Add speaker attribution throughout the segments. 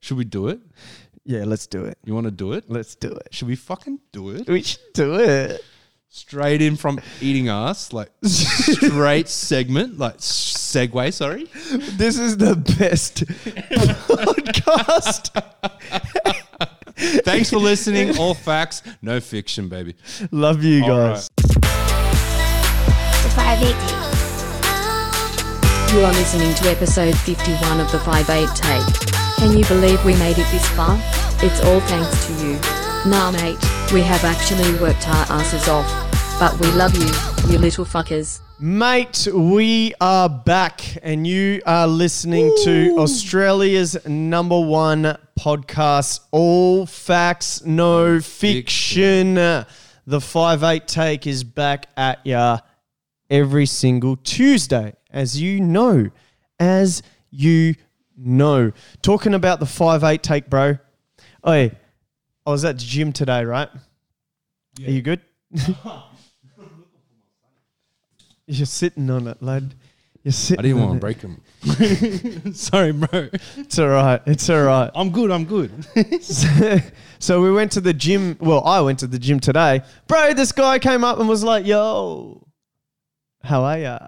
Speaker 1: Should we do it?
Speaker 2: Yeah, let's do it.
Speaker 1: You want to do it?
Speaker 2: Let's do it.
Speaker 1: Should we fucking do it?
Speaker 2: We should do it.
Speaker 1: Straight in from eating ass, like straight segment, like segue. Sorry,
Speaker 2: This is the best podcast.
Speaker 1: Thanks for listening. All facts, no fiction, baby.
Speaker 2: Love you
Speaker 1: All right.
Speaker 2: guys.
Speaker 3: The five eight.
Speaker 4: You are listening to episode 51 of the 5-8 Take. Can you believe we made it this far? It's all thanks to you. Nah mate, we have actually worked our asses off. But we love you, you little fuckers.
Speaker 2: Mate, we are back, and you are listening to Australia's number one podcast, All Facts, No Fiction. The 5 8 take is back at ya every single Tuesday, as you know. As you know. Talking about the 5 8 take, bro. Oi, I was at the gym today, right? Are you good? You're sitting on it, lad. You're sitting
Speaker 1: I didn't
Speaker 2: on
Speaker 1: want to
Speaker 2: it.
Speaker 1: break him. Sorry, bro.
Speaker 2: It's all right. It's all right.
Speaker 1: I'm good. I'm good.
Speaker 2: so we went to the gym. Well, I went to the gym today. Bro, this guy came up and was like, yo, how are ya?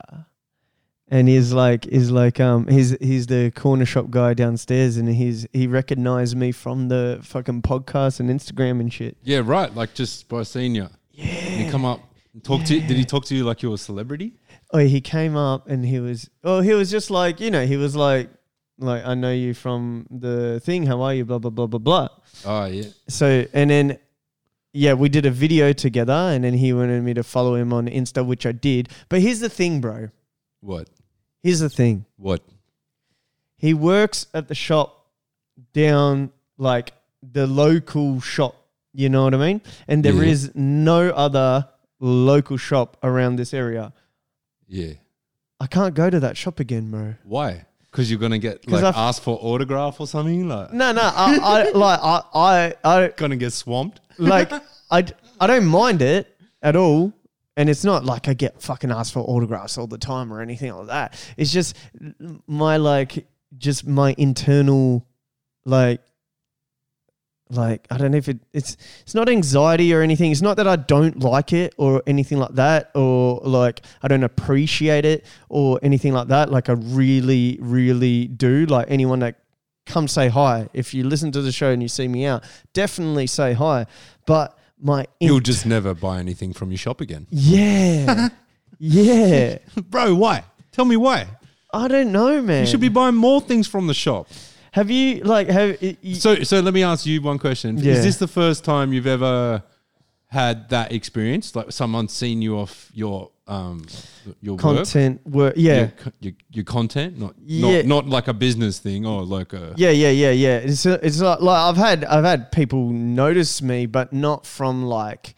Speaker 2: And he's like, he's like, um, he's he's the corner shop guy downstairs, and he's he recognized me from the fucking podcast and Instagram and shit.
Speaker 1: yeah, right. Like just by seeing you, yeah. You come up, and talk to. Did he talk to you like you were a celebrity?
Speaker 2: Oh, he came up and he was, oh, he was just like, you know, he was like, like I know you from the thing. How are you? Blah blah blah blah blah.
Speaker 1: Oh yeah.
Speaker 2: so and then yeah, we did a video together and then he wanted me to follow him on Insta, which I did. But here's the thing, bro.
Speaker 1: What?
Speaker 2: Here's the thing.
Speaker 1: What?
Speaker 2: He works at the shop down like the local shop, you know what I mean? And there
Speaker 1: Yeah.
Speaker 2: is no other local shop around this area.
Speaker 1: Yeah.
Speaker 2: I can't go to that shop again, bro.
Speaker 1: Why? Because you're gonna get
Speaker 2: 'Cause
Speaker 1: like
Speaker 2: I've-
Speaker 1: asked for autograph or something. Like
Speaker 2: No, no, I, I like I, I I
Speaker 1: gonna get swamped.
Speaker 2: like I, d- I don't mind it at all and it's not like i get fucking asked for autographs all the time or anything like that it's just my like just my internal like like i don't know if it, it's it's not anxiety or anything it's not that i don't like it or anything like that or like i don't appreciate it or anything like that like i really really do like anyone that come say hi if you listen to the show and you see me out definitely say hi but my
Speaker 1: You'll
Speaker 2: int-
Speaker 1: just never buy anything from your shop again,
Speaker 2: yeah yeah
Speaker 1: bro. Why? Tell me why.
Speaker 2: i don't know man
Speaker 1: You should be buying more things from the shop.
Speaker 2: have you like have y- y-
Speaker 1: So, so let me ask you one question:
Speaker 2: Yeah.
Speaker 1: Is this the first time you've ever had that experience? Like someone seen you off your um your work?
Speaker 2: content work
Speaker 1: Your,
Speaker 2: yeah
Speaker 1: co- your, your content, not,
Speaker 2: Yeah.
Speaker 1: not not like a business thing or like a
Speaker 2: Yeah, yeah, yeah, yeah. It's uh, it's like, like I've had I've had people notice me, but not from like,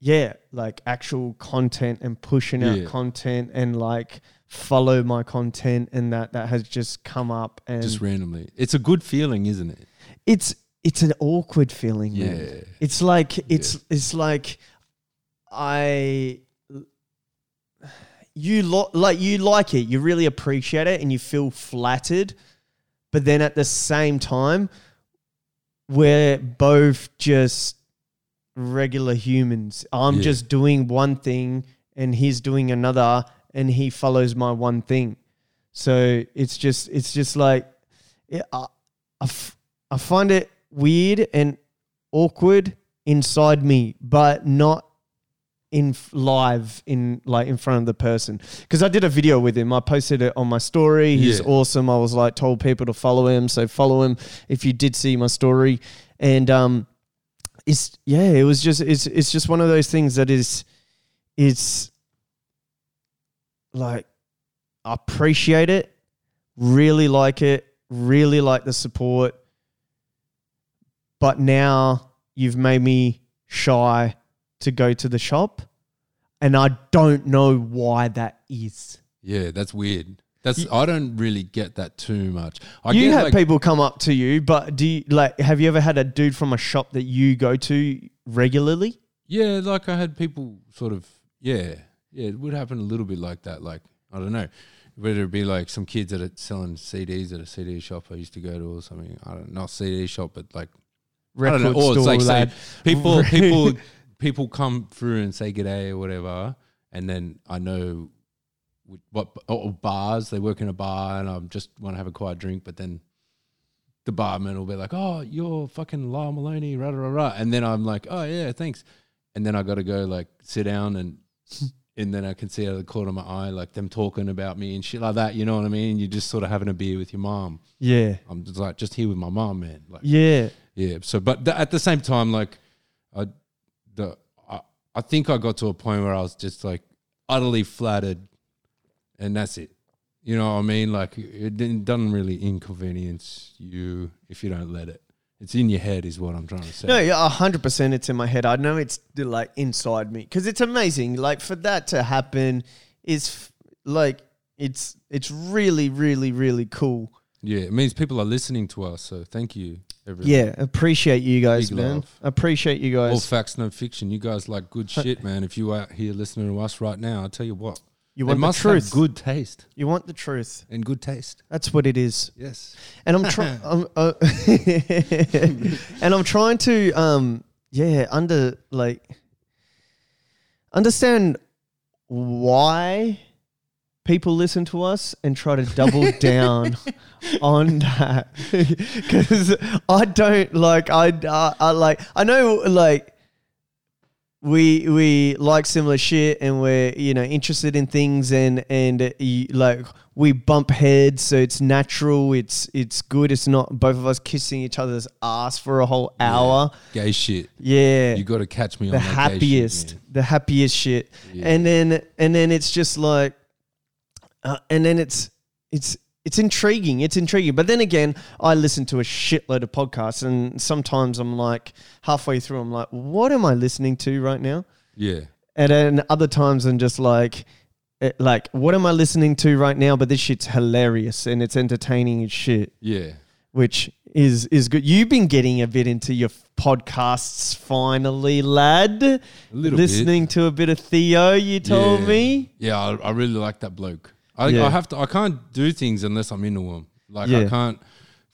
Speaker 2: yeah, like actual content and pushing out
Speaker 1: Yeah.
Speaker 2: content and like follow my content and that that has just come up and
Speaker 1: just randomly. It's a good feeling, isn't it?
Speaker 2: it's it's an awkward feeling.
Speaker 1: Yeah.
Speaker 2: man. it's like it's it's like I you lo- like you like it, you really appreciate it, and you feel flattered, but then at the same time, we're both just regular humans. I'm
Speaker 1: Yeah.
Speaker 2: just doing one thing, and he's doing another, and he follows my one thing. So it's just it's just like yeah, I, I, f- I find it weird and awkward inside me, but not in f- live in like in front of the person. Because I did a video with him. I posted it on my story. He's
Speaker 1: Yeah.
Speaker 2: awesome. I was like told people to follow him, so follow him if you did see my story. And um, it's yeah, it was just it's it's just one of those things that is it's like I appreciate it, really like it, really like the support. But now you've made me shy to go to the shop, and I don't know why that is.
Speaker 1: Yeah, that's weird. That's I don't really get that too much. I
Speaker 2: you
Speaker 1: get
Speaker 2: have
Speaker 1: like,
Speaker 2: people come up to you, but do you like have you ever had a dude from a shop that you go to regularly?
Speaker 1: Yeah, like I had people sort of yeah, yeah, it would happen a little bit like that. Like I don't know, But it'd be like some kids that are selling CDs at a CD shop I used to go to or something. I don't not CD shop, but like I
Speaker 2: Record
Speaker 1: don't know, or
Speaker 2: store,
Speaker 1: it's like say,
Speaker 2: lad.
Speaker 1: people
Speaker 2: Right.
Speaker 1: people people come through and say g'day or whatever, and then I know wh- what or bars they work in a bar, and I just want to have a quiet drink, but then the barman will be like, "Oh, you're fucking Lyle Maloney," rah rah rah, and then I'm like, "Oh yeah, thanks," and then I got to go like sit down and. And then I can see out of the corner of my eye, like them talking about me and shit like that. You know what I mean? You're just sort of having a beer with your mom.
Speaker 2: Yeah.
Speaker 1: I'm just like, just here with my mom, man. Like,
Speaker 2: Yeah.
Speaker 1: yeah. So, but th- at the same time, like, I, the, I, I think I got to a point where I was just like utterly flattered, and that's it. You know what I mean? Like, it didn't, doesn't really inconvenience you if you don't let it. It's in your head, is what I'm trying to say.
Speaker 2: No, yeah, hundred percent. It's in my head. I know it's like inside me because it's amazing. Like for that to happen is f- like it's it's really really really cool.
Speaker 1: Yeah, it means people are listening to us. So, thank you, everyone.
Speaker 2: Yeah, appreciate you guys,
Speaker 1: Big
Speaker 2: man.
Speaker 1: love.
Speaker 2: Appreciate you
Speaker 1: All
Speaker 2: guys.
Speaker 1: facts, no fiction. You guys like good shit, man. If you out here listening to us right now, I tell you what,
Speaker 2: You
Speaker 1: they
Speaker 2: want the
Speaker 1: must have
Speaker 2: truth.
Speaker 1: good taste
Speaker 2: you want the truth.
Speaker 1: and good taste.
Speaker 2: That's what it is.
Speaker 1: Yes.
Speaker 2: and I'm trying, I'm, uh, and I'm trying to, um, yeah, under like understand why people listen to us and try to double down on that because I don't like I, I I like I know like we we like similar shit and we're you know interested in things and and uh, you, like we bump heads so it's natural it's it's good it's not both of us kissing each other's ass for a whole hour
Speaker 1: Gay shit.
Speaker 2: yeah,
Speaker 1: You got to catch me
Speaker 2: the
Speaker 1: on that gay shit,
Speaker 2: happiest
Speaker 1: man.
Speaker 2: the happiest shit
Speaker 1: Yeah.
Speaker 2: and then and then it's just like uh, and then it's it's it's intriguing it's intriguing but then again i listen to a shitload of podcasts and sometimes i'm like halfway through i'm like what am i listening to right now
Speaker 1: Yeah.
Speaker 2: and then other times I'm just like, it, like, what am I listening to right now? But this shit's hilarious and it's entertaining as shit,
Speaker 1: Yeah.
Speaker 2: which is is good. You've been getting a bit into your f- podcasts finally, lad. A
Speaker 1: little bit.
Speaker 2: listening to a bit of Theo. You told
Speaker 1: yeah.
Speaker 2: me.
Speaker 1: Yeah, I, I really like that bloke. I,
Speaker 2: Yeah.
Speaker 1: I have to. I can't do things unless I'm into them. Like I
Speaker 2: Yeah.
Speaker 1: can't.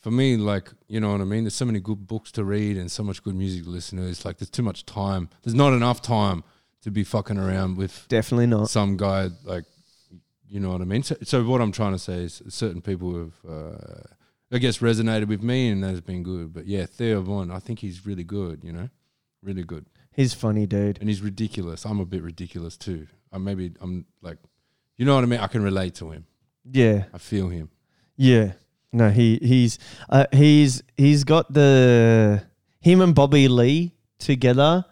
Speaker 1: For me, like you know what I mean. There's so many good books to read and so much good music to listen to. It's like there's too much time. There's not enough time to be fucking around with
Speaker 2: Definitely not.
Speaker 1: some guy like you know what I mean. So, so what I'm trying to say is certain people have. Uh, I guess resonated with me and that's been good. But yeah, Theo Von, I think he's really good, you know? Really good.
Speaker 2: He's funny, dude.
Speaker 1: and he's ridiculous. I'm a bit ridiculous too. I maybe I'm like, you know what I mean. I can relate to him.
Speaker 2: Yeah,
Speaker 1: I feel him.
Speaker 2: yeah. No, he he's uh, he's he's got the him and Bobby Lee together.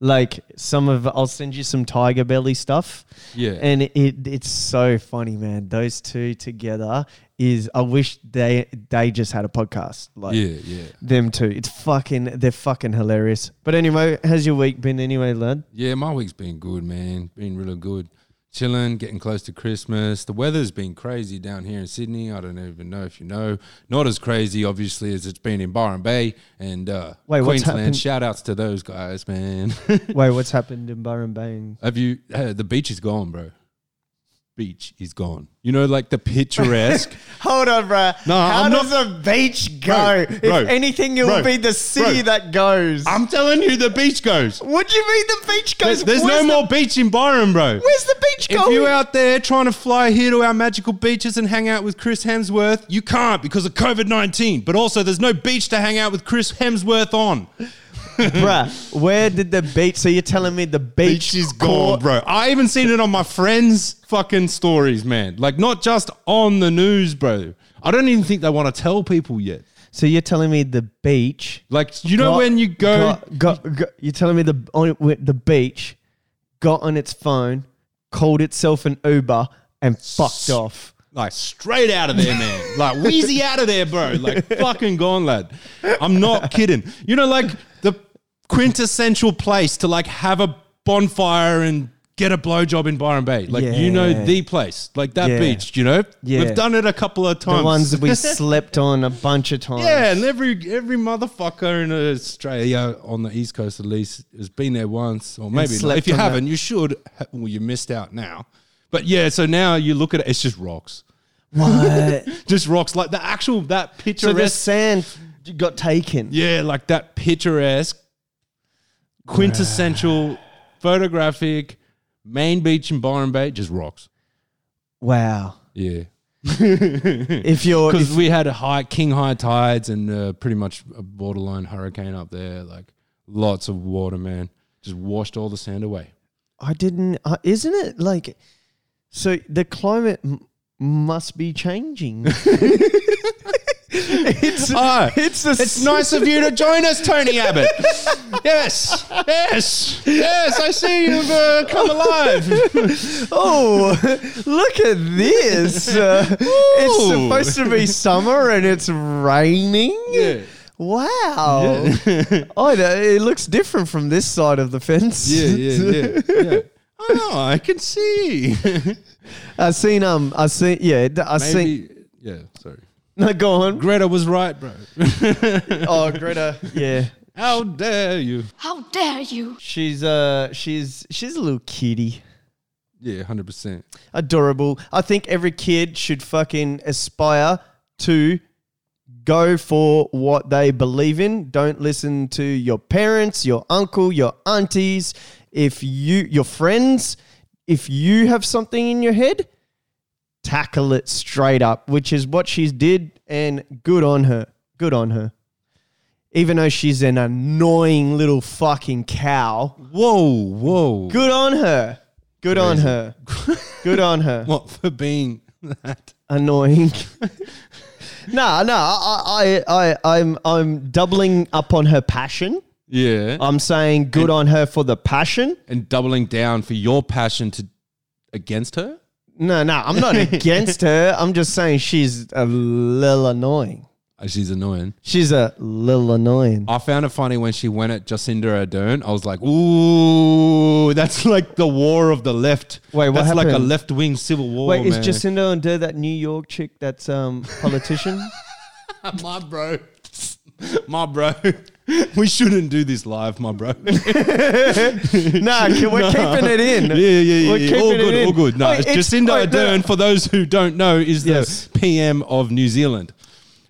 Speaker 2: Like some of, I'll send you some Tiger Belly stuff.
Speaker 1: Yeah,
Speaker 2: And it it's so funny, man. Those two together is I wish they they just had a podcast. Like
Speaker 1: yeah, yeah,
Speaker 2: them two. It's fucking they're fucking hilarious. But anyway, how's your week been anyway, lad?
Speaker 1: yeah. My week's been good, man. Been really good. Chilling, getting close to Christmas. The weather's been crazy down here in Sydney. I don't even know if you know. Not as crazy, obviously, as it's been in Byron Bay and uh,
Speaker 2: Wait, what's
Speaker 1: Queensland.
Speaker 2: happened-
Speaker 1: Shout outs to those guys, man.
Speaker 2: Wait, what's happened in Byron Bay? and-
Speaker 1: Have you? Uh, the beach is gone, bro. Beach is gone. You know, like the picturesque.
Speaker 2: Hold on, bro.
Speaker 1: No,
Speaker 2: How
Speaker 1: I'm
Speaker 2: does a beach go?
Speaker 1: Bro,
Speaker 2: if
Speaker 1: bro,
Speaker 2: anything, it will
Speaker 1: bro,
Speaker 2: be the
Speaker 1: bro.
Speaker 2: city that goes.
Speaker 1: I'm telling you, the beach goes.
Speaker 2: what do you mean the beach
Speaker 1: There's,
Speaker 2: goes?
Speaker 1: there's no
Speaker 2: Where's the-
Speaker 1: more beach in Byron, bro.
Speaker 2: Where's the beach
Speaker 1: if
Speaker 2: going?
Speaker 1: you out there trying to fly here to our magical beaches and hang out with Chris Hemsworth, you can't because of COVID 19. But also, there's no beach to hang out with Chris Hemsworth on.
Speaker 2: Bruh, where did the beach? So you're telling me the
Speaker 1: Hmm.
Speaker 2: beach,
Speaker 1: Beach is
Speaker 2: caught-
Speaker 1: gone, bro. I even seen it on my friends' fucking stories, man. Like, not just on the news, bro. I don't even think they want to tell people yet.
Speaker 2: So you're telling me the beach
Speaker 1: Like, you know,
Speaker 2: got-
Speaker 1: when you go.
Speaker 2: got, got, got- you're telling me the on went the beach got on its phone, called itself an Uber, and fucked off.
Speaker 1: like straight out of there, man. like wheezy out of there, bro. Like fucking gone, lad. I'm not kidding. You know, like the quintessential place to like have a bonfire and get a blowjob in Byron Bay. Like you
Speaker 2: Yeah.
Speaker 1: know the place, like that
Speaker 2: Yeah.
Speaker 1: beach. You know,
Speaker 2: Yeah.
Speaker 1: we've done it a couple of times.
Speaker 2: The ones that we slept on a bunch of times.
Speaker 1: Yeah, and every every motherfucker in Australia on the east coast at least has been there once, or maybe not.
Speaker 2: slept
Speaker 1: if you
Speaker 2: on that.
Speaker 1: haven't, you should. ha- Well, you missed out now. But yeah, so now you look at it, it's just rocks.
Speaker 2: What?
Speaker 1: Just rocks like the actual that
Speaker 2: so the
Speaker 1: picturesque.
Speaker 2: sand got taken.
Speaker 1: yeah, like that picturesque, quintessential, photographic main beach in Byron Bay just rocks.
Speaker 2: Wow.
Speaker 1: Yeah. Hmm.
Speaker 2: If you're
Speaker 1: because
Speaker 2: if,
Speaker 1: we had a high king high tides and uh, pretty much a borderline hurricane up there like lots of water man just washed all the sand away
Speaker 2: I didn't, uh, isn't it like? So the climate m- must be changing. it's
Speaker 1: oh
Speaker 2: it's a
Speaker 1: it's nice of you to join us tony abbott yes yes yes i see you've uh, come alive
Speaker 2: Oh, look at this. Uh, it's
Speaker 1: Ooh.
Speaker 2: supposed to be summer and it's raining.
Speaker 1: yeah
Speaker 2: Wow. oh, that- it looks different from this side of the fence.
Speaker 1: yeah yeah yeah, yeah. oh i can see
Speaker 2: I've seen, um, I've seen, yeah, th- I've seen,
Speaker 1: Maybe, yeah sorry
Speaker 2: no, go on.
Speaker 1: greta was right bro
Speaker 2: Oh, Greta, yeah.
Speaker 1: how dare you
Speaker 3: How dare you?
Speaker 2: She's, uh, she's, she's a little kitty.
Speaker 1: yeah 100%
Speaker 2: Adorable. I think every kid should fucking aspire to go for what they believe in. Don't listen to your parents, your uncle, your aunties, if you your friends, if you have something in your head, tackle it straight up, which is what she's did and good on her. Good on her. Even though she's an annoying little fucking cow,
Speaker 1: whoa whoa
Speaker 2: good on her. Good on
Speaker 1: Crazy.
Speaker 2: her. Good on her.
Speaker 1: what for being that
Speaker 2: annoying. nah, nah, I, I, I, I'm, I'm doubling up on her passion.
Speaker 1: yeah
Speaker 2: I'm saying good on her for the passion.
Speaker 1: and doubling down for your passion to against her
Speaker 2: No, no, I'm not against her. I'm just saying she's a little annoying.
Speaker 1: Uh, she's annoying
Speaker 2: She's a little annoying.
Speaker 1: i found it funny when she went at jacinda ardern i was like ooh that's like the war of the left
Speaker 2: Wait, what
Speaker 1: that's like a
Speaker 2: happened?
Speaker 1: left-wing civil war
Speaker 2: Wait, is
Speaker 1: man.
Speaker 2: Jacinda Ardern that New York chick that's um politician?
Speaker 1: my bro my bro we shouldn't do this live my bro yeah
Speaker 2: nah, we're keeping it in.
Speaker 1: yeah yeah,
Speaker 2: We're
Speaker 1: yeah. all
Speaker 2: keeping it
Speaker 1: good
Speaker 2: in.
Speaker 1: all good no
Speaker 2: Wait,
Speaker 1: it's
Speaker 2: it's-
Speaker 1: jacinda
Speaker 2: wait, no,
Speaker 1: ardern for those who don't know is
Speaker 2: Yes.
Speaker 1: the pm of new zealand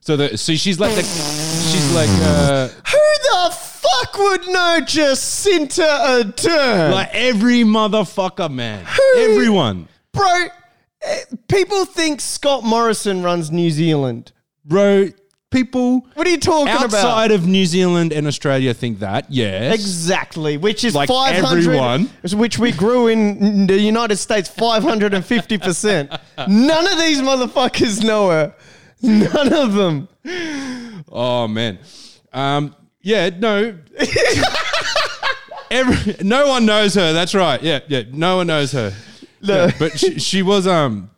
Speaker 1: so, the, so she's like the, she's like uh,
Speaker 2: Who the fuck would know Jacinta Ardern?
Speaker 1: Like every motherfucker, man. Everyone.
Speaker 2: Bro, eh, people think Scott Morrison runs New Zealand.
Speaker 1: Bro, people
Speaker 2: What are you talking about?
Speaker 1: outside of New Zealand and Australia think that, yes.
Speaker 2: Exactly, which is
Speaker 1: Like
Speaker 2: 500,
Speaker 1: everyone.
Speaker 2: which we grew in the United States 550%. None of these motherfuckers know her. None of them.
Speaker 1: oh, man. Um, yeah, no. every, no one knows her. That's right. Yeah, yeah. No one knows her.
Speaker 2: No.
Speaker 1: Yeah, but she, she was, um,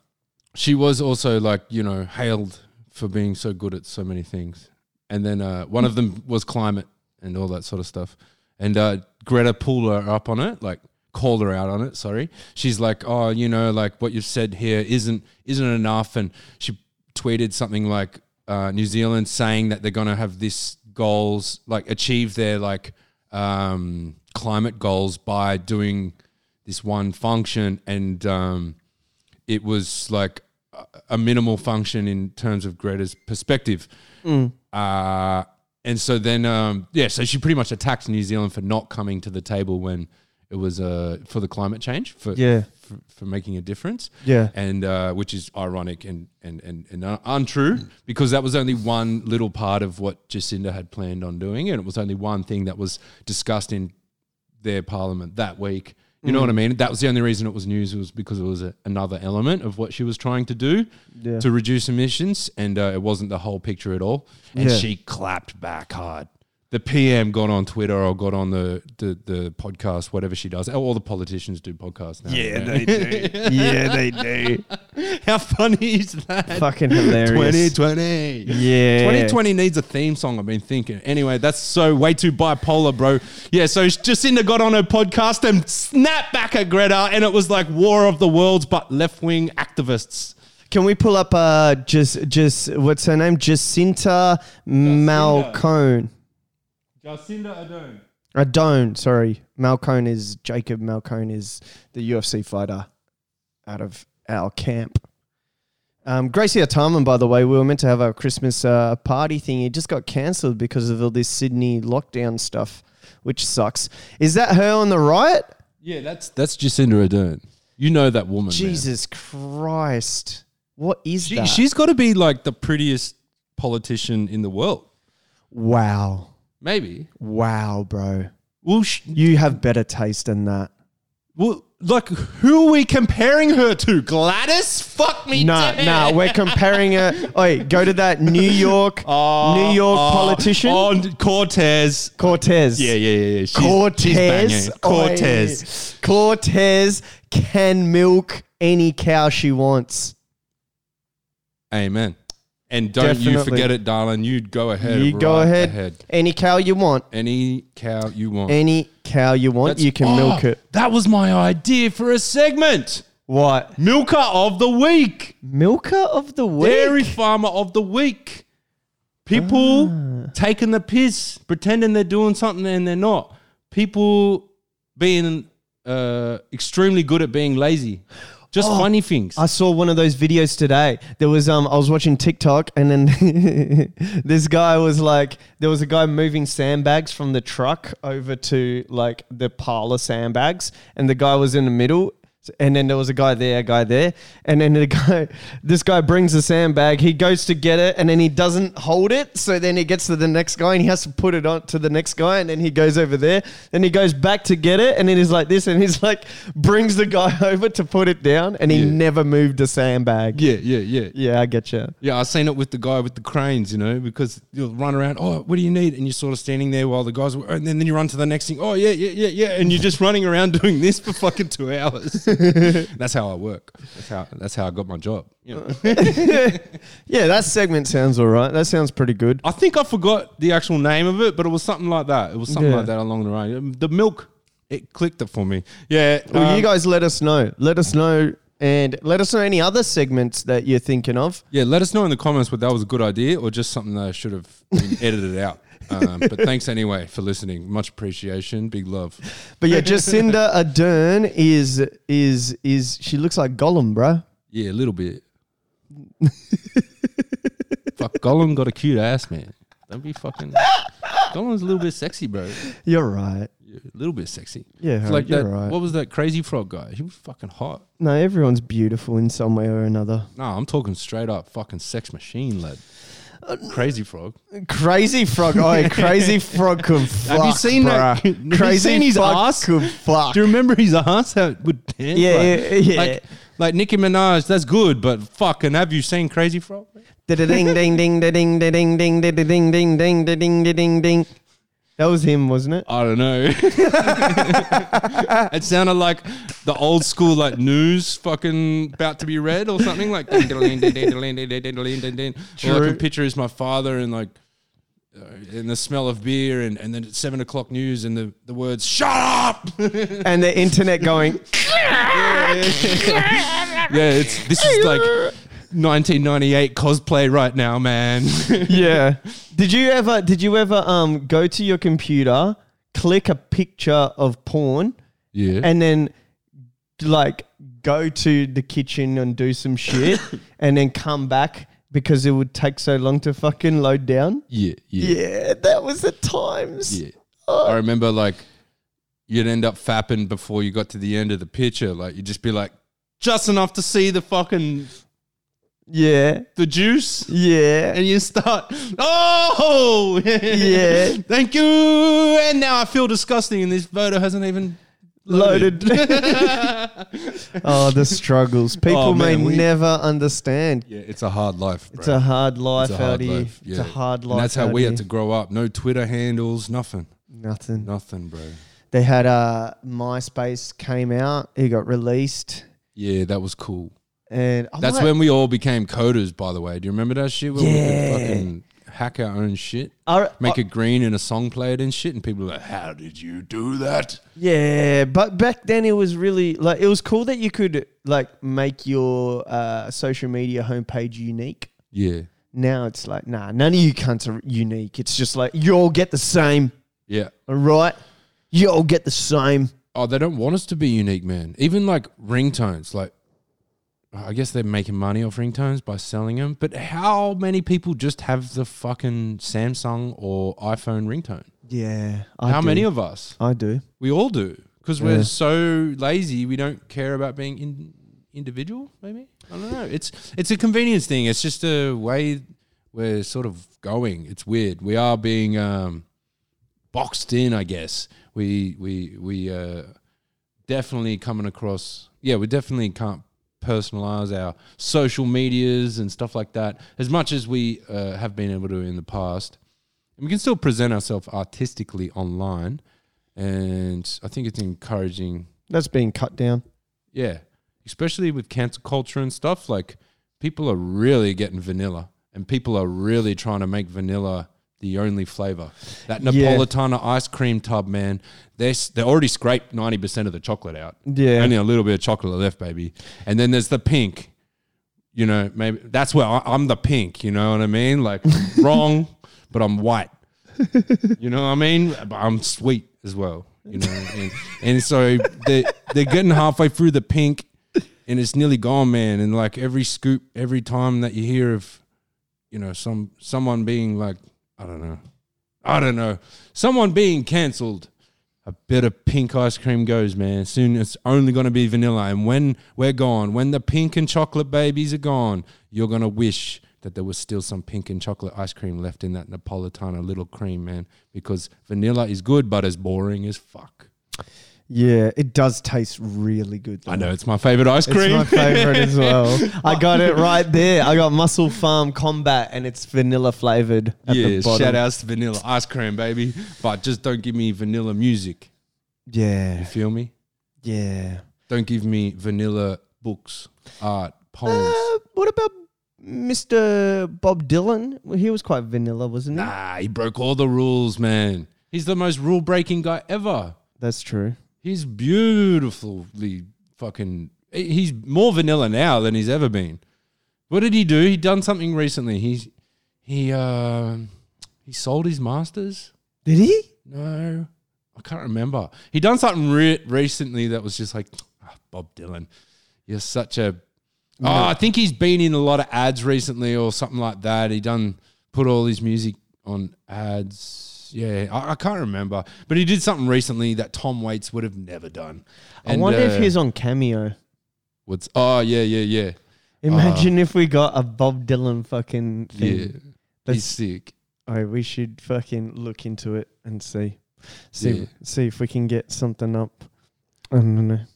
Speaker 1: she was also like, you know, hailed for being so good at so many things. And then uh, one of them was climate and all that sort of stuff. And uh, Greta pulled her up on it, like called her out on it. Sorry, she's like, oh, you know, like what you've said here isn't isn't enough. And she tweeted something like uh, New Zealand saying that they're gonna have this goals, like achieve their like um, climate goals by doing this one function and. Um, it was like a- a minimal function in terms of Greta's perspective.
Speaker 2: Mm.
Speaker 1: Uh, and so then, um, yeah, so she pretty much attacked New Zealand for not coming to the table when it was uh, for the climate change, for,
Speaker 2: Yeah.
Speaker 1: for, for making a difference.
Speaker 2: Yeah.
Speaker 1: And uh, which is ironic and, and, and, and un- untrue because that was only one little part of what Jacinda had planned on doing. And it was only one thing that was discussed in their parliament that week. You
Speaker 2: Mm.
Speaker 1: know what I mean? That was the only reason it was news was because it was a, another element of what she was trying to do
Speaker 2: Yeah.
Speaker 1: to reduce emissions, and uh, it wasn't the whole picture at all. And
Speaker 2: Yeah.
Speaker 1: she clapped back hard. The PM got on Twitter or got on the the, the podcast, whatever she does. Oh, All the politicians do podcasts now. man.
Speaker 2: do. yeah, they do.
Speaker 1: how funny is that?
Speaker 2: Fucking hilarious.
Speaker 1: 2020.
Speaker 2: Yeah.
Speaker 1: 2020 needs a theme song, I've been thinking. Anyway, that's so way too bipolar, bro. Yeah, so Jacinda got on her podcast and snapped back at Greta, and it was like War of the Worlds, but left wing activists.
Speaker 2: Can we pull up uh just just what's her name? Jacinta Malcone.
Speaker 1: Jacinda Ardern.
Speaker 2: I Uh, don't. Sorry, Malcone is Jacob Malcone is the UFC fighter out of our camp. Um, Gracie Ataman, by the way, we were meant to have our Christmas uh, party thing. It just got cancelled because of all this Sydney lockdown stuff, which sucks. Is that her on the right?
Speaker 1: Yeah, that's that's Jacinda Ardern. You know that woman. man.
Speaker 2: Jesus Christ. What is
Speaker 1: She,
Speaker 2: that?
Speaker 1: she's got to be like the prettiest politician in the world.
Speaker 2: wow.
Speaker 1: Maybe.
Speaker 2: Wow, bro.
Speaker 1: Well, sh-
Speaker 2: You have better taste than that.
Speaker 1: well, like who are we comparing her to? Gladys? Fuck me.
Speaker 2: No,
Speaker 1: dead.
Speaker 2: no, we're comparing it. Oi, go to that New York,
Speaker 1: Oh,
Speaker 2: New York
Speaker 1: oh,
Speaker 2: politician,
Speaker 1: oh, Cortez.
Speaker 2: Cortez.
Speaker 1: Yeah, yeah, yeah. yeah. She's, she's
Speaker 2: Cortez.
Speaker 1: banging. Cortez.
Speaker 2: Oi. Cortez can milk any cow she wants.
Speaker 1: Amen. And don't you
Speaker 2: Definitely.
Speaker 1: forget it, darling. You go ahead.
Speaker 2: you go
Speaker 1: right
Speaker 2: ahead, Any cow you want.
Speaker 1: Any cow you want.
Speaker 2: Any cow you want,
Speaker 1: That's-
Speaker 2: you can
Speaker 1: Oh,
Speaker 2: milk it.
Speaker 1: That was my idea for a segment.
Speaker 2: What?
Speaker 1: Milker of the week.
Speaker 2: Milker of the week.
Speaker 1: Dairy farmer of the week. People taking the piss, pretending they're doing something and they're not. People being uh, extremely good at being lazy. Just funny things.
Speaker 2: I saw one of those videos today. There was um I was watching TikTok and then this guy was like there was a guy moving sandbags from the truck over to like the pile of sandbags and the guy was in the middle and then there was a guy there, a guy there, and then the guy this guy brings the sandbag, he goes to get it and then he doesn't hold it, so then he gets to the next guy and he has to put it on to the next guy and then he goes over there, then he goes back to get it and then he's like this and he's like brings the guy over to put it down and he
Speaker 1: Yeah.
Speaker 2: never moved a sandbag.
Speaker 1: yeah, yeah, yeah.
Speaker 2: Yeah, I get you.
Speaker 1: Yeah, I seen it with the guy with the cranes, you know, because you'll run around, oh, what do you need? And you're sort of standing there while the guys were, and then, then you run to the next thing, oh, yeah, yeah, yeah, yeah. And you're just running around doing this for fucking two hours. that's how I work. That's how, that's how I got my job. You know?
Speaker 2: Yeah, that segment sounds all right. That sounds pretty good.
Speaker 1: I think I forgot the actual name of it, but it was something like that. It was something
Speaker 2: Yeah.
Speaker 1: like that along the line. Um, The milk, it clicked it for me. Yeah.
Speaker 2: Well,
Speaker 1: um,
Speaker 2: you guys let us know. Let us know and let us know any other segments that you're thinking of.
Speaker 1: yeah, let us know in the comments whether that was a good idea or just something that I should have been edited out. Um, but thanks anyway for listening. Much appreciation. Big love.
Speaker 2: But yeah, Jacinda Ardern is is is she looks like Gollum, bro.
Speaker 1: Yeah, a little bit. Fuck, Gollum got a cute ass, man. Don't be fucking. Gollum's a little bit sexy, bro.
Speaker 2: You're right.
Speaker 1: Yeah, a little bit sexy.
Speaker 2: Yeah,
Speaker 1: It's like
Speaker 2: you're
Speaker 1: that.
Speaker 2: right.
Speaker 1: What was that crazy frog guy? He was fucking hot.
Speaker 2: No, everyone's beautiful in some way or another.
Speaker 1: Nah, I'm talking straight up fucking sex machine, lad. Crazy frog.
Speaker 2: Crazy frog, oh, crazy frog could fuck.
Speaker 1: you seen that-
Speaker 2: bruh.
Speaker 1: have you
Speaker 2: Crazy
Speaker 1: seen his
Speaker 2: frog
Speaker 1: ass?
Speaker 2: could fuck.
Speaker 1: Do you remember his ass? How it would dance?
Speaker 2: Yeah,
Speaker 1: like,
Speaker 2: yeah, yeah.
Speaker 1: Like, like Nicki Minaj, that's good, but fucking have you seen Crazy Frog?
Speaker 2: ding ding ding ding ding ding ding ding ding ding ding ding ding ding. That was him, wasn't it?
Speaker 1: I don't know. it sounded like the old school like news fucking about to be read or something like. All I
Speaker 2: True.
Speaker 1: can picture is my father and like. uh, And the smell of beer, and, and then it's seven o'clock news, and the, the words "shut up."
Speaker 2: And the internet going.
Speaker 1: yeah, it's this is like 1998 cosplay right now, man.
Speaker 2: yeah. Did you ever? Did you ever um go to your computer, click a picture of porn,
Speaker 1: yeah,
Speaker 2: and then like go to the kitchen and do some shit, and then come back because it would take so long to fucking load down?
Speaker 1: yeah, yeah,
Speaker 2: Yeah, that was the times.
Speaker 1: yeah. I remember like you'd end up fapping before you got to the end of the picture. Like you'd just be like, just enough to see the fucking
Speaker 2: Yeah.
Speaker 1: the juice.
Speaker 2: Yeah.
Speaker 1: And you start, oh,
Speaker 2: Yeah.
Speaker 1: thank you. And now I feel disgusting, and this photo hasn't even
Speaker 2: Loaded.
Speaker 1: loaded.
Speaker 2: Oh, the struggles. People
Speaker 1: Oh, man,
Speaker 2: may
Speaker 1: we-
Speaker 2: never understand.
Speaker 1: yeah, it's a hard life. Bro.
Speaker 2: It's a hard life
Speaker 1: It's a
Speaker 2: out
Speaker 1: hard
Speaker 2: here.
Speaker 1: life,
Speaker 2: It's
Speaker 1: yeah.
Speaker 2: a hard
Speaker 1: And
Speaker 2: life.
Speaker 1: that's how we
Speaker 2: out
Speaker 1: had to
Speaker 2: here.
Speaker 1: grow up. No Twitter handles, nothing,
Speaker 2: Nothing.
Speaker 1: nothing, bro.
Speaker 2: They had uh, MySpace came out. It got released,
Speaker 1: Yeah, that was cool.
Speaker 2: and I
Speaker 1: That's
Speaker 2: might-
Speaker 1: when we all became coders, by the way. Do you remember that shit? When
Speaker 2: Yeah. Oh.
Speaker 1: we could fucking hack our own shit,
Speaker 2: I,
Speaker 1: make
Speaker 2: I-
Speaker 1: it green and a song played and shit, and people were like, "How did you do that?"
Speaker 2: Yeah, but back then it was really like it was cool that you could like make your uh, social media homepage unique.
Speaker 1: Yeah,
Speaker 2: Now it's like nah, none of you cunts are unique. It's just like you all get the same,
Speaker 1: yeah.
Speaker 2: all right? You all get the same.
Speaker 1: Oh, they don't want us to be unique, man. Even like ringtones, like I guess they're making money off ringtones by selling them. But how many people just have the fucking Samsung or iPhone ringtone?
Speaker 2: Yeah. I
Speaker 1: how
Speaker 2: do.
Speaker 1: many of us?
Speaker 2: I do.
Speaker 1: We all do because we're
Speaker 2: Yeah.
Speaker 1: so lazy. We don't care about being in, individual. Maybe I don't know. It's it's a convenience thing. It's just a way we're sort of going. It's weird. We are being um, boxed in. I guess we we we uh, definitely coming across. Yeah, we definitely can't personalize our social medias and stuff like that as much as we uh, have been able to in the past. And we can still present ourselves artistically online and I think it's encouraging.
Speaker 2: That's being cut down.
Speaker 1: Yeah, especially with cancer culture and stuff. Like people are really getting vanilla, and people are really trying to make vanilla the only flavor. That
Speaker 2: Yeah.
Speaker 1: Napolitana ice cream tub, man. They s- they already scraped ninety percent of the chocolate out.
Speaker 2: Yeah.
Speaker 1: Only a little bit of chocolate left, baby. And then there's the pink. You know, maybe that's where I, I'm the pink. You know what I mean? Like wrong, but I'm white. You know what I mean? But I'm sweet as well. You know, and, and so they they're getting halfway through the pink, and it's nearly gone, man. And like every scoop, every time that you hear of, you know, some someone being like, I don't know, I don't know, someone being cancelled, a bit of pink ice cream goes, man. Soon it's only going to be vanilla. And when we're gone, when the pink and chocolate babies are gone, you're going to wish that there was still some pink and chocolate ice cream left in that Napolitana little cream, man. Because vanilla is good, but as boring as fuck.
Speaker 2: Yeah, it does taste really good. Though.
Speaker 1: I know it's my favorite ice
Speaker 2: It's
Speaker 1: cream.
Speaker 2: my favorite as well. I got it right there. I got Muscle Farm Combat, and it's vanilla flavored at
Speaker 1: yeah,
Speaker 2: the bottom.
Speaker 1: shout outs to vanilla ice cream, baby. But just don't give me vanilla music.
Speaker 2: Yeah,
Speaker 1: You feel me?
Speaker 2: yeah.
Speaker 1: Don't give me vanilla books, art, poems.
Speaker 2: Uh, what about Mr. Bob Dylan? Well, he was quite vanilla, wasn't he?
Speaker 1: Nah, he broke all the rules, man. He's the most rule breaking guy ever.
Speaker 2: That's true.
Speaker 1: He's beautifully fucking. He's more vanilla now than he's ever been. What did he do? He done something recently. He's he uh, he sold his masters.
Speaker 2: Did he?
Speaker 1: No, I can't remember. He done something re- recently that was just like "Ah, Bob Dylan. You're such a. Oh, I think he's been in a lot of ads recently or something like that. He done put all his music on ads. Yeah, I, I can't remember, but he did something recently that Tom Waits would have never done.
Speaker 2: I wonder if
Speaker 1: his
Speaker 2: he's on Cameo.
Speaker 1: what's oh yeah yeah yeah
Speaker 2: Imagine if we got a Bob Dylan fucking thing.
Speaker 1: uh-huh. yeah. He's
Speaker 2: That's,
Speaker 1: sick.
Speaker 2: oh, we should fucking look into it and see, see,
Speaker 1: Yeah.
Speaker 2: see if we can get something up. I don't know. I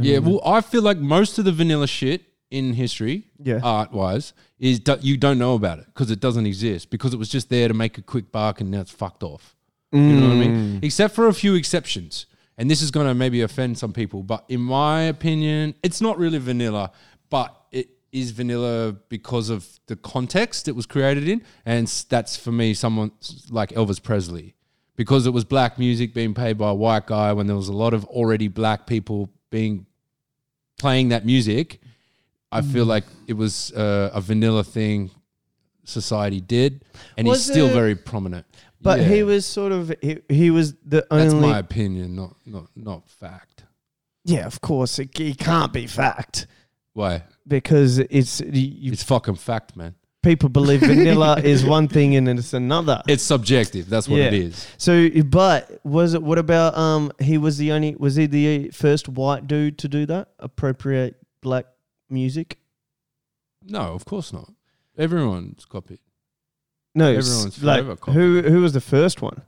Speaker 1: Yeah,
Speaker 2: don't know.
Speaker 1: well, I feel like most of the vanilla shit in history
Speaker 2: yeah.
Speaker 1: art wise is do- you don't know about it because it doesn't exist because it was just there to make a quick bark and now it's fucked off. You know what I
Speaker 2: Mm.
Speaker 1: mean? Except for a few exceptions. And this is going to maybe offend some people, but in my opinion, it's not really vanilla, but it is vanilla because of the context it was created in. And s- that's for me, someone s- like Elvis Presley, because it was black music being played by a white guy when there was a lot of already black people being playing that music. I feel
Speaker 2: Mm.
Speaker 1: like it was uh, a vanilla thing society did, and
Speaker 2: Was
Speaker 1: he's still
Speaker 2: it-
Speaker 1: very prominent.
Speaker 2: But he
Speaker 1: Yeah.
Speaker 2: was sort of he, he was the
Speaker 1: That's
Speaker 2: only
Speaker 1: my opinion, not not not fact.
Speaker 2: yeah of course it, it can't be fact
Speaker 1: Why?
Speaker 2: because it's you,
Speaker 1: It's fucking fact, man.
Speaker 2: people believe vanilla is one thing and it's another.
Speaker 1: It's subjective. That's what it
Speaker 2: Yeah.
Speaker 1: is.
Speaker 2: So, but was it? What about um? He was the only. Was he the first white dude to do that? Appropriate black music?
Speaker 1: No, of course not. Everyone's copied.
Speaker 2: No, s-
Speaker 1: Everyone's
Speaker 2: like
Speaker 1: forever copied.
Speaker 2: who? Who was the first one?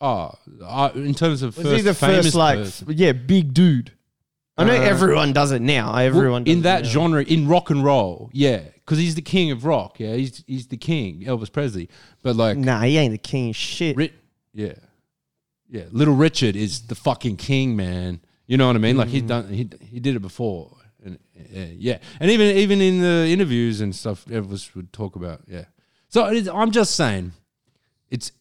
Speaker 1: Oh, I, in terms of
Speaker 2: Was
Speaker 1: first
Speaker 2: he the
Speaker 1: famous
Speaker 2: first like
Speaker 1: person-
Speaker 2: f- yeah big dude? I know
Speaker 1: Uh,
Speaker 2: everyone does it now. Everyone does
Speaker 1: in
Speaker 2: it
Speaker 1: that
Speaker 2: now.
Speaker 1: genre in rock and roll, yeah, because he's the king of rock. Yeah, he's he's the king, Elvis Presley. But like,
Speaker 2: Nah, he ain't the king of shit.
Speaker 1: Ri- yeah, yeah. Little Richard is the fucking king, man. You know what I mean? Like he done he he did it before, and uh, yeah, and even even in the interviews and stuff, Elvis would talk about yeah. So it is, I'm just saying, it's.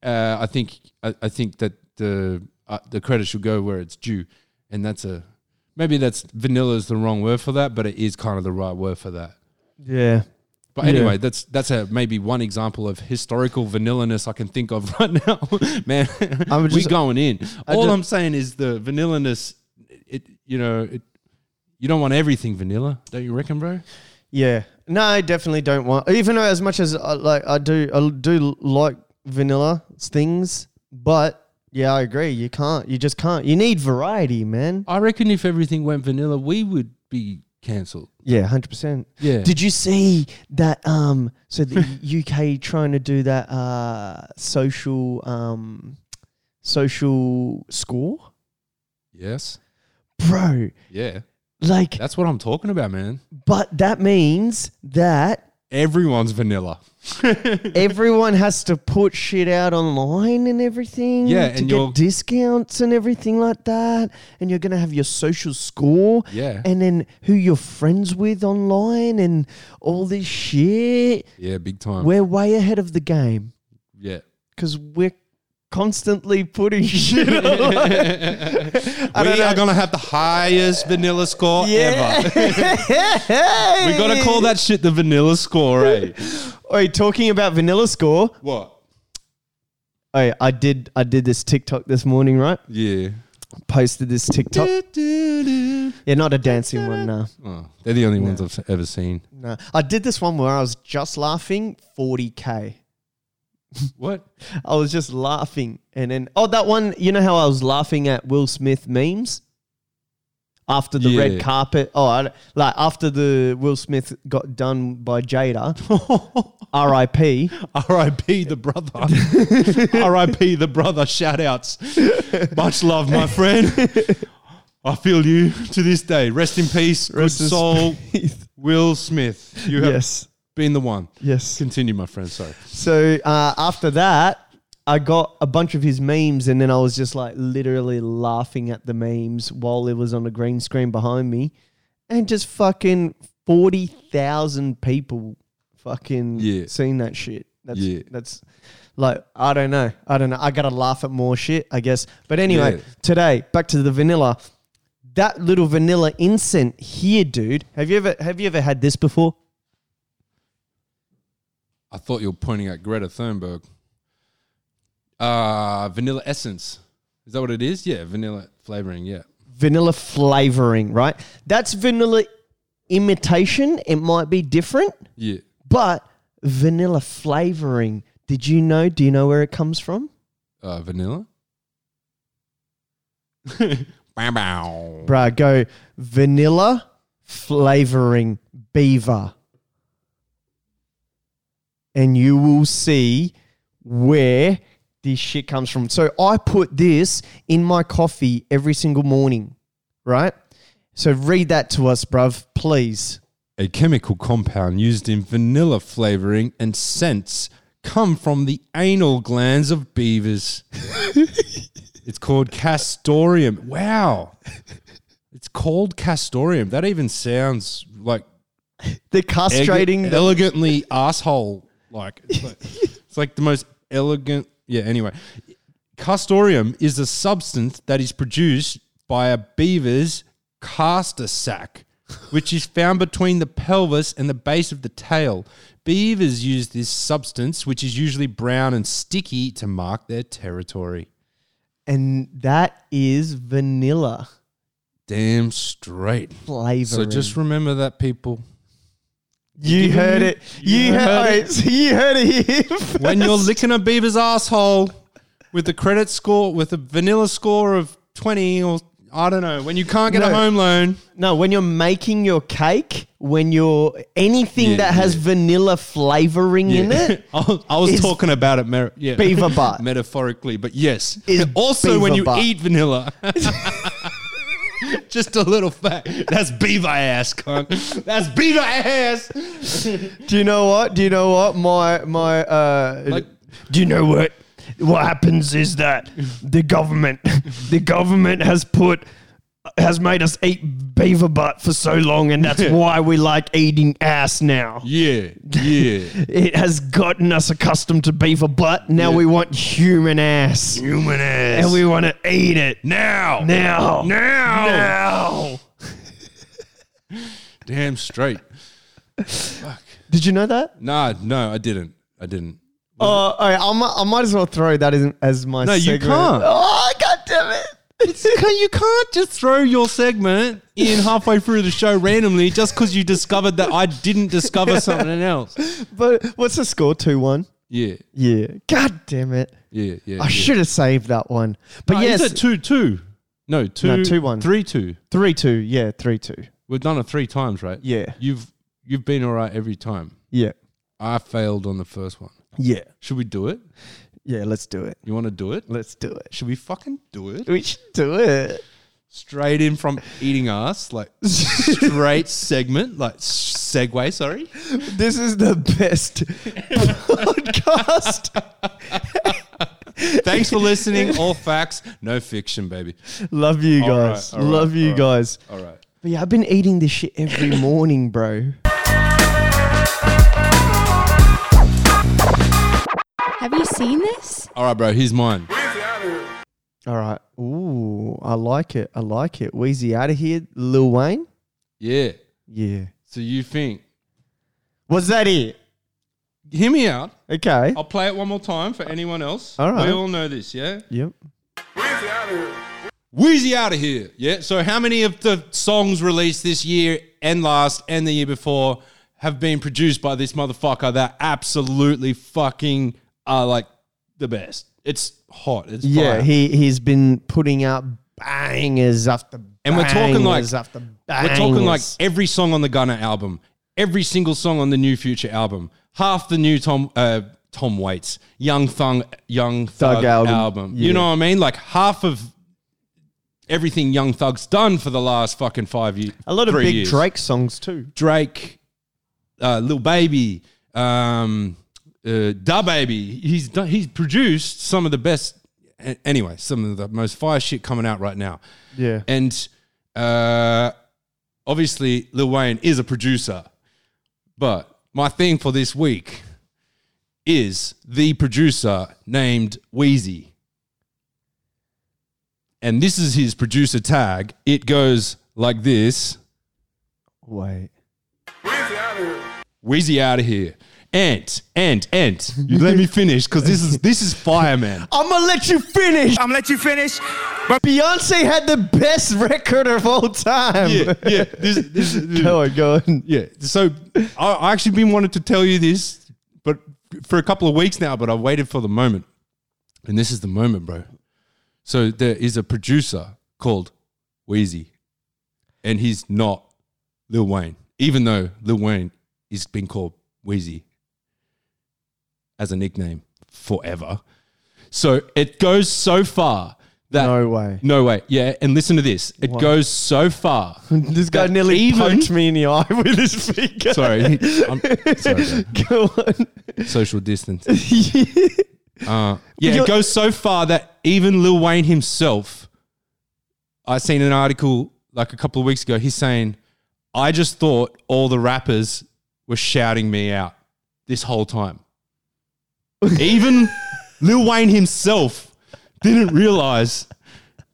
Speaker 1: Uh, I think I, I think that the uh, the credit should go where it's due, and that's a maybe that's vanilla is the wrong word for that, but it is kind of the right word for that.
Speaker 2: yeah.
Speaker 1: But
Speaker 2: Yeah.
Speaker 1: anyway, that's that's a maybe one example of historical vanilliness I can think of right now. Man,
Speaker 2: I'm
Speaker 1: we
Speaker 2: just-
Speaker 1: going in.
Speaker 2: I
Speaker 1: All
Speaker 2: ju-
Speaker 1: I'm saying is the vanilliness. It you know it You don't want everything vanilla, don't you reckon, bro?
Speaker 2: Yeah. No, I definitely don't want. Even though as much as I, like I do, I do like vanilla things, but yeah, I agree. You can't. You just can't. You need variety, man.
Speaker 1: I reckon if everything went vanilla, we would be cancelled.
Speaker 2: Yeah, hundred percent.
Speaker 1: Yeah.
Speaker 2: Did you see that? Um, so the UK trying to do that uh social um social score,
Speaker 1: yes.
Speaker 2: bro.
Speaker 1: Yeah.
Speaker 2: Like,
Speaker 1: That's what I'm talking about, man.
Speaker 2: but that means that
Speaker 1: Everyone's vanilla.
Speaker 2: everyone has to put shit out online and everything
Speaker 1: Yeah,
Speaker 2: to
Speaker 1: and you're-
Speaker 2: get discounts and everything like that and you're going to have your social score
Speaker 1: Yeah.
Speaker 2: and then who you're friends with online and all this shit
Speaker 1: Yeah, big time.
Speaker 2: we're way ahead of the game
Speaker 1: yeah.
Speaker 2: cuz we're constantly putting shit online I
Speaker 1: we
Speaker 2: don't know.
Speaker 1: are going to have the highest vanilla score ever. We got to call that shit the vanilla score, eh?
Speaker 2: Oi, talking about vanilla score.
Speaker 1: what?
Speaker 2: Oi, I did I did this TikTok this morning, right?
Speaker 1: Yeah.
Speaker 2: Posted this TikTok. Yeah, not a dancing one, no.
Speaker 1: Oh, they're the only ones I've ever seen.
Speaker 2: No, I did this one where I was just laughing 40k.
Speaker 1: What?
Speaker 2: I was just laughing, and then oh, that one. You know how I was laughing at Will Smith memes after the red
Speaker 1: Yeah.
Speaker 2: carpet. Oh, I, like after the Will Smith got done by Jada. R.I.P.
Speaker 1: R.I.P. the brother. R.I.P. the brother. Shout outs. Much love, my friend. I feel you to this day. Rest in peace,
Speaker 2: Rest in
Speaker 1: good soul, Will Smith. You have
Speaker 2: yes,
Speaker 1: been the one.
Speaker 2: yes.
Speaker 1: Continue, my friend. Sorry.
Speaker 2: So uh, after that, I got a bunch of his memes, and then I was just like literally laughing at the memes while it was on the green screen behind me, and just fucking forty thousand people fucking
Speaker 1: Yeah.
Speaker 2: seen that shit. That's
Speaker 1: Yeah.
Speaker 2: that's like I don't know, I don't know. I gotta laugh at more shit, I guess. But anyway,
Speaker 1: Yeah.
Speaker 2: today back to the vanilla. That little vanilla incense here, dude. Have you ever have you ever had this before?
Speaker 1: I thought you were pointing at Greta Thunberg. Uh, vanilla essence. Is that what it is? Yeah, vanilla flavoring. Yeah.
Speaker 2: vanilla flavoring, right? That's vanilla imitation. It might be different,
Speaker 1: Yeah.
Speaker 2: but vanilla flavoring. Did you know? Do you know where it comes from?
Speaker 1: Uh, vanilla. bow bow.
Speaker 2: Bruh, go vanilla flavoring beaver. And you will see where this shit comes from. So I put this in my coffee every single morning, right? So read that to us, bruv, please.
Speaker 1: A chemical compound used in vanilla flavoring and scents come from the anal glands of beavers. it's called castorium. Wow. It's called castorium. That even sounds like
Speaker 2: They're
Speaker 1: eg-
Speaker 2: castrating the
Speaker 1: elegantly asshole like. It's like- it's like the most elegant. Yeah, anyway. Castorium is a substance that is produced by a beaver's castor sac, which is found between the pelvis and the base of the tail. Beavers use this substance, which is usually brown and sticky, to mark their territory.
Speaker 2: and that is vanilla
Speaker 1: Damn straight.
Speaker 2: flavor.
Speaker 1: So just remember that, people.
Speaker 2: you heard it. You, heard, it. You heard it here.
Speaker 1: when you're
Speaker 2: first.
Speaker 1: licking a beaver's asshole with a credit score with a vanilla score of 20 or I don't know when you can't get
Speaker 2: No.
Speaker 1: a home loan
Speaker 2: no, when you're making your cake, when you're anything
Speaker 1: Yeah,
Speaker 2: that has
Speaker 1: yeah.
Speaker 2: vanilla flavoring in it,
Speaker 1: I was- I was
Speaker 2: Is
Speaker 1: talking about it mer- yeah.
Speaker 2: beaver butt.
Speaker 1: metaphorically but yes
Speaker 2: Is
Speaker 1: also when
Speaker 2: beaver
Speaker 1: you
Speaker 2: butt.
Speaker 1: eat vanilla just a little fact that's beaver ass cunt. that's beaver ass
Speaker 2: do you know what? Do you know what? My my. Uh,
Speaker 1: Like-
Speaker 2: do you know what? What happens is that the government, the government has put. Has made us eat beaver butt for so long, and that's why we like eating ass now.
Speaker 1: yeah yeah
Speaker 2: It has gotten us accustomed to beaver butt. Now we want human ass.
Speaker 1: human ass
Speaker 2: And we want to eat it.
Speaker 1: now
Speaker 2: Now.
Speaker 1: now
Speaker 2: Now.
Speaker 1: damn straight fuck
Speaker 2: Did you know that?
Speaker 1: nah no I didn't I didn't
Speaker 2: Oh, all right, I might, I might as well throw that in as my
Speaker 1: No, you
Speaker 2: segment.
Speaker 1: can't.
Speaker 2: Oh, God damn it.
Speaker 1: It's, can- you can't just throw your segment in halfway through the show randomly just because you discovered that I didn't discover something else.
Speaker 2: But what's the score? 2 1?
Speaker 1: Yeah,
Speaker 2: Yeah. God damn it.
Speaker 1: yeah, yeah.
Speaker 2: I should have saved that one. But yes,
Speaker 1: it's a two two. No, two
Speaker 2: No, two, one.
Speaker 1: three two.
Speaker 2: 3 2. Yeah, 3 2.
Speaker 1: We've done it three times, right?
Speaker 2: Yeah.
Speaker 1: You've you've been all right every time.
Speaker 2: Yeah.
Speaker 1: I failed on the first one.
Speaker 2: Yeah.
Speaker 1: Should we do it?
Speaker 2: Yeah, let's do it.
Speaker 1: You want to do it?
Speaker 2: Let's do it.
Speaker 1: Should we fucking do it?
Speaker 2: We should do it.
Speaker 1: Straight in from eating ass, like straight segment, like segue. Sorry.
Speaker 2: This is the best podcast.
Speaker 1: Thanks for listening. All facts, no fiction, baby.
Speaker 2: Love you
Speaker 1: All right,
Speaker 2: guys.
Speaker 1: all right,
Speaker 2: Love you
Speaker 1: all right.
Speaker 2: guys.
Speaker 1: All right.
Speaker 2: But yeah, I've been eating this shit every morning, bro.
Speaker 4: Have you seen this?
Speaker 1: All right, bro. Here's mine.
Speaker 2: All right. Ooh, I like it. I like it. Wheezy out of here, Lil Wayne.
Speaker 1: Yeah.
Speaker 2: Yeah.
Speaker 1: So you think?
Speaker 2: Was that it?
Speaker 1: Hear me out.
Speaker 2: Okay.
Speaker 1: I'll play it one more time for anyone else.
Speaker 2: All right.
Speaker 1: We all know this, yeah?
Speaker 2: Yep.
Speaker 1: Wheezy out of here. Yeah. So, how many of the songs released this year and last and the year before have been produced by this motherfucker that absolutely fucking are like the best? It's hot. It's
Speaker 2: Yeah,
Speaker 1: fire.
Speaker 2: he he's been putting out bangers after
Speaker 1: And we're talking like-
Speaker 2: bangers after
Speaker 1: We're talking like
Speaker 2: bangers.
Speaker 1: every song on the Gunner album, every single song on the New Future album, half the new Tom uh, Tom Waits, Young Thung, Young Thug,
Speaker 2: Thug
Speaker 1: album.
Speaker 2: album,
Speaker 1: You
Speaker 2: yeah.
Speaker 1: know what I mean? Like half of everything Young Thug's done for the last fucking five years.
Speaker 2: a lot of
Speaker 1: three
Speaker 2: big
Speaker 1: years.
Speaker 2: Drake songs too.
Speaker 1: Drake, uh, Lil Baby, um, uh, Da Baby. He's done, he's produced some of the best. a- Anyway, some of the most fire shit coming out right now.
Speaker 2: Yeah.
Speaker 1: And uh, obviously, Lil Wayne is a producer. But my thing for this week is the producer named Wheezy. And this is his producer tag. It goes like this
Speaker 2: Wait.
Speaker 1: Wheezy out of here. And, and, and. You let me finish because this is this is fireman.
Speaker 2: I'm gonna let you finish.
Speaker 5: I'm let you finish. But
Speaker 2: Beyonce had the best record of all time.
Speaker 1: Yeah, yeah. This, this, this,
Speaker 2: go on, go on.
Speaker 1: Yeah. So I, I actually been wanted to tell you this, but for a couple of weeks now, but I waited for the moment, and this is the moment, bro. So there is a producer called Wheezy, and he's not Lil Wayne, even though Lil Wayne is been called Wheezy as a nickname forever. So it goes so far that
Speaker 2: No way.
Speaker 1: no way, yeah. And listen to this: it
Speaker 2: Wow.
Speaker 1: goes so far.
Speaker 2: This guy
Speaker 1: that
Speaker 2: nearly
Speaker 1: even-
Speaker 2: punched me in the eye with his finger.
Speaker 1: Sorry, I'm, sorry bro.
Speaker 2: Go on.
Speaker 1: social distance. Uh, yeah, it goes so far that even Lil Wayne himself, I seen an article like a couple of weeks ago. He's saying, "I just thought all the rappers were shouting me out this whole time." even Lil Wayne himself didn't realize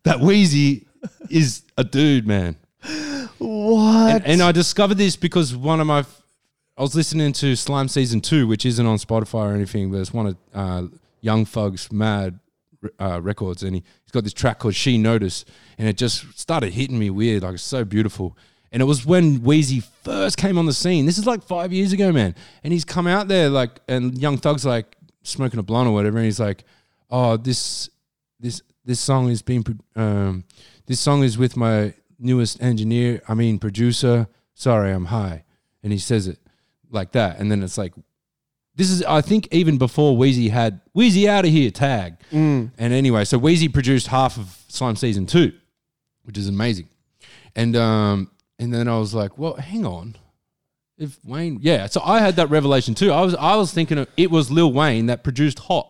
Speaker 1: that Wheezy is a dude, man.
Speaker 2: What?
Speaker 1: And I discovered this because one of my, f- I was listening to Slime Season 2, which isn't on Spotify or anything, but it's one of uh, Young Thug's mad uh, records. And he, he's got this track called She Noticed. And it just started hitting me weird. Like, it's so beautiful. And it was when Wheezy first came on the scene. This is like five years ago, man. And he's come out there, like, and Young Thug's like smoking a blunt or whatever. And he's like, oh, this this this song is being pro- um, this song is with my newest engineer. I mean producer. Sorry, I'm high, and he says it like that, and then it's like this is I think even before Wheezy had Wheezy out of here tag. And anyway, so Wheezy produced half of Slime season two, which is amazing, and um and then I was like, well, hang on. If Wayne, yeah, so I had that revelation too. I was, I was thinking of, it was Lil Wayne that produced Hot,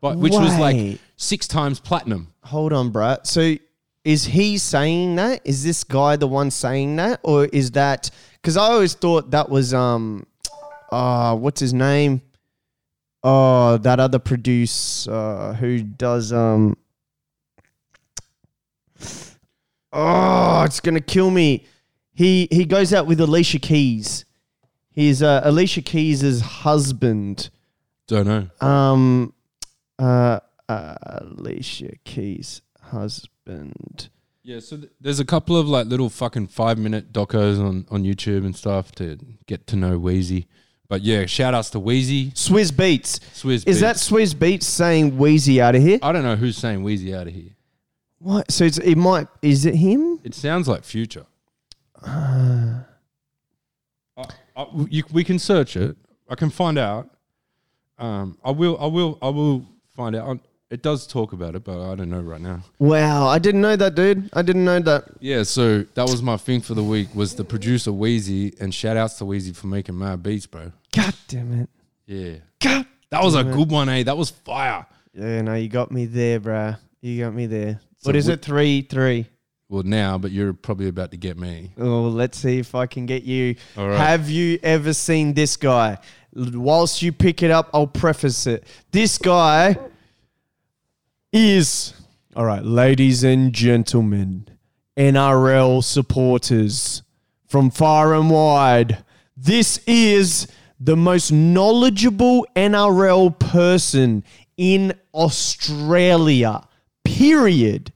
Speaker 1: but which was like
Speaker 2: Wait.
Speaker 1: six times platinum.
Speaker 2: Hold on, bro. So is he saying that? Is this guy the one saying that? Or is that because I always thought that was um uh what's his name? Oh, that other producer who does um Oh, it's gonna kill me. He he goes out with Alicia Keys. He's uh, Alicia Keys' husband.
Speaker 1: Don't know.
Speaker 2: Um, uh, Alicia uh, Keys' husband. husband.
Speaker 1: Yeah, so th- there's a couple of like little fucking five minute docos on, on YouTube and stuff to get to know Wheezy. But yeah, shout outs to Wheezy,
Speaker 2: Swizz Beats.
Speaker 1: Swizz.
Speaker 2: Is that
Speaker 1: Beatz.
Speaker 2: Swizz Beats saying Wheezy out of here?
Speaker 1: I don't know who's saying Wheezy out of here.
Speaker 2: What? So it's, it might. Is it him?
Speaker 1: It sounds like Future.
Speaker 2: Uh.
Speaker 1: I, I, you, we can search it. I can find out. Um, I will. I will. I will find out. It does talk about it, but I don't know right now.
Speaker 2: Wow, I didn't know that, dude. I didn't know that.
Speaker 1: Yeah, so that was my thing for the week was the producer Wheezy, and shout outs to Wheezy for making mad beats, bro.
Speaker 2: God damn it.
Speaker 1: Yeah. That was a good one, eh? That was fire.
Speaker 2: Yeah, no, you got me there, bruh. You got me there.
Speaker 1: So
Speaker 2: what is
Speaker 1: we-
Speaker 2: it? Three, three.
Speaker 1: Well, now, but you're probably about to get me.
Speaker 2: Oh, let's see if I can get you.
Speaker 1: All right.
Speaker 2: Have you ever seen this guy? L- Whilst you pick it up, I'll preface it. This guy is. All right, ladies and gentlemen, NRL supporters from far and wide, this is the most knowledgeable NRL person in Australia. Period.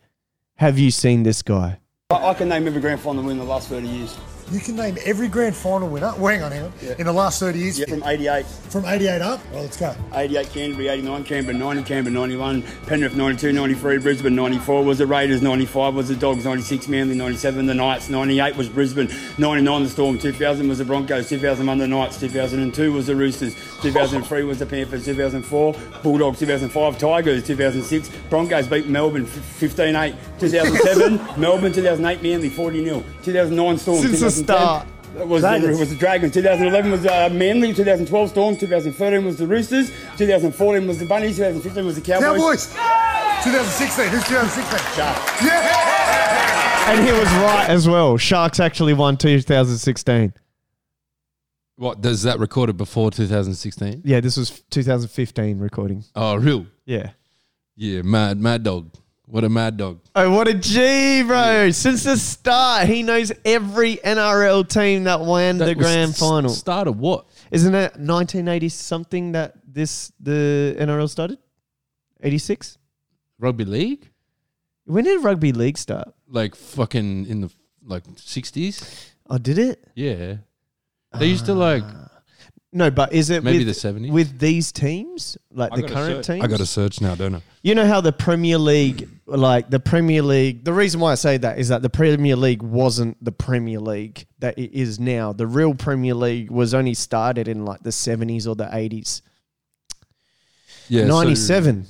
Speaker 2: Have you seen this guy?
Speaker 6: I I can name every grand final win in the last 30 years.
Speaker 7: You can name every grand final winner. Well, hang on, hang on. In the last 30 years,
Speaker 6: From 88,
Speaker 7: from 88 up. Well, let's go.
Speaker 6: 88 Canterbury, 89 Canberra, 90 Canberra, 91 Penrith, 92, 93 Brisbane, 94 was the Raiders, 95 was the Dogs, 96 Manly, 97 the Knights, 98 was Brisbane, 99 the Storm, 2000 was the Broncos, 2001 the Knights, 2002 was the Roosters, 2003 was the Panthers, 2004 Bulldogs, 2005 Tigers, 2006 Broncos beat Melbourne 15-8, 2007 Melbourne, 2008 Manly 40-0, 2009 Storm.
Speaker 2: Since the
Speaker 6: 2010
Speaker 2: start.
Speaker 6: That was the,
Speaker 7: Dragons.
Speaker 6: was the Dragons. 2011 was uh, Manly. 2012 Storm. 2013 was the Roosters. 2014 was the Bunnies. 2015 was the Cowboys.
Speaker 7: Cowboys. 2016. Who's 2016?
Speaker 6: Sharks.
Speaker 7: Yeah.
Speaker 2: And he was right as well. Sharks actually won 2016.
Speaker 1: What does that recorded before 2016?
Speaker 2: Yeah, this was 2015 recording.
Speaker 1: Oh, real.
Speaker 2: Yeah.
Speaker 1: Yeah, mad, mad dog. What a mad dog.
Speaker 2: Oh, what a G, bro. Since the start, he knows every NRL team that won the
Speaker 1: That was
Speaker 2: grand
Speaker 1: s-
Speaker 2: final.
Speaker 1: Start of what?
Speaker 2: Isn't it 1980 something that this the NRL started? 86?
Speaker 1: Rugby league?
Speaker 2: When did rugby league start?
Speaker 1: Like fucking in the like 60s?
Speaker 2: Oh, did it?
Speaker 1: Yeah. They used to like.
Speaker 2: Ah. No, but is it
Speaker 1: Maybe
Speaker 2: with,
Speaker 1: the 70s?
Speaker 2: with these teams, like
Speaker 1: I
Speaker 2: the
Speaker 1: gotta
Speaker 2: current
Speaker 1: search-
Speaker 2: teams?
Speaker 1: I got to search now, don't I?
Speaker 2: You know how the Premier League, like the Premier League, the reason why I say that is that the Premier League wasn't the Premier League that it is now. The real Premier League was only started in like the 70s or the 80s.
Speaker 1: Yeah. so-
Speaker 2: 97.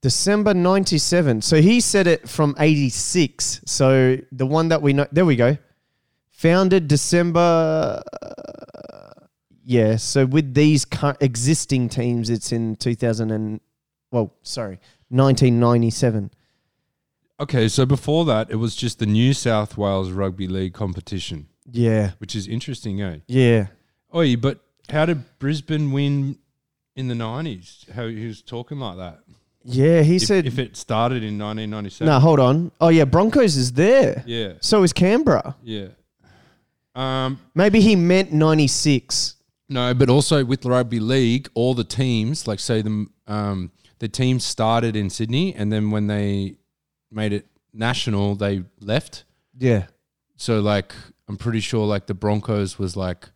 Speaker 2: December 97. So he said it from 86. So the one that we know, there we go. Founded December. uh, yeah. So with these cur- existing teams, it's in 2000 and, well, sorry, 1997.
Speaker 1: okay, so before that, it was just the New South Wales Rugby League competition,
Speaker 2: Yeah.
Speaker 1: which is interesting, eh?
Speaker 2: Yeah.
Speaker 1: Oi, but how did Brisbane win in the 90s? How he was talking like that.
Speaker 2: Yeah. He
Speaker 1: if,
Speaker 2: said,
Speaker 1: if it started in 1997.
Speaker 2: no, hold on. Oh, yeah. Broncos is there.
Speaker 1: Yeah.
Speaker 2: So is Canberra.
Speaker 1: Yeah. Um,
Speaker 2: Maybe he meant 96.
Speaker 1: no, but also with the rugby league, all the teams, like say the um, the teams started in Sydney, and then when they made it national, they left.
Speaker 2: Yeah.
Speaker 1: So like, I'm pretty sure like the Broncos was like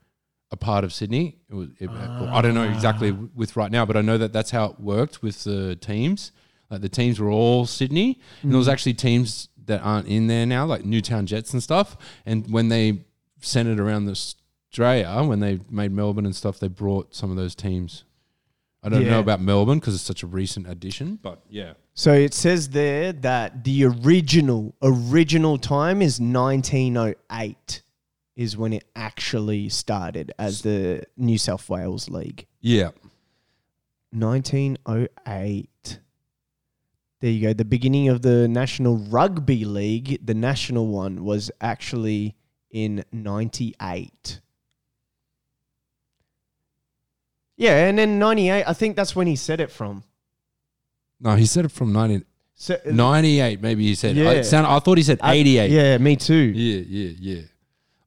Speaker 1: a part of Sydney. It was, it, I don't know exactly
Speaker 2: Ah.
Speaker 1: with right now, but I know that that's how it worked with the teams. Like the teams were all Sydney, and there
Speaker 2: Mm.
Speaker 1: was actually teams that aren't in there now, like Newtown Jets and stuff. And when they sent it around the Australia, when they made Melbourne and stuff, they brought some of those teams. I don't
Speaker 2: Yeah.
Speaker 1: know about Melbourne because it's such a recent addition, but yeah,
Speaker 2: So it says there that the original original time is 1908 is when it actually started as the New South Wales League.
Speaker 1: yeah,
Speaker 2: 1908. There you go. The beginning of the National Rugby League, the national one was actually in 98. Yeah, and then 98, I think that's when he said it from.
Speaker 1: no, he said it from 19,
Speaker 2: So uh,
Speaker 1: 98 maybe he said. I,
Speaker 2: Yeah.
Speaker 1: it sound, I thought he said 88.
Speaker 2: Yeah, me too.
Speaker 1: Yeah, yeah, yeah.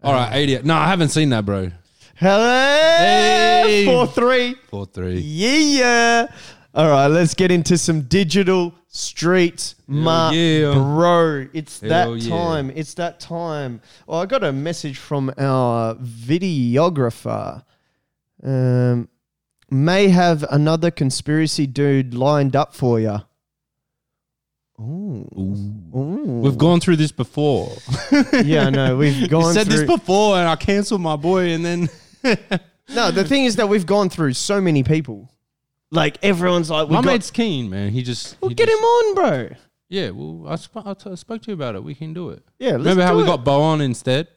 Speaker 1: All right, 88. No, I haven't seen that, bro.
Speaker 2: Hello,
Speaker 1: Hey.
Speaker 2: four three.
Speaker 1: 4 3.
Speaker 2: Yeah, All right, let's get into some digital streets, Mark.
Speaker 1: yeah.
Speaker 2: Bro, it's
Speaker 1: Hell
Speaker 2: that
Speaker 1: yeah.
Speaker 2: time. It's that time. Well, I got a message from our videographer. Um, may have another conspiracy dude lined up for you.
Speaker 1: We've gone through this before.
Speaker 2: Yeah, no, we've gone.
Speaker 1: I said
Speaker 2: through,
Speaker 1: this before, and I cancelled my boy, and then
Speaker 2: No, the thing is that we've gone through so many people. Like everyone's like, we
Speaker 1: my
Speaker 2: got,
Speaker 1: mate's keen, man. He just
Speaker 2: we'll
Speaker 1: he
Speaker 2: get
Speaker 1: just-
Speaker 2: him on, bro.
Speaker 1: Yeah, well, I, sp- I, t- I spoke to you about it. We can do it.
Speaker 2: Yeah, let's
Speaker 1: remember how
Speaker 2: do
Speaker 1: we
Speaker 2: it.
Speaker 1: got Bo on instead,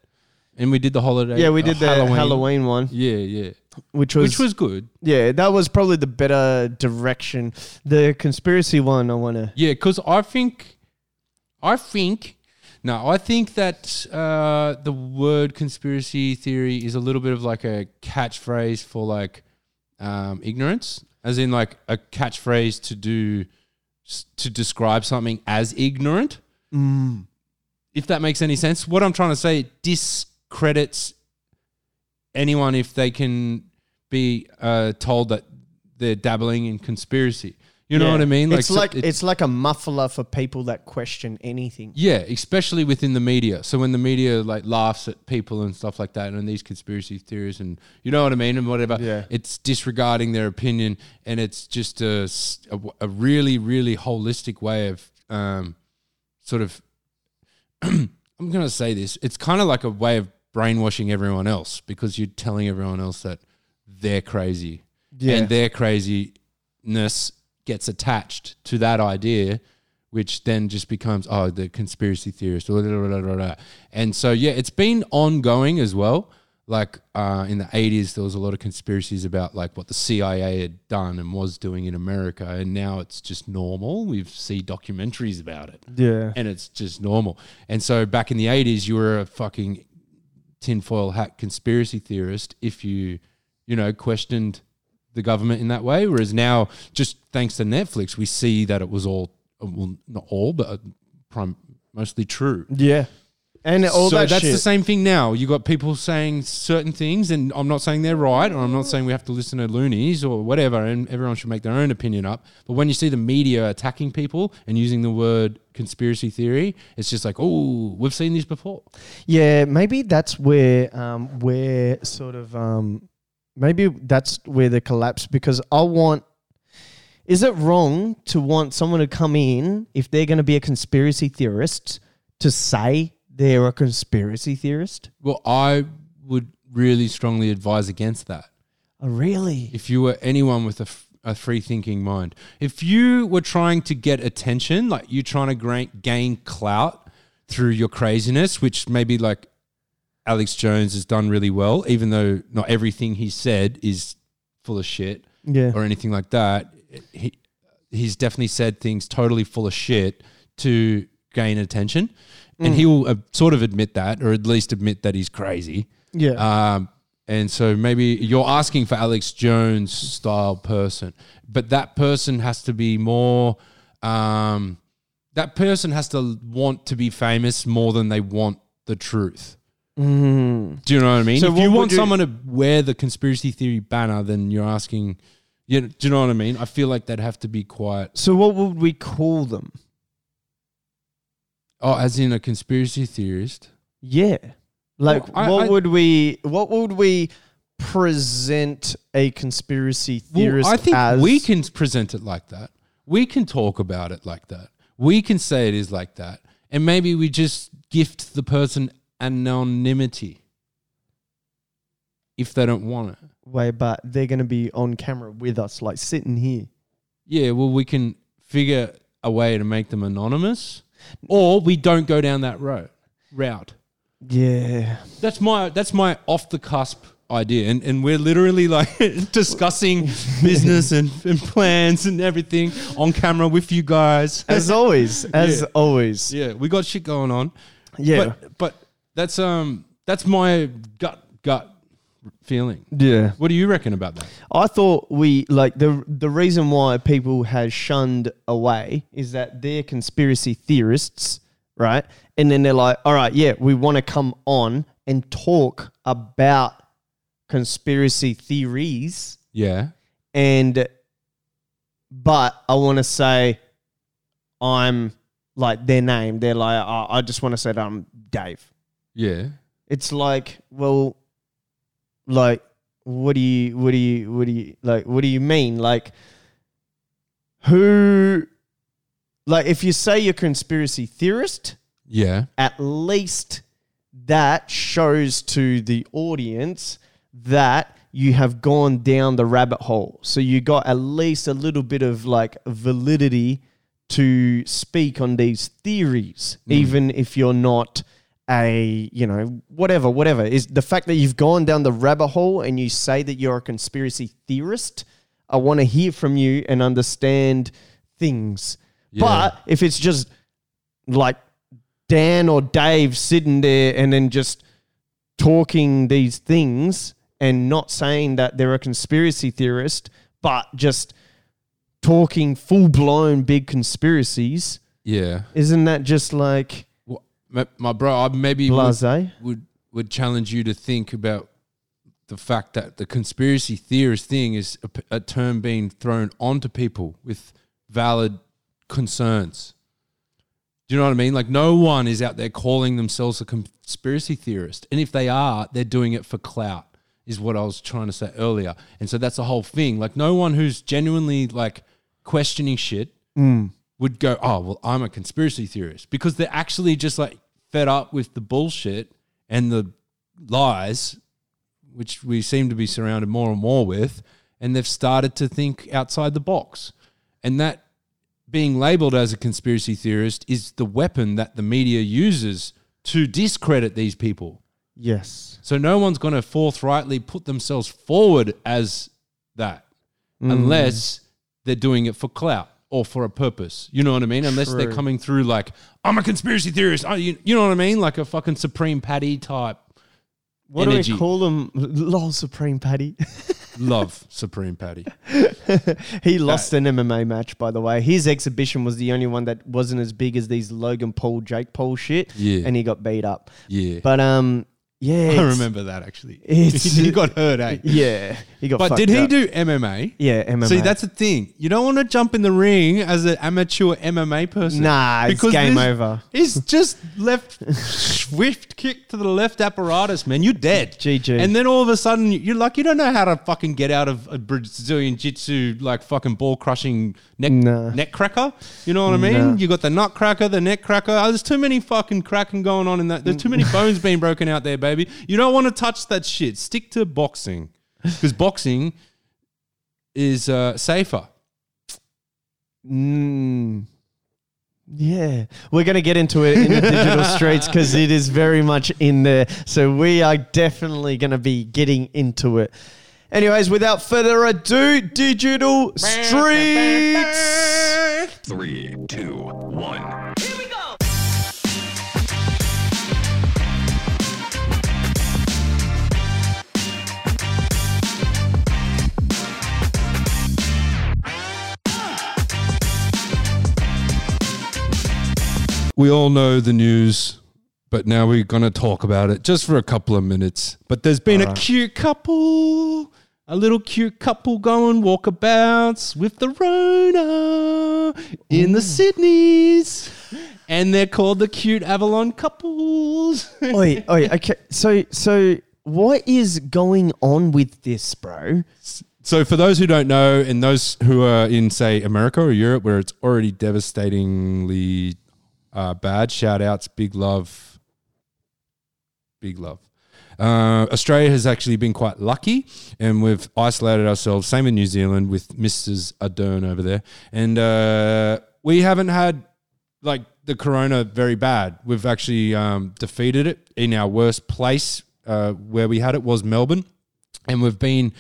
Speaker 1: and we did the holiday.
Speaker 2: Yeah, we
Speaker 1: uh,
Speaker 2: did the Halloween, one,
Speaker 1: Yeah, yeah,
Speaker 2: which was
Speaker 1: which was good.
Speaker 2: Yeah, that was probably the better direction. The conspiracy one, I want to.
Speaker 1: Yeah, because I think, I think, no, I think that uh, the word conspiracy theory is a little bit of like a catchphrase for like um, ignorance, as in like a catchphrase to do s- to describe something as ignorant.
Speaker 2: Mm.
Speaker 1: If that makes any sense, what I'm trying to say it discredits anyone if they can be uh, told that they're dabbling in conspiracy. You know what I mean?
Speaker 2: it's
Speaker 1: so-
Speaker 2: like
Speaker 1: it-
Speaker 2: it's like a muffler for people that question anything.
Speaker 1: yeah, especially within the media. So when the media like laughs at people and stuff like that, and these conspiracy theories, and you know what I mean, and whatever,
Speaker 2: Yeah.
Speaker 1: it's disregarding their opinion, and it's just a s- a w- a really really holistic way of um, sort of. I'm gonna say this. It's kind of like a way of brainwashing everyone else because you're telling everyone else that they're crazy,
Speaker 2: Yeah.
Speaker 1: and their craziness gets attached to that idea which then just becomes oh the conspiracy theorist blah, blah, blah, blah, blah. and so yeah it's been ongoing as well like uh, in the 80s there was a lot of conspiracies about like what the cia had done and was doing in america and now it's just normal we've see documentaries about it
Speaker 2: Yeah.
Speaker 1: and it's just normal and so back in the 80s you were a fucking tinfoil hat conspiracy theorist if you you know questioned the government in that way. Whereas now, just thanks to Netflix, we see that it was all well, not all, but uh, prim- mostly true.
Speaker 2: Yeah, and all
Speaker 1: so
Speaker 2: that
Speaker 1: that's
Speaker 2: shit.
Speaker 1: the same thing now. You got people saying certain things, and I'm not saying they're right, or I'm
Speaker 2: Mm.
Speaker 1: not saying we have to listen to loonies or whatever, and everyone should make their own opinion up. But when you see the media attacking people and using the word conspiracy theory, it's just like, oh, we've seen this before.
Speaker 2: Yeah, maybe that's where um, where sort of um, maybe that's where the collapse because I want. Is it wrong to want someone to come in if they're going to be a conspiracy theorist to say they're a conspiracy theorist?
Speaker 1: Well, I would really strongly advise against that.
Speaker 2: Oh, really?
Speaker 1: if you were anyone with a, free thinking mind, if you were trying to get attention, like you trying to gra- gain clout through your craziness, which maybe like Alex Jones has done really well, even though not everything he said is full of shit
Speaker 2: Yeah.
Speaker 1: or anything like that. He he's definitely said things totally full of shit to gain attention, and he will uh, sort of admit that, or at least admit that he's crazy.
Speaker 2: Yeah.
Speaker 1: Um, and so maybe you're asking for Alex Jones style person, but that person has to be more. Um, that person has to want to be famous more than they want the truth.
Speaker 2: Mm-hmm.
Speaker 1: Do you know what I mean?
Speaker 2: So
Speaker 1: if
Speaker 2: what
Speaker 1: you
Speaker 2: would
Speaker 1: want
Speaker 2: you-
Speaker 1: someone to wear the conspiracy theory banner, then you're asking. You know, do you know what I mean? I feel like they'd have to be quite.
Speaker 2: So what would we call them?
Speaker 1: Oh, as in a conspiracy theorist.
Speaker 2: Yeah. Like
Speaker 1: Well, I-
Speaker 2: what
Speaker 1: I-
Speaker 2: would we what would we present a conspiracy theorist
Speaker 1: I think
Speaker 2: as
Speaker 1: we can present it like that. We can talk about it like that. We can say it is like that, and maybe we just gift the person anonymity if they don't want it.
Speaker 2: way, but they're gonna be on camera with us, like sitting here.
Speaker 1: Yeah, well, we can figure a way to make them anonymous, or we don't go down that road route.
Speaker 2: Yeah.
Speaker 1: That's my that's my off the cusp idea, and and we're literally like discussing business and, and plans and everything on camera with you guys.
Speaker 2: As always. As
Speaker 1: Yeah.
Speaker 2: always. Yeah.
Speaker 1: Yeah, we got shit going on.
Speaker 2: Yeah.
Speaker 1: But, but that's um that's my gut gut feeling. What do you reckon about that?
Speaker 2: I thought we like the the reason why people have shunned away is that they're conspiracy theorists, right? And then they're like, all right, yeah, we want to come on and talk about conspiracy theories
Speaker 1: Yeah.
Speaker 2: and but I want to say I'm like their name. They're like, "Oh, I just want to say that I'm Dave.
Speaker 1: Yeah.
Speaker 2: It's like, well, like, what do you, what do you, what do you, like, what do you mean? Like, who, like, if you say you're conspiracy theorist,
Speaker 1: Yeah.
Speaker 2: at least that shows to the audience that you have gone down the rabbit hole. So you got at least a little bit of like validity to speak on these theories, even if you're not a, you know, whatever, whatever. Is the fact that you've gone down the rabbit hole and you say that you're a conspiracy theorist, I want to hear from you and understand things. But if it's just like Dan or Dave sitting there and then just talking these things and not saying that they're a conspiracy theorist, but just talking full blown big conspiracies,
Speaker 1: Yeah.
Speaker 2: isn't that just like
Speaker 1: Well, my, my bro, I maybe would-
Speaker 2: blase?
Speaker 1: would would challenge you to think about the fact that the conspiracy theorist thing is a, p- a term being thrown onto people with valid concerns. Do you know what I mean? Like no one is out there calling themselves a conspiracy theorist, and if they are, they're doing it for clout. Is what I was trying to say earlier, and so that's the whole thing. Like no one who's genuinely like questioning shit would go, oh, well, I'm a conspiracy theorist because they're actually just like fed up with the bullshit and the lies, which we seem to be surrounded more and more with. And they've started to think outside the box. And that being labeled as a conspiracy theorist is the weapon that the media uses to discredit these people.
Speaker 2: Yes.
Speaker 1: So no one's going to forthrightly put themselves forward as that
Speaker 2: Hmm.
Speaker 1: unless they're doing it for clout or for a purpose. You know what I mean? Unless they're
Speaker 2: True.
Speaker 1: coming through like, I'm a conspiracy theorist. I, you, you know what I mean? Like a fucking Supreme Patty type.
Speaker 2: What do
Speaker 1: energy.
Speaker 2: we call him? Lol Supreme Patty.
Speaker 1: Love Supreme Patty.
Speaker 2: he lost an MMA match, by the way. His exhibition was the only one that wasn't as big as these Logan Paul, Jake Paul shit.
Speaker 1: Yeah.
Speaker 2: And he got beat up.
Speaker 1: Yeah.
Speaker 2: But um yeah.
Speaker 1: I
Speaker 2: it's-
Speaker 1: remember that actually.
Speaker 2: it's-
Speaker 1: he got hurt, eh?
Speaker 2: Yeah. He got
Speaker 1: But
Speaker 2: fucked
Speaker 1: did he
Speaker 2: up.
Speaker 1: do MMA?
Speaker 2: Yeah, MMA.
Speaker 1: See, that's the thing. You don't want to jump in the ring as an amateur MMA person.
Speaker 2: Nah, it's game
Speaker 1: this-
Speaker 2: over.
Speaker 1: It's just left swift kick to the left apparatus, man. You're dead.
Speaker 2: GG.
Speaker 1: And then all of a sudden, you're like, you don't know how to fucking get out of a Brazilian jiu-jitsu like fucking ball crushing neck
Speaker 2: Nah.
Speaker 1: neck cracker. You know what I mean?
Speaker 2: Nah.
Speaker 1: You got the nut cracker, the neck cracker. Oh, there's too many fucking cracking going on in that. There's too many bones being broken out there, baby. You don't want to touch that shit. Stick to boxing because boxing is uh, safer.
Speaker 2: Mm. Yeah, we're going to get into it in the digital streets because it is very much in there. So we are definitely going to be getting into it. Anyways, without further ado, digital streets.
Speaker 8: Three, two, one.
Speaker 1: we all know the news, but now we're going to talk about it just for a couple of minutes. But there's been a cute couple, a little cute couple going walkabouts with the Rona in the Sydneys. And they're called the cute Avalon couples.
Speaker 2: oi, oi, okay. So, so what is going on with this, bro?
Speaker 1: so, for those who don't know, and those who are in, say, America or Europe, where it's already devastatingly uh, bad, shout outs, big love, big love. Uh, Australia has actually been quite lucky, and we've isolated ourselves. Same in New Zealand with Mrs. Ardern over there, and uh, we haven't had like the corona very bad. We've actually um, defeated it in our worst place uh, where we had it was Melbourne, and we've been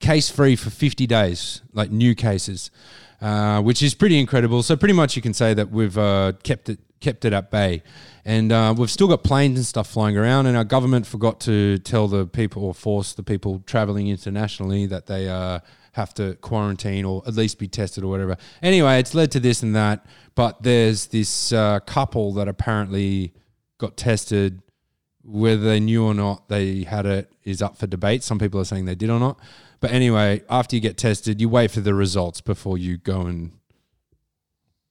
Speaker 1: case free for 50 days, like new cases, uh, which is pretty incredible. So pretty much you can say that we've uh, kept it kept it at bay, and uh, we've still got planes and stuff flying around. And our government forgot to tell the people or force the people traveling internationally that they uh, have to quarantine or at least be tested or whatever. Anyway, it's led to this and that. But there's this uh, couple that apparently got tested whether they knew or not they had it is up for debate. Some people are saying they did or not, But anyway, after you get tested, you wait for the results before you go and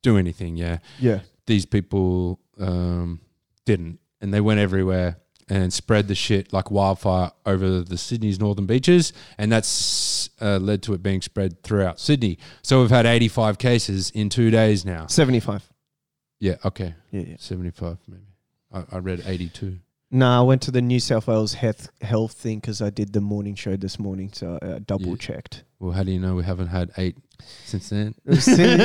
Speaker 1: do anything. Yeah.
Speaker 2: Yeah.
Speaker 1: These people um, didn't. And they went everywhere and spread the shit like wildfire over the Sydney's northern beaches. And that's uh, led to it being spread throughout Sydney. So we've had 85 cases in two days now.
Speaker 2: 75.
Speaker 1: Yeah. Okay.
Speaker 2: Yeah, yeah.
Speaker 1: 75, maybe. I, I read 82.
Speaker 2: No, I went to the New South Wales health, health thing because I did the morning show this morning, so I uh, double checked.
Speaker 1: Well, how do you know we haven't had eight since then?
Speaker 2: yeah,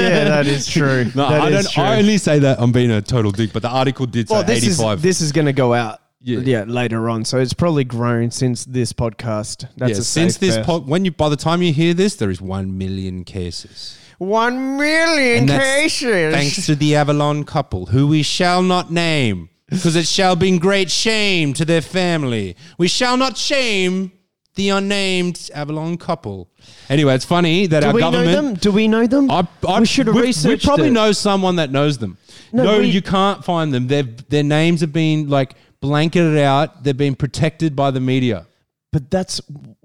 Speaker 2: that is true.
Speaker 1: No,
Speaker 2: That
Speaker 1: I
Speaker 2: is
Speaker 1: don't. I only say that I'm being a total dick, but the article did say
Speaker 2: well, this is
Speaker 1: 85.
Speaker 2: this is going to go out.
Speaker 1: Yeah.
Speaker 2: Yeah. later on. So it's probably grown since this podcast. That's
Speaker 1: yeah,
Speaker 2: a
Speaker 1: since
Speaker 2: safe
Speaker 1: this
Speaker 2: bet.
Speaker 1: po- when you by the time you hear this, there is one million cases.
Speaker 2: one million
Speaker 1: And that's Thanks to the Avalon couple, who we shall not name, because it shall be great shame to their family. We shall not shame the unnamed Avalon couple. Anyway, it's funny that
Speaker 2: Do
Speaker 1: our
Speaker 2: we
Speaker 1: government.
Speaker 2: know them? Do we know them?
Speaker 1: I, I,
Speaker 2: we should have
Speaker 1: we-
Speaker 2: researched.
Speaker 1: We probably
Speaker 2: it.
Speaker 1: know someone that knows them. No,
Speaker 2: No, we-
Speaker 1: you can't find them. Their their names have been like blanketed out. They've been protected by the media.
Speaker 2: but that's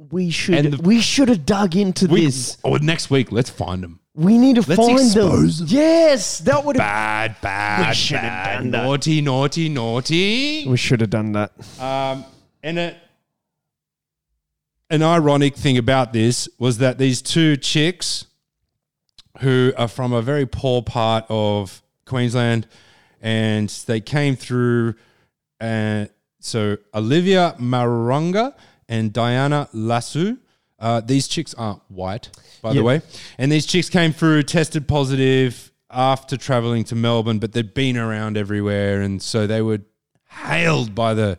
Speaker 2: we should
Speaker 1: And the-
Speaker 2: we should have dug into
Speaker 1: We,
Speaker 2: this.
Speaker 1: or next week, let's find them.
Speaker 2: We need to
Speaker 1: Let's
Speaker 2: find
Speaker 1: expose
Speaker 2: them.
Speaker 1: them.
Speaker 2: Yes, that would have.
Speaker 1: Bad, bad,
Speaker 2: We should have
Speaker 1: bad.
Speaker 2: done that.
Speaker 1: Naughty, naughty, naughty.
Speaker 2: We should have done that.
Speaker 1: Um, and it, an ironic thing about this was that these two chicks, who are from a very poor part of Queensland, and they came through and so Olivia Marunga and Diana Lasso. Uh, these chicks aren't white, by the
Speaker 2: Yeah.
Speaker 1: way. And these chicks came through, tested positive after traveling to Melbourne, but they'd been around everywhere, and so they were hailed by the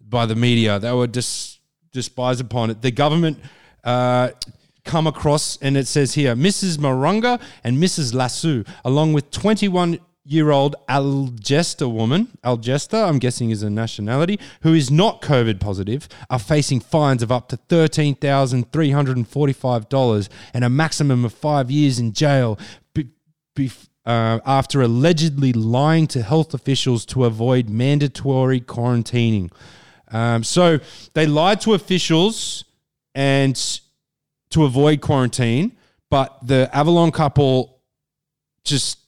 Speaker 1: by the media. They were just despised upon it. The government. Uh, Come across, and it says here Mrs. Marunga and Mrs. Lasso, along with 21 year old Algesta woman, Algesta, I'm guessing is a nationality, who is not COVID positive, are facing fines of up to $13,345 and a maximum of five years in jail be, bef- uh, after allegedly lying to health officials to avoid mandatory quarantining. Um, so they lied to officials and to avoid quarantine, but the Avalon couple just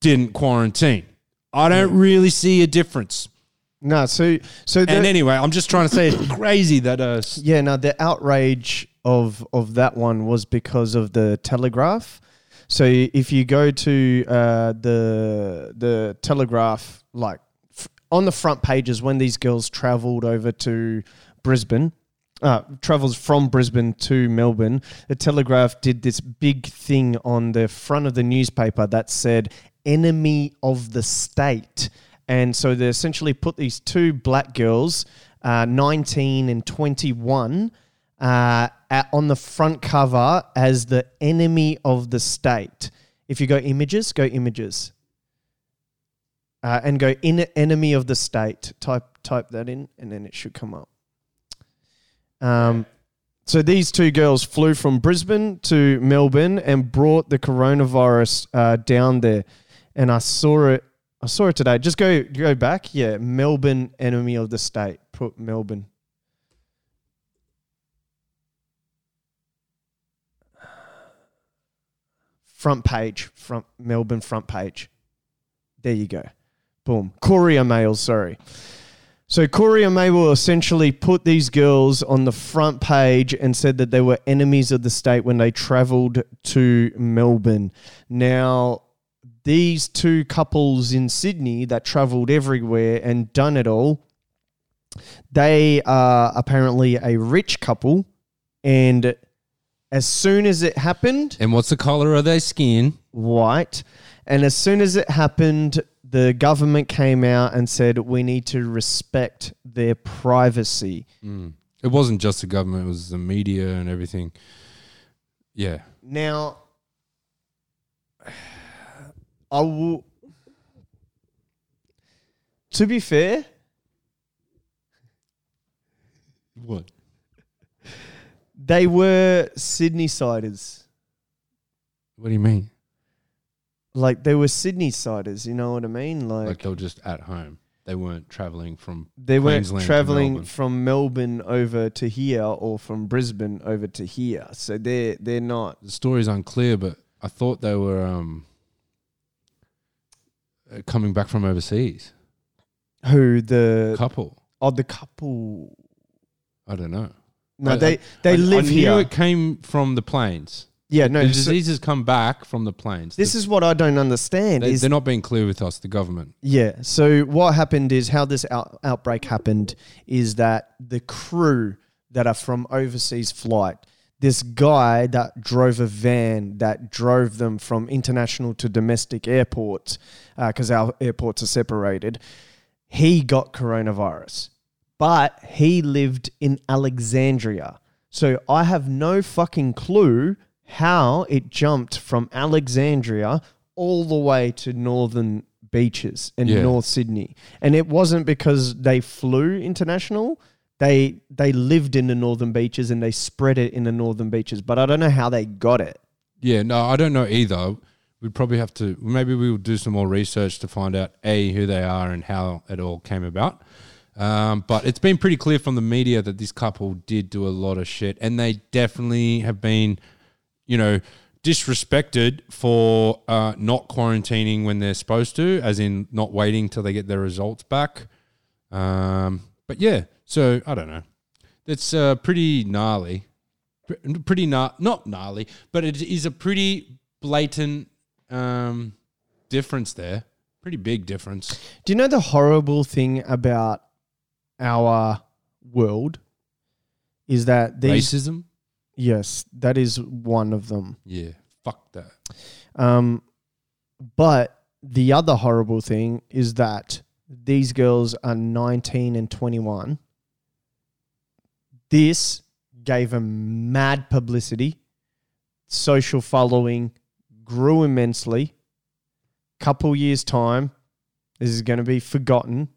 Speaker 1: didn't quarantine. I don't really see a difference.
Speaker 2: No, so so the,
Speaker 1: And anyway, I'm just trying to say it's crazy that uh, s-
Speaker 2: yeah, no, the outrage of of that one was because of the Telegraph. So if you go to uh, the the Telegraph, like f- on the front pages when these girls travelled over to Brisbane, uh, travels from Brisbane to Melbourne, the Telegraph did this big thing on the front of the newspaper that said "enemy of the state," and so they essentially put these two black girls, uh, nineteen and twenty-one. Uh, at, on the front cover as the enemy of the state. If you go images, go images uh, and go in enemy of the state. Type type that in, and then it should come up. Um, so these two girls flew from Brisbane to Melbourne and brought the coronavirus uh, down there, and I saw it. I saw it today. Just go go back. Yeah, Melbourne enemy of the state. Put Melbourne. Front page, front Melbourne front page. There you go. Boom. Courier mail, sorry. So Courier Mail essentially put these girls on the front page and said that they were enemies of the state when they travelled to Melbourne. Now, these two couples in Sydney that travelled everywhere and done it all, they are apparently a rich couple. And as soon as it happened,
Speaker 1: and what's the color of their skin?
Speaker 2: white. And as soon as it happened, the government came out and said we need to respect their privacy.
Speaker 1: It wasn't just the government; it was the media and everything. Yeah,
Speaker 2: Now, I will. To be fair,
Speaker 1: what?
Speaker 2: they were Sydney siders.
Speaker 1: What do you mean?
Speaker 2: Like they were Sydney siders. You know what I mean?
Speaker 1: Like,
Speaker 2: Like,
Speaker 1: they were just at home. they weren't traveling from
Speaker 2: They weren't
Speaker 1: Queensland to
Speaker 2: traveling
Speaker 1: Melbourne.
Speaker 2: from Melbourne over to here or from Brisbane over to here. So they're they're not
Speaker 1: the story's unclear, but I thought they were um, uh, coming back from overseas.
Speaker 2: who the
Speaker 1: couple.
Speaker 2: oh the couple.
Speaker 1: I don't know.
Speaker 2: No,
Speaker 1: I-
Speaker 2: they
Speaker 1: I-
Speaker 2: they
Speaker 1: I-
Speaker 2: live
Speaker 1: I knew
Speaker 2: here.
Speaker 1: It came from the plains.
Speaker 2: yeah, no.
Speaker 1: the
Speaker 2: so
Speaker 1: diseases come back from the plains.
Speaker 2: this is what I don't understand.
Speaker 1: they,
Speaker 2: is
Speaker 1: they're not being clear with us, the government.
Speaker 2: Yeah. So what happened is how this out- outbreak happened is that the crew that are from overseas flight, this guy that drove a van that drove them from international to domestic airports, because our airports are separated, he got coronavirus, but he lived in Alexandria. So I have no fucking clue how it jumped from Alexandria all the way to northern beaches in
Speaker 1: Yeah.
Speaker 2: North Sydney. And it wasn't because they flew international. They they lived in the northern beaches and they spread it in the northern beaches, but I don't know how they got it.
Speaker 1: Yeah, no, I don't know either. We'd probably have to, maybe we will do some more research to find out A, who they are and how it all came about. Um, but it's been pretty clear from the media that this couple did do a lot of shit and they definitely have been, you know, disrespected for uh, not quarantining when they're supposed to, as in not waiting till they get their results back. Um, but yeah, so I don't know. It's uh, pretty gnarly pr- pretty gna- not gnarly, but it is a pretty blatant um, difference there. Pretty big difference.
Speaker 2: Do you know the horrible thing about our world is that these
Speaker 1: Racism.
Speaker 2: Yes, that is one of them.
Speaker 1: Yeah. Fuck that.
Speaker 2: Um, but the other horrible thing is that these girls are 19 and 21. This gave them mad publicity, social following grew immensely. Couple years' time, this is going to be forgotten,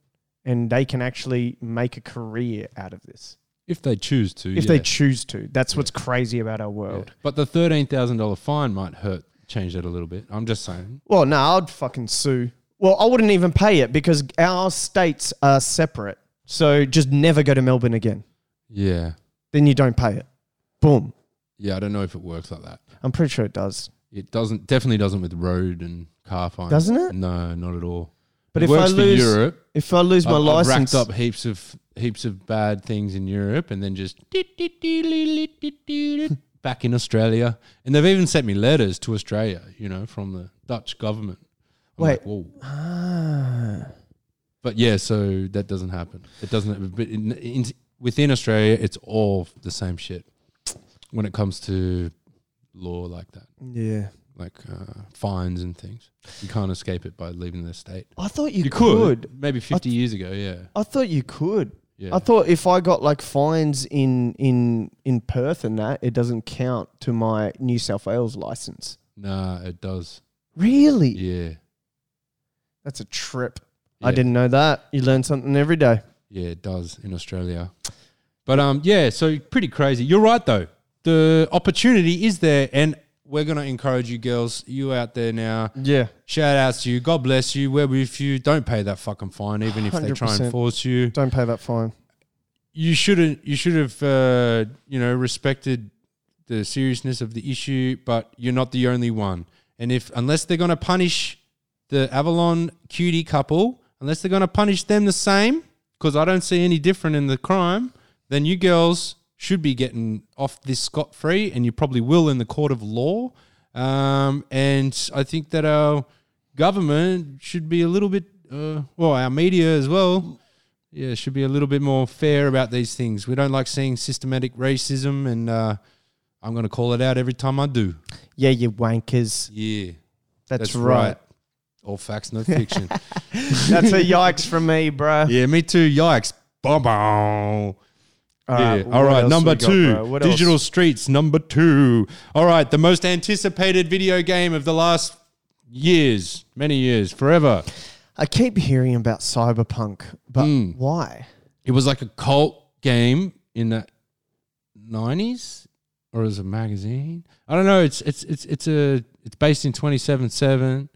Speaker 2: and they can actually make a career out of this
Speaker 1: If they choose to.
Speaker 2: if
Speaker 1: yeah.
Speaker 2: they choose to. That's what's crazy about our world.
Speaker 1: Yeah. But the thirteen thousand dollar fine might hurt. Change that a little bit. I'm just saying.
Speaker 2: Well, no, I'd fucking sue. Well, I wouldn't even pay it because our states are separate. So just never go to Melbourne again.
Speaker 1: Yeah.
Speaker 2: Then you don't pay it. Boom.
Speaker 1: Yeah. I don't know if it works like that.
Speaker 2: I'm pretty sure it does.
Speaker 1: It doesn't. Definitely doesn't with road and car fines.
Speaker 2: Doesn't it?
Speaker 1: No, not at all.
Speaker 2: But
Speaker 1: It
Speaker 2: if
Speaker 1: works
Speaker 2: I
Speaker 1: for
Speaker 2: lose,
Speaker 1: Europe.
Speaker 2: if I lose my
Speaker 1: I've- I've
Speaker 2: license,
Speaker 1: racked up heaps of heaps of bad things in Europe, and then just back in Australia. And they've even sent me letters to Australia, you know, from the Dutch government. I'm
Speaker 2: Wait.
Speaker 1: like, whoa.
Speaker 2: Ah,
Speaker 1: But yeah, so that doesn't happen. It doesn't. But in, in, within Australia, it's all the same shit when it comes to law like that,
Speaker 2: yeah.
Speaker 1: like uh, fines and things. You can't escape it by leaving the state.
Speaker 2: I thought you,
Speaker 1: You
Speaker 2: could.
Speaker 1: could, maybe fifty years ago, yeah.
Speaker 2: I thought you could.
Speaker 1: Yeah.
Speaker 2: I thought if I got like fines in in in Perth and that, it doesn't count to my New South Wales license.
Speaker 1: Nah, it does.
Speaker 2: Really?
Speaker 1: Yeah.
Speaker 2: That's a trip. I
Speaker 1: Yeah.
Speaker 2: didn't know that. You learn something every day.
Speaker 1: Yeah, it does in Australia. But um, yeah, so pretty crazy. You're right though. The opportunity is there, and we're gonna encourage you girls, you out there now.
Speaker 2: Yeah.
Speaker 1: Shout outs to you. God bless you. We're with you. Don't pay that fucking fine, even if they try
Speaker 2: 100%.
Speaker 1: and force you.
Speaker 2: Don't pay that fine.
Speaker 1: You shouldn't. You should have, uh, you know, respected the seriousness of the issue. But you're not the only one. And if unless they're gonna punish the Avalon cutie couple, unless they're going to punish them the same, because I don't see any different in the crime, then you girls should be getting off this scot free, and you probably will in the court of law. Um, and I think that our government should be a little bit, uh, well, our media as well. Yeah, should be a little bit more fair about these things. We don't like seeing systematic racism, and uh, I'm going to call it out every time I do.
Speaker 2: Yeah, you wankers.
Speaker 1: Yeah,
Speaker 2: That's,
Speaker 1: that's
Speaker 2: right.
Speaker 1: right. All facts, no fiction.
Speaker 2: That's a yikes from me, bro.
Speaker 1: Yeah, me too. Yikes. Bow, bow. Yeah. All right, number two, Digital Streets, number two. All right, the most anticipated video game of the last years, many years, forever.
Speaker 2: I keep hearing about cyberpunk, but
Speaker 1: Hmm.
Speaker 2: why?
Speaker 1: It was like a cult game in the nineties, or as a magazine. I don't know. It's it's it's it's a it's based in twenty seven seven.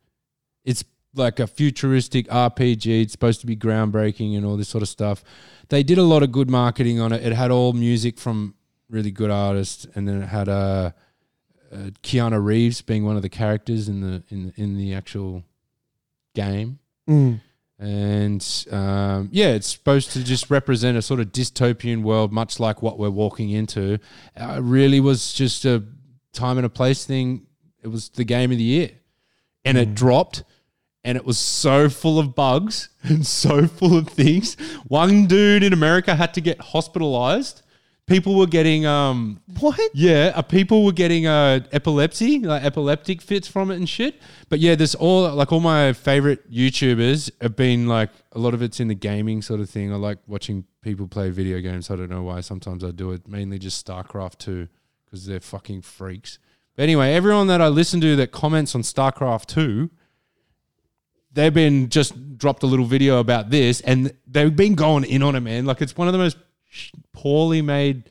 Speaker 1: It's like a futuristic RPG. It's supposed to be groundbreaking and all this sort of stuff. They did a lot of good marketing on it. It had all music from really good artists, and then it had uh, uh, Keanu Reeves being one of the characters in the in in the actual game.
Speaker 2: Hmm.
Speaker 1: And um, yeah, it's supposed to just represent a sort of dystopian world, much like what we're walking into. Uh, it really was just a time and a place thing. It was the game of the year, and it dropped, and it was so full of bugs and so full of things. One dude in America had to get hospitalized. People were getting um,
Speaker 2: What?
Speaker 1: yeah, uh, people were getting uh, epilepsy, like epileptic fits from it and shit. But yeah, there's all like all my favorite YouTubers have been like a lot of it's in the gaming sort of thing. I like watching people play video games. I don't know why. Sometimes I do it mainly just StarCraft 2 because they're fucking freaks. But anyway, everyone that I listen to that comments on StarCraft 2 they've been just dropped a little video about this and they've been going in on it man like it's one of the most sh- poorly made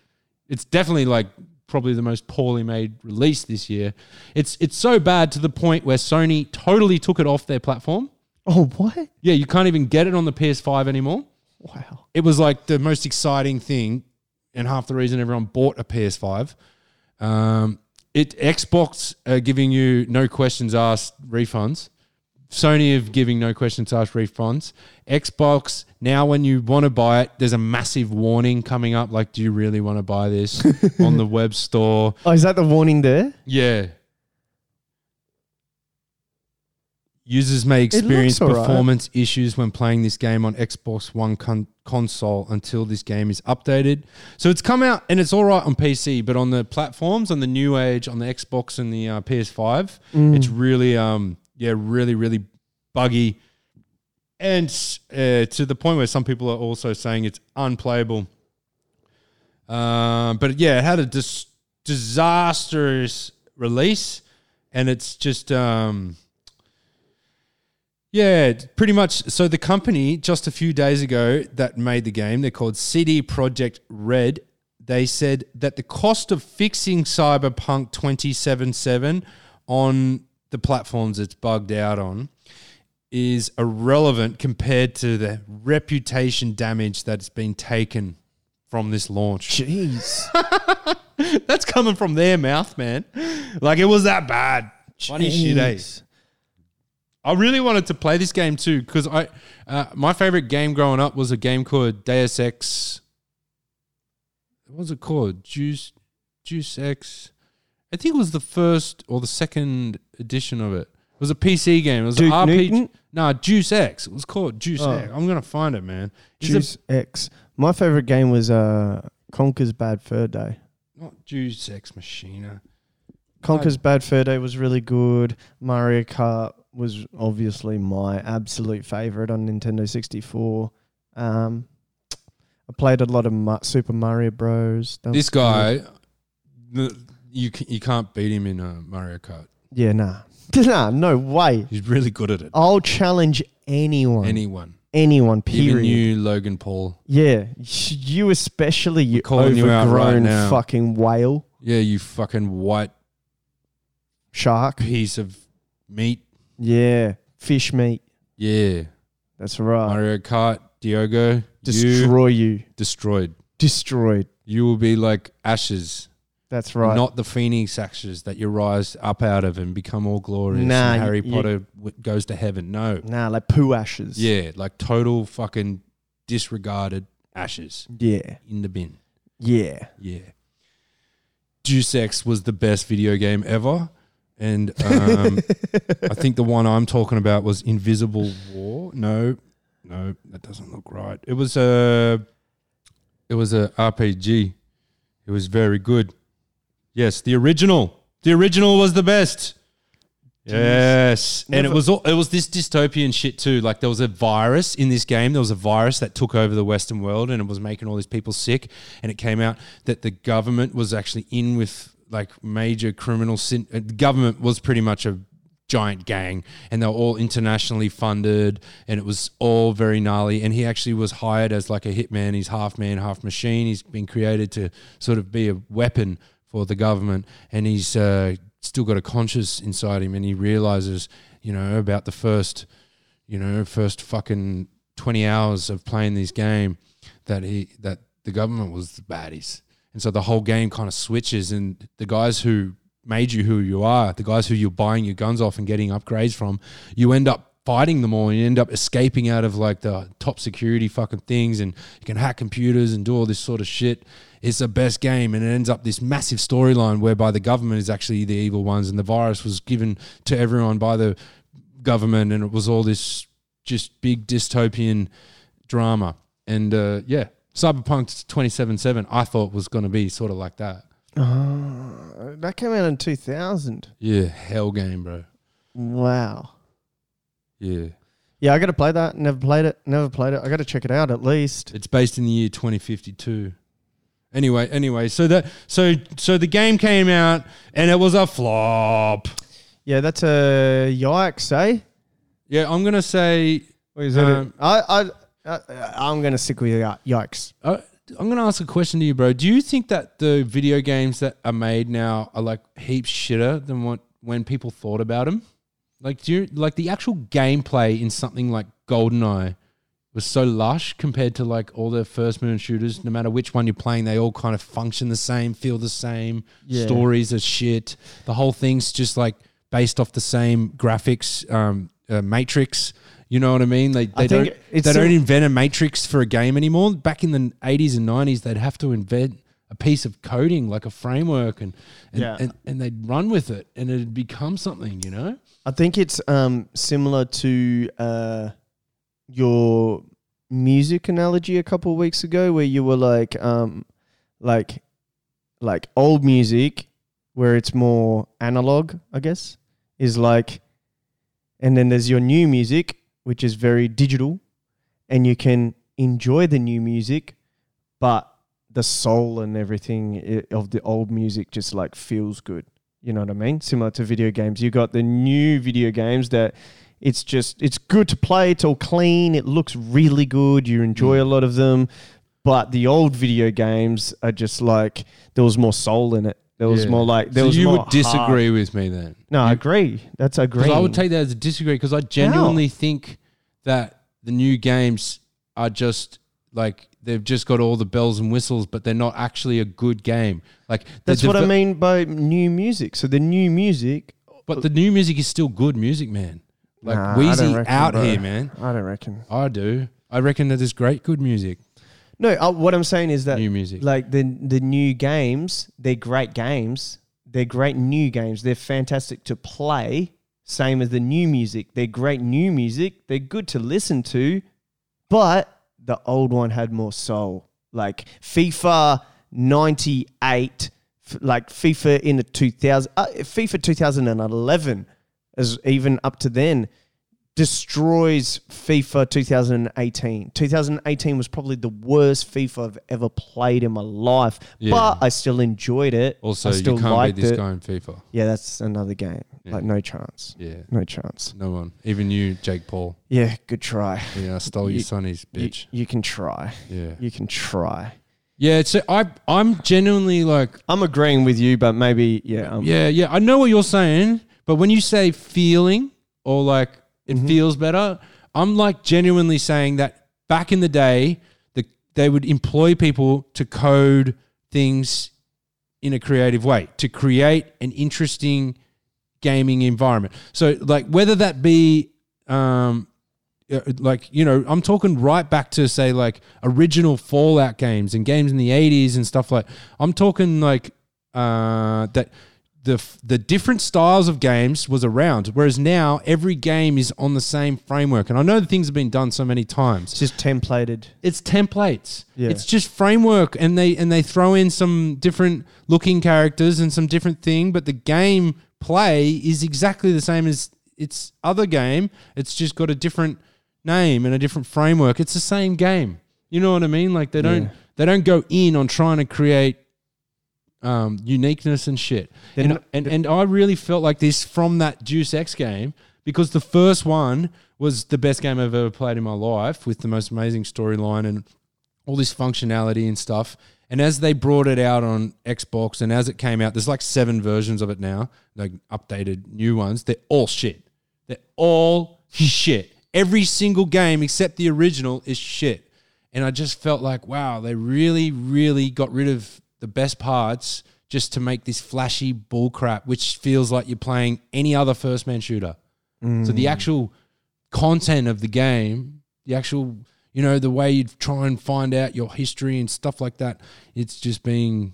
Speaker 1: it's definitely like probably the most poorly made release this year it's it's so bad to the point where sony totally took it off their platform
Speaker 2: Oh, what?
Speaker 1: yeah you can't even get it on the ps5 anymore
Speaker 2: Wow.
Speaker 1: it was like the most exciting thing, and half the reason everyone bought a PS5. Um, it Xbox are giving you no questions asked refunds. Sony of giving no questions asked refunds. Xbox now, when you want to buy it, there's a massive warning coming up. Like, do you really want to buy this on the web store?
Speaker 2: Oh, is that the warning there?
Speaker 1: Yeah. Users may experience
Speaker 2: looks alright.
Speaker 1: performance issues when playing this game on Xbox One con- console until this game is updated. So it's come out and it's all right on PC, but on the platforms, on the new age, on the Xbox and the uh, PS5,
Speaker 2: Mm.
Speaker 1: it's really, um, yeah, really, really buggy. And uh, to the point where some people are also saying it's unplayable. Um, but yeah, it had a dis- disastrous release, and it's just um, yeah, it's pretty much. So the company just a few days ago that made the game, they're called CD Project Red. They said that the cost of fixing Cyberpunk 2077 on the platforms it's bugged out on is irrelevant compared to the reputation damage that's been taken from this launch.
Speaker 2: Jeez.
Speaker 1: That's coming from their mouth, man. Like it was that bad. Funny shit, eh?
Speaker 2: Jeez.
Speaker 1: I really wanted to play this game too because I, uh, my favorite game growing up was a game called Deus Ex. What was it called? Juice, Juice X. I think it was the first or the second edition of it. It was a PC game. It was
Speaker 2: Duke
Speaker 1: an RPG.
Speaker 2: Nukem?
Speaker 1: Nah, Juice X. It was called Juice
Speaker 2: Oh.
Speaker 1: X. I'm gonna find it, man. It's a-
Speaker 2: Juice X. My favorite game was uh, Conker's Bad Fur Day.
Speaker 1: not Juice X Machina.
Speaker 2: Conker's Bad Fur Day was really good. Mario Kart was obviously my absolute favorite on Nintendo 64. Um, I played a lot of Ma- Super Mario Bros. That
Speaker 1: This
Speaker 2: was good.
Speaker 1: guy, the- you ca- you can't beat him in uh, Mario Kart.
Speaker 2: Yeah, nah. nah, no way.
Speaker 1: He's really good at it.
Speaker 2: I'll challenge anyone.
Speaker 1: Anyone,
Speaker 2: anyone,
Speaker 1: even
Speaker 2: period.
Speaker 1: you, Logan Paul.
Speaker 2: Yeah, you especially, you
Speaker 1: calling you out right
Speaker 2: overgrown
Speaker 1: now.
Speaker 2: fucking whale
Speaker 1: Yeah, you fucking white
Speaker 2: shark.
Speaker 1: piece of meat.
Speaker 2: Yeah, fish meat.
Speaker 1: Yeah,
Speaker 2: That's right.
Speaker 1: Mario Kart, Diogo, you
Speaker 2: Destroy you.
Speaker 1: destroyed.
Speaker 2: Destroyed.
Speaker 1: You will be like ashes,
Speaker 2: That's right.
Speaker 1: not the phoenix ashes that you rise up out of and become all glorious.
Speaker 2: Nah,
Speaker 1: and Harry
Speaker 2: you-
Speaker 1: Potter w- goes to heaven. No,
Speaker 2: nah, like poo ashes.
Speaker 1: yeah, like total fucking disregarded ashes
Speaker 2: Yeah.
Speaker 1: in the bin.
Speaker 2: Yeah.
Speaker 1: Yeah. Juice X was the best video game ever. And um, I think the one I'm talking about was Invisible War. No, no, that doesn't look right. It was a, it was a RPG. It was very good. Yes, the original. The original was the best. Yes, and it
Speaker 2: Never-
Speaker 1: was all, it was this dystopian shit too. Like there was a virus in this game. There was a virus that took over the Western world, and it was making all these people sick. And it came out that the government was actually in with like major criminal sin. uh, The government was pretty much a giant gang, and they were all internationally funded, and it was all very gnarly. And he actually was hired as like a hitman. He's half man, half machine. He's been created to sort of be a weapon for the government, and he's uh, still got a conscience inside him, and he realizes, you know, about the first you know, first fucking 20 hours of playing this game that he that the government was the baddies. And so the whole game kind of switches and the guys who made you who you are, the guys who you're buying your guns off and getting upgrades from, you end up fighting them all and you end up escaping out of like the top security fucking things and you can hack computers and do all this sort of shit. It's the best game and it ends up this massive storyline whereby the government is actually the evil ones and the virus was given to everyone by the government and it was all this just big dystopian drama. And uh, yeah, Cyberpunk 2077 I thought was going to be sort of like that.
Speaker 2: Uh, That came out in 2000.
Speaker 1: Yeah, hell game, bro.
Speaker 2: Wow.
Speaker 1: Yeah.
Speaker 2: Yeah, I got to play that. Never played it. Never played it. I got to check it out at least.
Speaker 1: It's based in the year 2052. Anyway, anyway, so that so so the game came out and it was a flop.
Speaker 2: Yeah, that's a yikes, eh?
Speaker 1: Yeah, I'm gonna say
Speaker 2: Or is it? a-
Speaker 1: Um,
Speaker 2: I, I, I, I'm going to stick with y- yikes.
Speaker 1: uh, I'm gonna ask a question to you, bro. Do you think that the video games that are made now are like heaps shitter than what when people thought about them? Like, do you like the actual gameplay in something like GoldenEye was so lush compared to like all the first moon shooters? No matter which one you're playing, they all kind of function the same, feel the same.
Speaker 2: Yeah.
Speaker 1: Stories are shit. The whole thing's just like based off the same graphics um, uh, matrix. You know what I mean? They they
Speaker 2: I
Speaker 1: don't
Speaker 2: think
Speaker 1: they
Speaker 2: it's
Speaker 1: don't
Speaker 2: still-
Speaker 1: invent a matrix for a game anymore. Back in the eighties and nineties, they'd have to invent a piece of coding like a framework and and,
Speaker 2: Yeah.
Speaker 1: and and they'd run with it and it'd become something. You know?
Speaker 2: I think it's um similar to uh your music analogy a couple of weeks ago where you were like um like like old music where it's more analog, I guess, is like and then there's your new music which is very digital and you can enjoy the new music but the soul and everything i- of the old music just like feels good. You know what I mean? Similar to video games. You got the new video games that it's just it's good to play, it's all clean, it looks really good, you enjoy
Speaker 1: Mm.
Speaker 2: a lot of them. But the old video games are just like there was more soul in it. There was
Speaker 1: Yeah.
Speaker 2: more like there
Speaker 1: so
Speaker 2: was
Speaker 1: you
Speaker 2: more
Speaker 1: would
Speaker 2: heart.
Speaker 1: disagree with me then?
Speaker 2: No, I agree. That's agree.
Speaker 1: Because I would take that as a disagree because I genuinely think that the new games are just like they've just got all the bells and whistles, but they're not actually a good game. Like the
Speaker 2: That's what I
Speaker 1: devel-
Speaker 2: mean by new music. So the new music
Speaker 1: But the new music is still good music, man. Like
Speaker 2: Nah, I don't
Speaker 1: Wheezy
Speaker 2: reckon,
Speaker 1: out
Speaker 2: bro.
Speaker 1: here, man.
Speaker 2: I don't reckon.
Speaker 1: I do. I reckon that there's great good music.
Speaker 2: No, uh, what I'm saying is that
Speaker 1: New music.
Speaker 2: like the the new games, they're great games. They're great new games. They're fantastic to play. Same as the new music. They're great new music. They're good to listen to, but the old one had more soul. Like FIFA 98, f- like FIFA in the 2000, uh, FIFA 2011, as even up to then, destroys FIFA 2018. 2018 was probably the worst FIFA I've ever played in my life,
Speaker 1: Yeah.
Speaker 2: but I still enjoyed it.
Speaker 1: Also,
Speaker 2: I still
Speaker 1: you can't
Speaker 2: liked
Speaker 1: beat this
Speaker 2: it.
Speaker 1: guy in FIFA.
Speaker 2: Yeah, that's another game. Like no chance.
Speaker 1: Yeah.
Speaker 2: No chance.
Speaker 1: No one. Even you, Jake Paul.
Speaker 2: Yeah, good try.
Speaker 1: Yeah, I stole your
Speaker 2: You-
Speaker 1: sonny's
Speaker 2: You-
Speaker 1: bitch.
Speaker 2: You, can try.
Speaker 1: Yeah.
Speaker 2: You can try.
Speaker 1: Yeah, so I I'm genuinely like
Speaker 2: I'm agreeing with you, but maybe yeah. Um,
Speaker 1: Yeah, yeah. I know what you're saying, but when you say feeling or like it feels better, I'm like genuinely saying that back in the day, the, they would employ people to code things in a creative way, to create an interesting gaming environment. So, like, whether that be, um, uh, like you know i'm talking right back to say like original fallout games and games in the 80s and stuff like i'm talking like uh that the f- the different styles of games was around whereas now every game is on the same framework and i know the things have been done so many times
Speaker 2: It's just templated.
Speaker 1: it's templates.
Speaker 2: Yeah.
Speaker 1: It's just framework, and they and they throw in some different looking characters and some different thing, but the game play is exactly the same as its other game. It's just got a different name and a different framework. It's the same game. You know what I mean? Like they don't
Speaker 2: Yeah.
Speaker 1: they don't go in on trying to create um, uniqueness and shit.
Speaker 2: They're
Speaker 1: And,
Speaker 2: not-
Speaker 1: and and I really felt like this from that Juice X game because the first one was the best game I've ever played in my life with the most amazing storyline and all this functionality and stuff. And as they brought it out on Xbox and as it came out, there's like seven versions of it now, like updated new ones. They're all shit. They're all shit. Every single game except the original is shit. And I just felt like, wow, they really, really got rid of the best parts just to make this flashy bull crap, which feels like you're playing any other first man shooter. So the actual content of the game, the actual, you know, the way you try and find out your history and stuff like that, it's just being,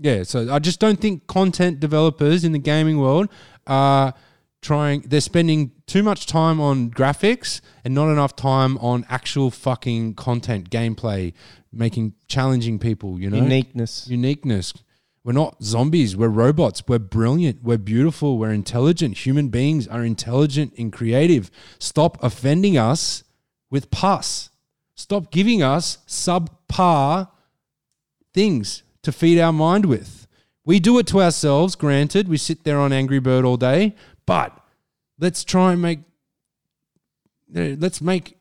Speaker 1: yeah. So I just don't think content developers in the gaming world are trying, they're spending too much time on graphics and not enough time on actual fucking content, gameplay, making challenging people, you know?
Speaker 2: Uniqueness.
Speaker 1: uniqueness. We're not zombies. We're robots. We're brilliant. We're beautiful. We're intelligent. Human beings are intelligent and creative. Stop offending us with pus. Stop giving us subpar things to feed our mind with. We do it to ourselves, granted. We sit there on Angry Bird all day, but let's try and make eh, let's make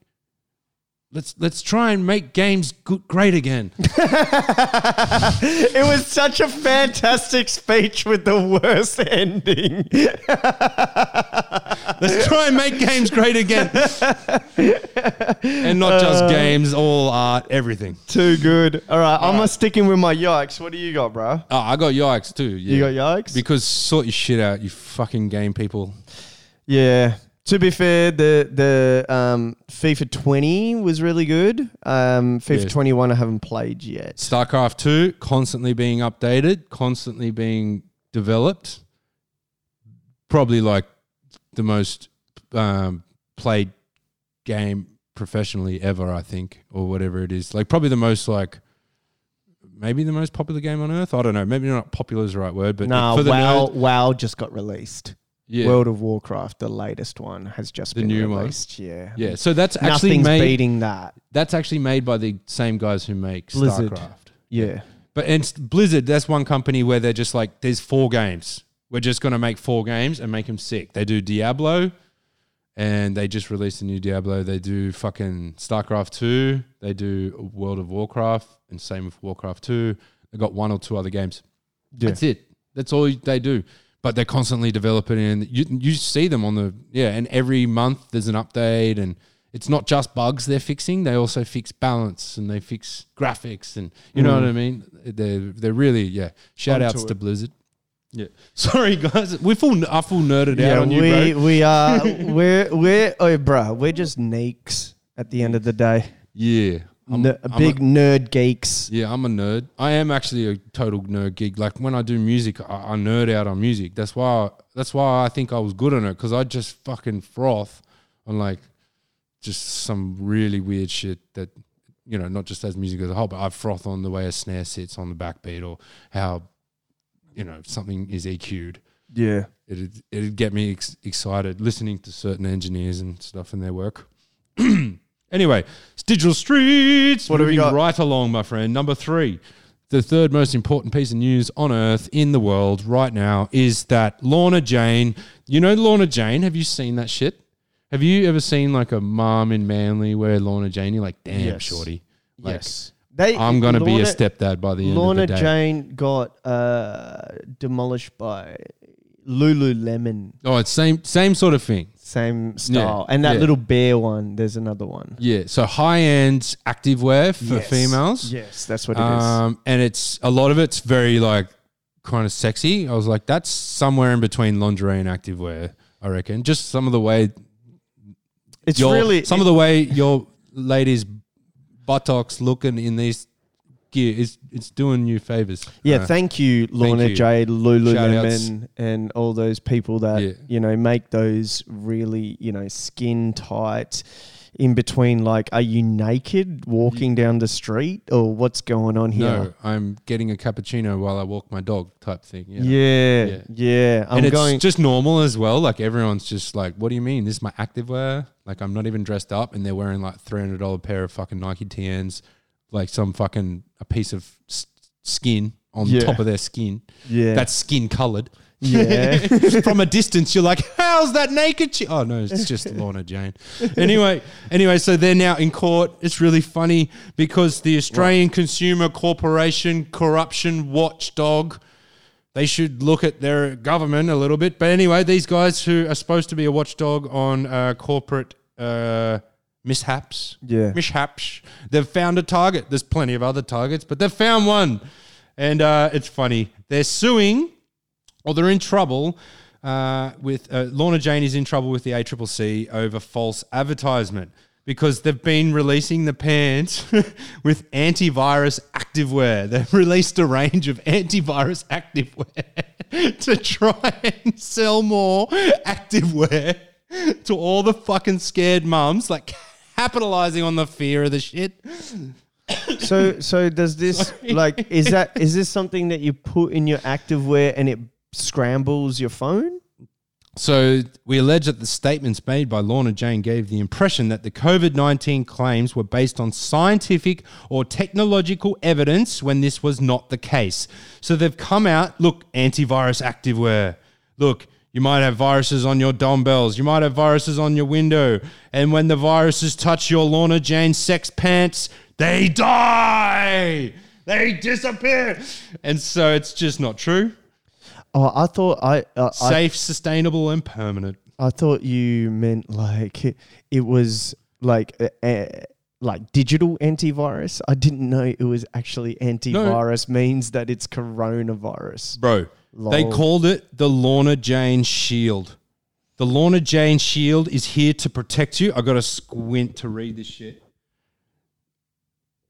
Speaker 1: let's let's try and make games good, great again.
Speaker 2: It was such a fantastic speech with the worst ending.
Speaker 1: Let's try and make games great again. and not
Speaker 2: Uh.
Speaker 1: just games, all art, everything.
Speaker 2: Too good. All right, I'm sticking with my yikes. What do you got, bro?
Speaker 1: Oh, I got yikes too. Yeah.
Speaker 2: You got yikes?
Speaker 1: Because sort your shit out, you fucking game people.
Speaker 2: Yeah. To be fair, the the um, FIFA 20 was really good. Um, FIFA
Speaker 1: Yeah.
Speaker 2: 21 I haven't played yet.
Speaker 1: StarCraft 2 constantly being updated, constantly being developed. Probably like the most um, played game professionally ever, I think, or whatever it is. Like probably the most like maybe the most popular game on earth. I don't know. Maybe not popular is the right word, but
Speaker 2: No,
Speaker 1: for the
Speaker 2: WoW,
Speaker 1: nerd-
Speaker 2: WoW just got released.
Speaker 1: yeah,
Speaker 2: World of Warcraft, the latest one, has just
Speaker 1: The
Speaker 2: been
Speaker 1: new one?
Speaker 2: released. Yeah.
Speaker 1: yeah. So that's actually
Speaker 2: Nothing's
Speaker 1: made
Speaker 2: beating that.
Speaker 1: that's actually made by the same guys who make
Speaker 2: Blizzard.
Speaker 1: StarCraft.
Speaker 2: Yeah.
Speaker 1: But and s- Blizzard, that's one company where they're just like, there's four games. We're just gonna make four games and make them sick. They do Diablo, and they just released a new Diablo. They do fucking StarCraft two. They do World of Warcraft, and same with Warcraft two. They got one or two other games.
Speaker 2: Yeah.
Speaker 1: That's it. That's all they do. But they're constantly developing, and you you see them on the yeah. And every month there's an update, and it's not just bugs they're fixing. They also fix balance and they fix graphics, and you know what I mean. They're they're really yeah. Shout
Speaker 2: Mm. Onto
Speaker 1: outs
Speaker 2: it.
Speaker 1: to Blizzard. Yeah, sorry guys, we full I full nerded out on you,
Speaker 2: we
Speaker 1: bro.
Speaker 2: we are we're we're oh, bro, we're just neeks at the end of the day.
Speaker 1: Yeah, I'm-
Speaker 2: Ner-
Speaker 1: I'm
Speaker 2: big nerd geeks.
Speaker 1: Yeah, I'm a nerd. I am actually a total nerd geek. Like when I do music, I, I nerd out on music. That's why. That's why I think I was good on it because I just fucking froth on like just some really weird shit that you know, not just as music as a whole, but I froth on the way a snare sits on the backbeat or how you know something is E EQ'd.
Speaker 2: Yeah.
Speaker 1: It'd it'd get me ex- excited listening to certain engineers and stuff and their work. Anyway, it's digital streets.
Speaker 2: What do we
Speaker 1: moving
Speaker 2: got?
Speaker 1: Right along, my friend. Number three, the third most important piece of news on earth in the world right now is that Lorna Jane. You know Lorna Jane. Have you seen that shit? Have you ever seen like a mom in Manly where Lorna Jane? You're like, damn,
Speaker 2: Yes.
Speaker 1: shorty. Like,
Speaker 2: yes. They
Speaker 1: I'm gonna be a
Speaker 2: Lorna-
Speaker 1: stepdad by the end
Speaker 2: Lorna
Speaker 1: of the day.
Speaker 2: Jane got uh, demolished by Lululemon.
Speaker 1: Oh, it's same same sort of thing.
Speaker 2: Same style. and that
Speaker 1: yeah.
Speaker 2: little bear one, there's another one.
Speaker 1: Yeah. So high end activewear for
Speaker 2: Yes.
Speaker 1: females.
Speaker 2: Yes, that's what it is.
Speaker 1: Um, and it's a lot of it's very like kind of sexy. I was like, that's somewhere in between lingerie and activewear, I reckon. Just some of the way
Speaker 2: It's
Speaker 1: your
Speaker 2: really
Speaker 1: some of the way your ladies' buttocks looking in these gear is it's doing you favors.
Speaker 2: Yeah,
Speaker 1: Uh,
Speaker 2: thank you, Lorna
Speaker 1: you.
Speaker 2: Jade, Lululemon,
Speaker 1: Shout-outs.
Speaker 2: and all those people that
Speaker 1: Yeah.
Speaker 2: you know make those really you know skin tight. In between, like, are you naked walking down the street, or what's going on here?
Speaker 1: no, I'm getting a cappuccino while I walk my dog type thing. Yeah.
Speaker 2: Yeah, yeah,
Speaker 1: Yeah.
Speaker 2: I'm
Speaker 1: and it's
Speaker 2: going.
Speaker 1: just normal as well. Like everyone's just like, "What do you mean? This is my activewear. Like I'm not even dressed up, and they're wearing like three hundred dollar pair of fucking Nike TNs, like some fucking a piece of s- skin on
Speaker 2: Yeah.
Speaker 1: top of their skin.
Speaker 2: yeah,
Speaker 1: That's skin colored.
Speaker 2: yeah.
Speaker 1: From a distance, you're like, "How's that naked?" Chi-? Oh no, it's just Lorna Jane. Anyway, anyway, so they're now in court. It's really funny because the Australian Consumer Corporation Corruption Watchdog they should look at their government a little bit. But anyway, these guys who are supposed to be a watchdog on uh, corporate uh, mishaps.
Speaker 2: Yeah.
Speaker 1: Mishaps. They've found a target. There's plenty of other targets, but they've found one. And uh, it's funny. They're suing or they're in trouble uh, with uh, Lorna Jane is in trouble with the ACCC over false advertisement because they've been releasing the pants with antivirus activewear. They've released a range of antivirus activewear to try and sell more activewear to all the fucking scared mums, like capitalizing on the fear of the shit.
Speaker 2: So so does this like is that is this something that you put in your activewear and it scrambles your phone?
Speaker 1: So we allege that the statements made by Lorna Jane gave the impression that the COVID 19 claims were based on scientific or technological evidence when this was not the case. So they've come out look, antivirus activewear. Look, you might have viruses on your dumbbells. You might have viruses on your window. And when the viruses touch your Lorna Jane sex pants, they die. They disappear. And so it's just not true.
Speaker 2: Oh, I thought I uh, I,
Speaker 1: Safe, sustainable, and permanent.
Speaker 2: I thought you meant like it, it was like a, a- like digital antivirus. I didn't know it was actually antivirus means that it's coronavirus.
Speaker 1: Bro, they
Speaker 2: Lol.
Speaker 1: called it the Lorna Jane Shield. The Lorna Jane Shield is here to protect you. I got to squint to read this shit.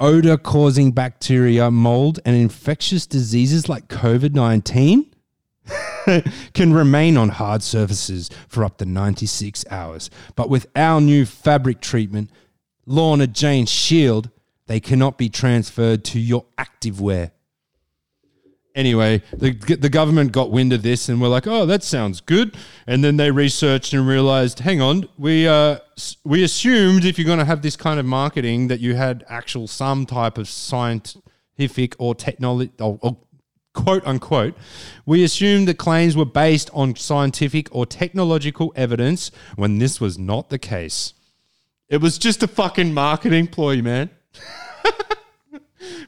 Speaker 1: Odor causing bacteria, mold, and infectious diseases like COVID 19 can remain on hard surfaces for up to 96 hours. But with our new fabric treatment, Lorna Jane Shield, they cannot be transferred to your activewear anyway, the the government got wind of this and were like, "Oh, that sounds good." And then they researched and realized, "Hang on, we uh, s- we assumed if you're going to have this kind of marketing that you had actual some type of scientific or technology or, or quote unquote, we assumed the claims were based on scientific or technological evidence when this was not the case. It was just a fucking marketing ploy, man."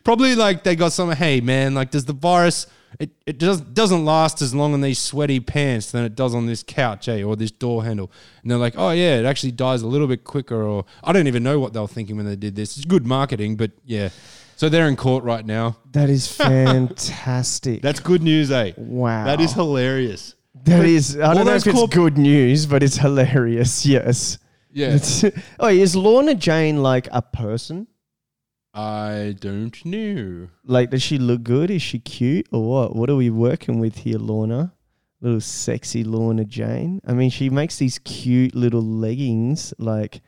Speaker 1: probably like they got some hey man like does the virus it, it does, doesn't last as long on these sweaty pants than it does on this couch eh, or this door handle and they're like oh yeah it actually dies a little bit quicker or i don't even know what they were thinking when they did this it's good marketing but yeah so they're in court right now
Speaker 2: That is fantastic.
Speaker 1: that's good news eh
Speaker 2: Wow.
Speaker 1: that is hilarious
Speaker 2: that is I
Speaker 1: all
Speaker 2: don't know
Speaker 1: those
Speaker 2: if it's
Speaker 1: corp-
Speaker 2: good news, but it's hilarious. Yes.
Speaker 1: yeah
Speaker 2: oh, is Lorna Jane like a person?
Speaker 1: i don't know
Speaker 2: Like, does she look good? Is she cute or what? What are we working with here, Lorna? Little sexy Lorna Jane. I mean, she makes these cute little leggings. Like,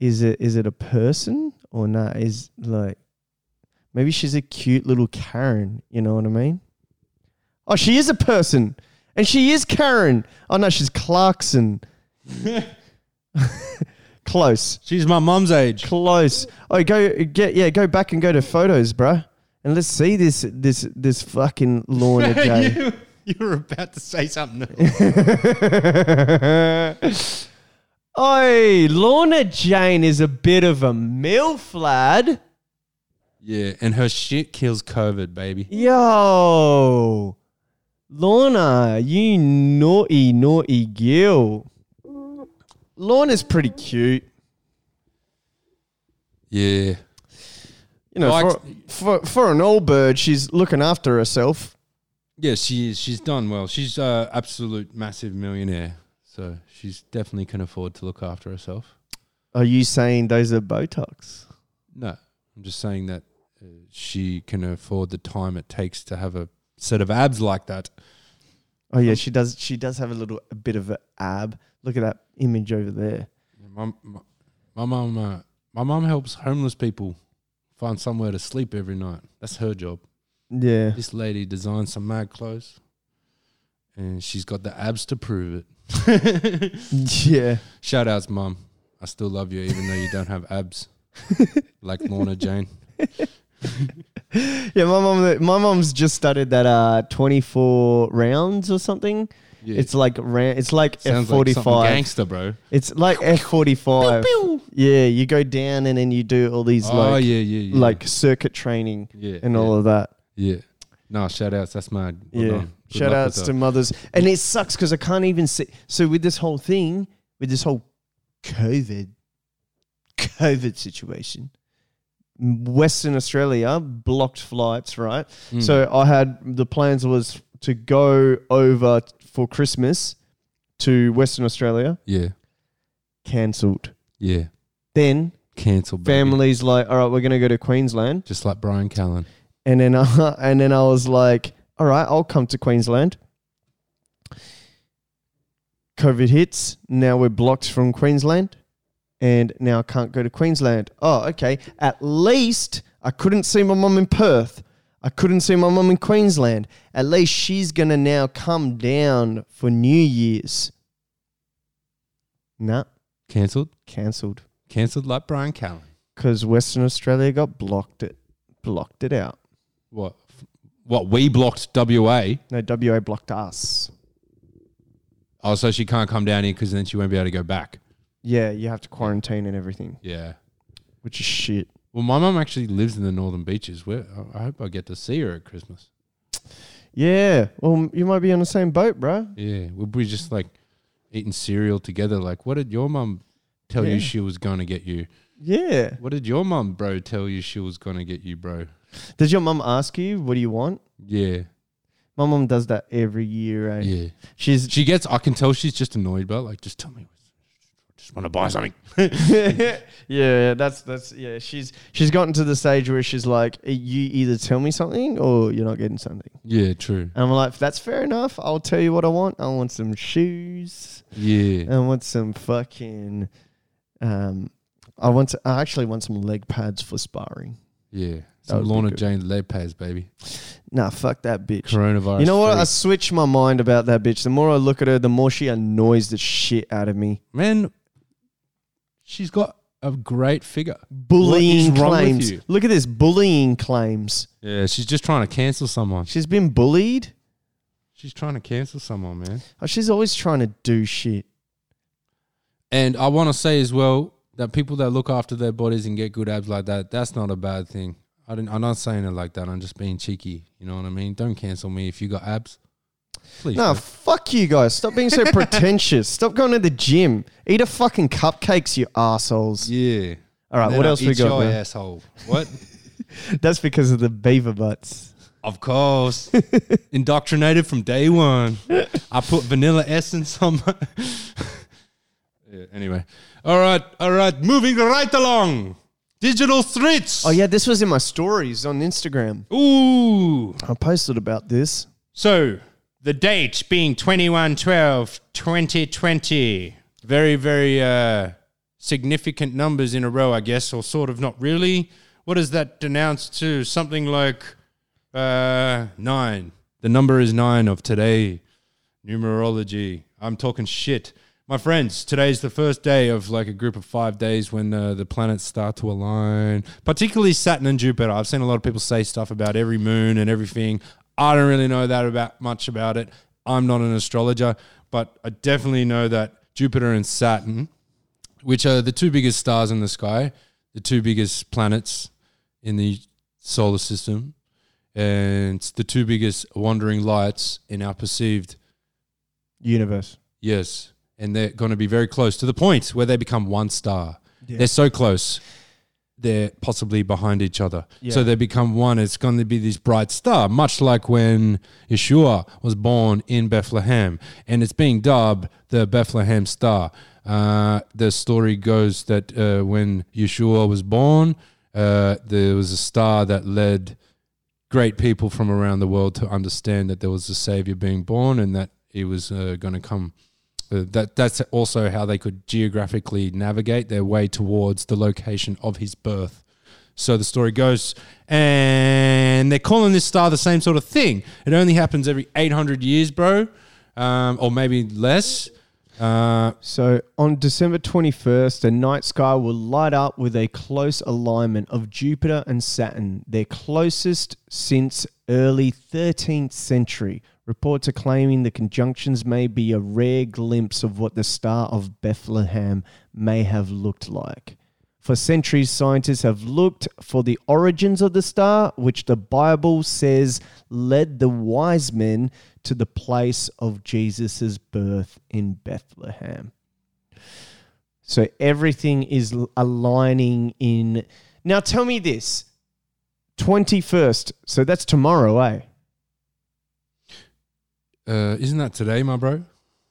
Speaker 2: is it is it a person or not? Is like, maybe she's a cute little Karen. You know what I mean? Oh, she is a person, and she is Karen. Oh no, she's Clarkson. Close
Speaker 1: she's my mum's age
Speaker 2: close. Oh, go get yeah, go back and go to photos, bruh, and let's see this this this fucking Lorna Jane.
Speaker 1: you, you were about to say something else.
Speaker 2: Oi, Lorna Jane is a bit of a milf lad.
Speaker 1: yeah and her shit kills covid baby
Speaker 2: Yo, Lorna, you naughty naughty girl. Lorna's pretty cute.
Speaker 1: yeah
Speaker 2: You know,
Speaker 1: Like-
Speaker 2: for, for for an old bird, she's looking after herself.
Speaker 1: Yeah, she is. She's done well. She's an absolute massive millionaire. So she's definitely can afford to look after herself.
Speaker 2: Are you saying those are Botox?
Speaker 1: No, I'm just saying that uh, she can afford the time it takes to have a set of abs like that.
Speaker 2: Oh
Speaker 1: Um,
Speaker 2: yeah, she does. She does have a little a bit of an ab. Look at that image over there.
Speaker 1: My my- my mum, uh, my mum helps homeless people find somewhere to sleep every night. That's her job.
Speaker 2: Yeah.
Speaker 1: This lady designed some mad clothes, and she's got the abs to prove it.
Speaker 2: Yeah.
Speaker 1: Shout outs, mum. I still love you, even though you don't have abs like Lorna Jane.
Speaker 2: Yeah. My mom. My mom's just started that uh twenty four rounds or something.
Speaker 1: Yeah.
Speaker 2: It's like ran. It's like F
Speaker 1: Sounds like
Speaker 2: forty
Speaker 1: something
Speaker 2: five.
Speaker 1: gangster, bro.
Speaker 2: It's like F forty five. Yeah. You go down and then you do all these
Speaker 1: oh
Speaker 2: like
Speaker 1: yeah, yeah, yeah.
Speaker 2: like circuit training
Speaker 1: Yeah,
Speaker 2: and all of that.
Speaker 1: yeah. No, shout outs. That's my well
Speaker 2: yeah.
Speaker 1: done. Good luck
Speaker 2: Shout
Speaker 1: with
Speaker 2: outs
Speaker 1: that.
Speaker 2: to mothers. And it sucks because I can't even see. So with this whole thing, with this whole COVID, COVID situation. Western Australia blocked flights, right?
Speaker 1: Hmm. Mm.
Speaker 2: So I had the plans was to go over for Christmas to Western Australia,
Speaker 1: Yeah.
Speaker 2: cancelled.
Speaker 1: Yeah.
Speaker 2: Then
Speaker 1: Cancel. baby.
Speaker 2: families like, all right, we're gonna go to Queensland.
Speaker 1: Just like Brian Callan.
Speaker 2: And then uh, and then I was like, all right, I'll come to Queensland. COVID hits. Now we're blocked from Queensland. And now I can't go to Queensland. Oh, okay. At least I couldn't see my mum in Perth. I couldn't see my mum in Queensland. At least she's going to now come down for New Year's. Nah,
Speaker 1: Cancelled.
Speaker 2: cancelled.
Speaker 1: Cancelled like Brian Callan.
Speaker 2: Because Western Australia got blocked it. Blocked it out.
Speaker 1: What? What? We blocked WA.
Speaker 2: No, WA blocked us.
Speaker 1: Oh, so she can't come down here because then she won't be able to go back.
Speaker 2: Yeah, you have to quarantine and everything,
Speaker 1: Yeah.
Speaker 2: which is shit.
Speaker 1: Well, my mum actually lives in the Northern Beaches. Where I I hope I get to see her at Christmas.
Speaker 2: Yeah, well, you might be on the same boat, bro.
Speaker 1: Yeah, we'll be just like eating cereal together. Like, what did your mum tell
Speaker 2: Yeah.
Speaker 1: you she was going to get you?
Speaker 2: Yeah.
Speaker 1: What did your mum, bro, tell you she was going to get you, bro?
Speaker 2: Does your mum ask you what do you want?
Speaker 1: Yeah,
Speaker 2: My mum does that every year. Eh?
Speaker 1: yeah.
Speaker 2: She's
Speaker 1: She gets. I can tell she's just annoyed, but like, just tell me. Just want to buy something.
Speaker 2: yeah, yeah, that's that's yeah. She's she's gotten to the stage where she's like, "Eh, you either tell me something or you're not getting something.
Speaker 1: yeah, true.
Speaker 2: And I'm like, that's fair enough. I'll tell you what I want. I want some shoes.
Speaker 1: Yeah,
Speaker 2: I want some fucking. Um, I want. To, I actually want some leg pads for sparring.
Speaker 1: yeah.
Speaker 2: would
Speaker 1: Some
Speaker 2: be
Speaker 1: Lorna
Speaker 2: good.
Speaker 1: Jane leg pads, baby.
Speaker 2: Nah, fuck that bitch.
Speaker 1: Coronavirus.
Speaker 2: You know what?
Speaker 1: free.
Speaker 2: I switched my mind about that bitch. The more I look at her, the more she annoys the shit out of me.
Speaker 1: man, she's got a great figure.
Speaker 2: Bullying
Speaker 1: wrong with
Speaker 2: claims.
Speaker 1: you?
Speaker 2: Look at this bullying claims.
Speaker 1: Yeah, she's just trying to cancel someone.
Speaker 2: She's been bullied.
Speaker 1: She's trying to cancel someone, man.
Speaker 2: Oh, she's always trying to do shit.
Speaker 1: And I want to say as well that people that look after their bodies and get good abs like that, that's not a bad thing. I didn't, I'm not saying it like that. I'm just being cheeky. You know what I mean? Don't cancel me if you got abs. Please.
Speaker 2: Nah,
Speaker 1: man.
Speaker 2: fuck you guys. Stop being so pretentious. Stop going to the gym. Eat a fucking cupcakes, you assholes.
Speaker 1: yeah.
Speaker 2: All right,
Speaker 1: Then
Speaker 2: what
Speaker 1: I'll
Speaker 2: else we
Speaker 1: eat
Speaker 2: got,
Speaker 1: your
Speaker 2: man?
Speaker 1: asshole. What?
Speaker 2: That's because of the beaver butts.
Speaker 1: of course. Indoctrinated from day one. I put vanilla essence on my. yeah, anyway. All right. All right. Moving right along. Digital streets.
Speaker 2: Oh yeah, this was in my stories on Instagram.
Speaker 1: Ooh.
Speaker 2: I posted about this.
Speaker 1: So the date being 21 12 2020. Very, very uh, significant numbers in a row, I guess, or sort of not really. What does that denounce to? Something like uh, nine. The number is nine of today. Numerology. I'm talking shit. My friends, today's the first day of like a group of five days when uh, the planets start to align, particularly Saturn and Jupiter. I've seen a lot of people say stuff about every moon and everything. I don't really know that about much about it. I'm not an astrologer, but I definitely know that Jupiter and Saturn, which are the two biggest stars in the sky, the two biggest planets in the solar system, and it's the two biggest wandering lights in our perceived
Speaker 2: Universe.
Speaker 1: Yes, and they're going to be very close to the point where they become one star. They're so close. They're possibly behind each other. So they become one. It's going to be this bright star, much like when Yeshua was born in Bethlehem. And it's being dubbed the Bethlehem star. Uh, the story goes that uh, when Yeshua was born, uh, there was a star that led great people from around the world to understand that there was a savior being born and that he was uh, going to come. Uh, that that's also how they could geographically navigate their way towards the location of his birth. So the story goes, and they're calling this star the same sort of thing. It only happens every 800 years, bro, um, or maybe less. Uh,
Speaker 2: So on December 21st, the night sky will light up with a close alignment of Jupiter and Saturn, their closest since early 13th century. Reports are claiming the conjunctions may be a rare glimpse of what the Star of Bethlehem may have looked like. For centuries, scientists have looked for the origins of the star, which the Bible says led the wise men to the place of Jesus' birth in Bethlehem. So everything is l- aligning in. Now tell me this 21st. So that's tomorrow, eh?
Speaker 1: Uh, isn't that today, my bro?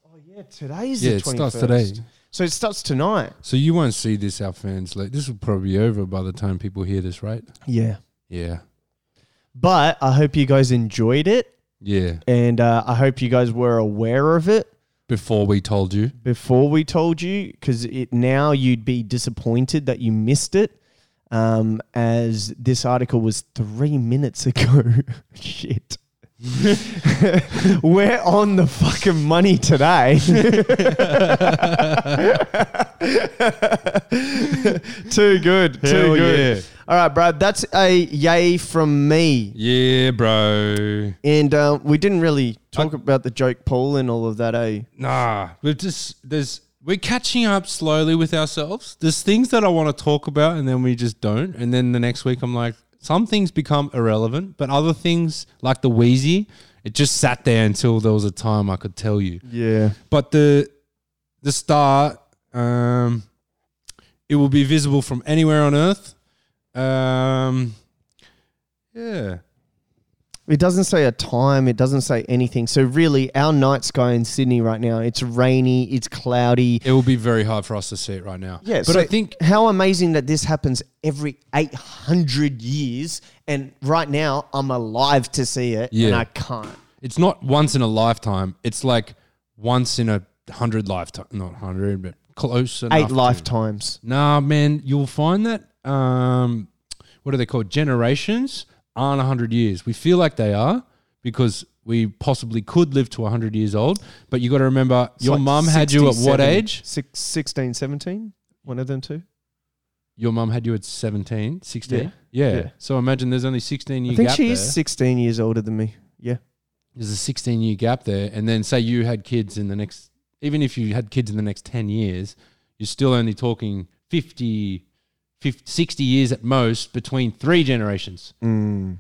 Speaker 2: Oh, yeah. Today is
Speaker 1: yeah,
Speaker 2: the
Speaker 1: it
Speaker 2: 21st.
Speaker 1: starts today.
Speaker 2: So it starts tonight.
Speaker 1: So you won't see this, our fans. Like this will probably be over by the time people hear this, right?
Speaker 2: Yeah.
Speaker 1: Yeah,
Speaker 2: But I hope you guys enjoyed it.
Speaker 1: yeah.
Speaker 2: And uh, I hope you guys were aware of it
Speaker 1: Before we told you,
Speaker 2: before we told you because it now you'd be disappointed that you missed it um, as this article was three minutes ago shit we're on the fucking money today too good too
Speaker 1: Hell
Speaker 2: good
Speaker 1: yeah.
Speaker 2: all right brad that's a yay from me
Speaker 1: yeah, bro.
Speaker 2: and uh, we didn't really talk about the joke poll and all of that eh
Speaker 1: Nah, we're just there's we're catching up slowly with ourselves. There's things that I want to talk about, and then we just don't. And then the next week, I'm like, some things become irrelevant, but other things, like the Wheezy, it just sat there until there was a time I could tell you.
Speaker 2: yeah
Speaker 1: But the the star, um, it will be visible from anywhere on Earth. Um, yeah,
Speaker 2: It doesn't say a time. It doesn't say anything. So really, our night sky in Sydney right now, it's rainy, it's cloudy.
Speaker 1: it will be very hard for us to see it right now.
Speaker 2: Yeah,
Speaker 1: but
Speaker 2: so
Speaker 1: I think
Speaker 2: how amazing that this happens every eight hundred years, and right now I'm alive to see it, and
Speaker 1: Yeah.
Speaker 2: I can't.
Speaker 1: it's not once in a lifetime. It's like once in a hundred lifetime, not hundred, but close enough.
Speaker 2: Eight
Speaker 1: to-
Speaker 2: lifetimes.
Speaker 1: Nah, man, you'll find that. Um, what are they called? Generations aren't hundred years. We feel like they are because we possibly could live to hundred years old. But you got to remember,
Speaker 2: It's
Speaker 1: your
Speaker 2: like
Speaker 1: mum had you at
Speaker 2: 60,
Speaker 1: what
Speaker 2: 70,
Speaker 1: age?
Speaker 2: Six, 16, 17? One of them two.
Speaker 1: Your mum had you at 17, 16. Yeah.
Speaker 2: Yeah.
Speaker 1: So imagine there's only 16 year
Speaker 2: I think
Speaker 1: gap
Speaker 2: she
Speaker 1: there.
Speaker 2: is sixteen years older than me. Yeah.
Speaker 1: There's a 16 year gap there. And then say you had kids in the next, even if you had kids in the next 10 years, you're still only talking 50, 50 60 years at most between three generations.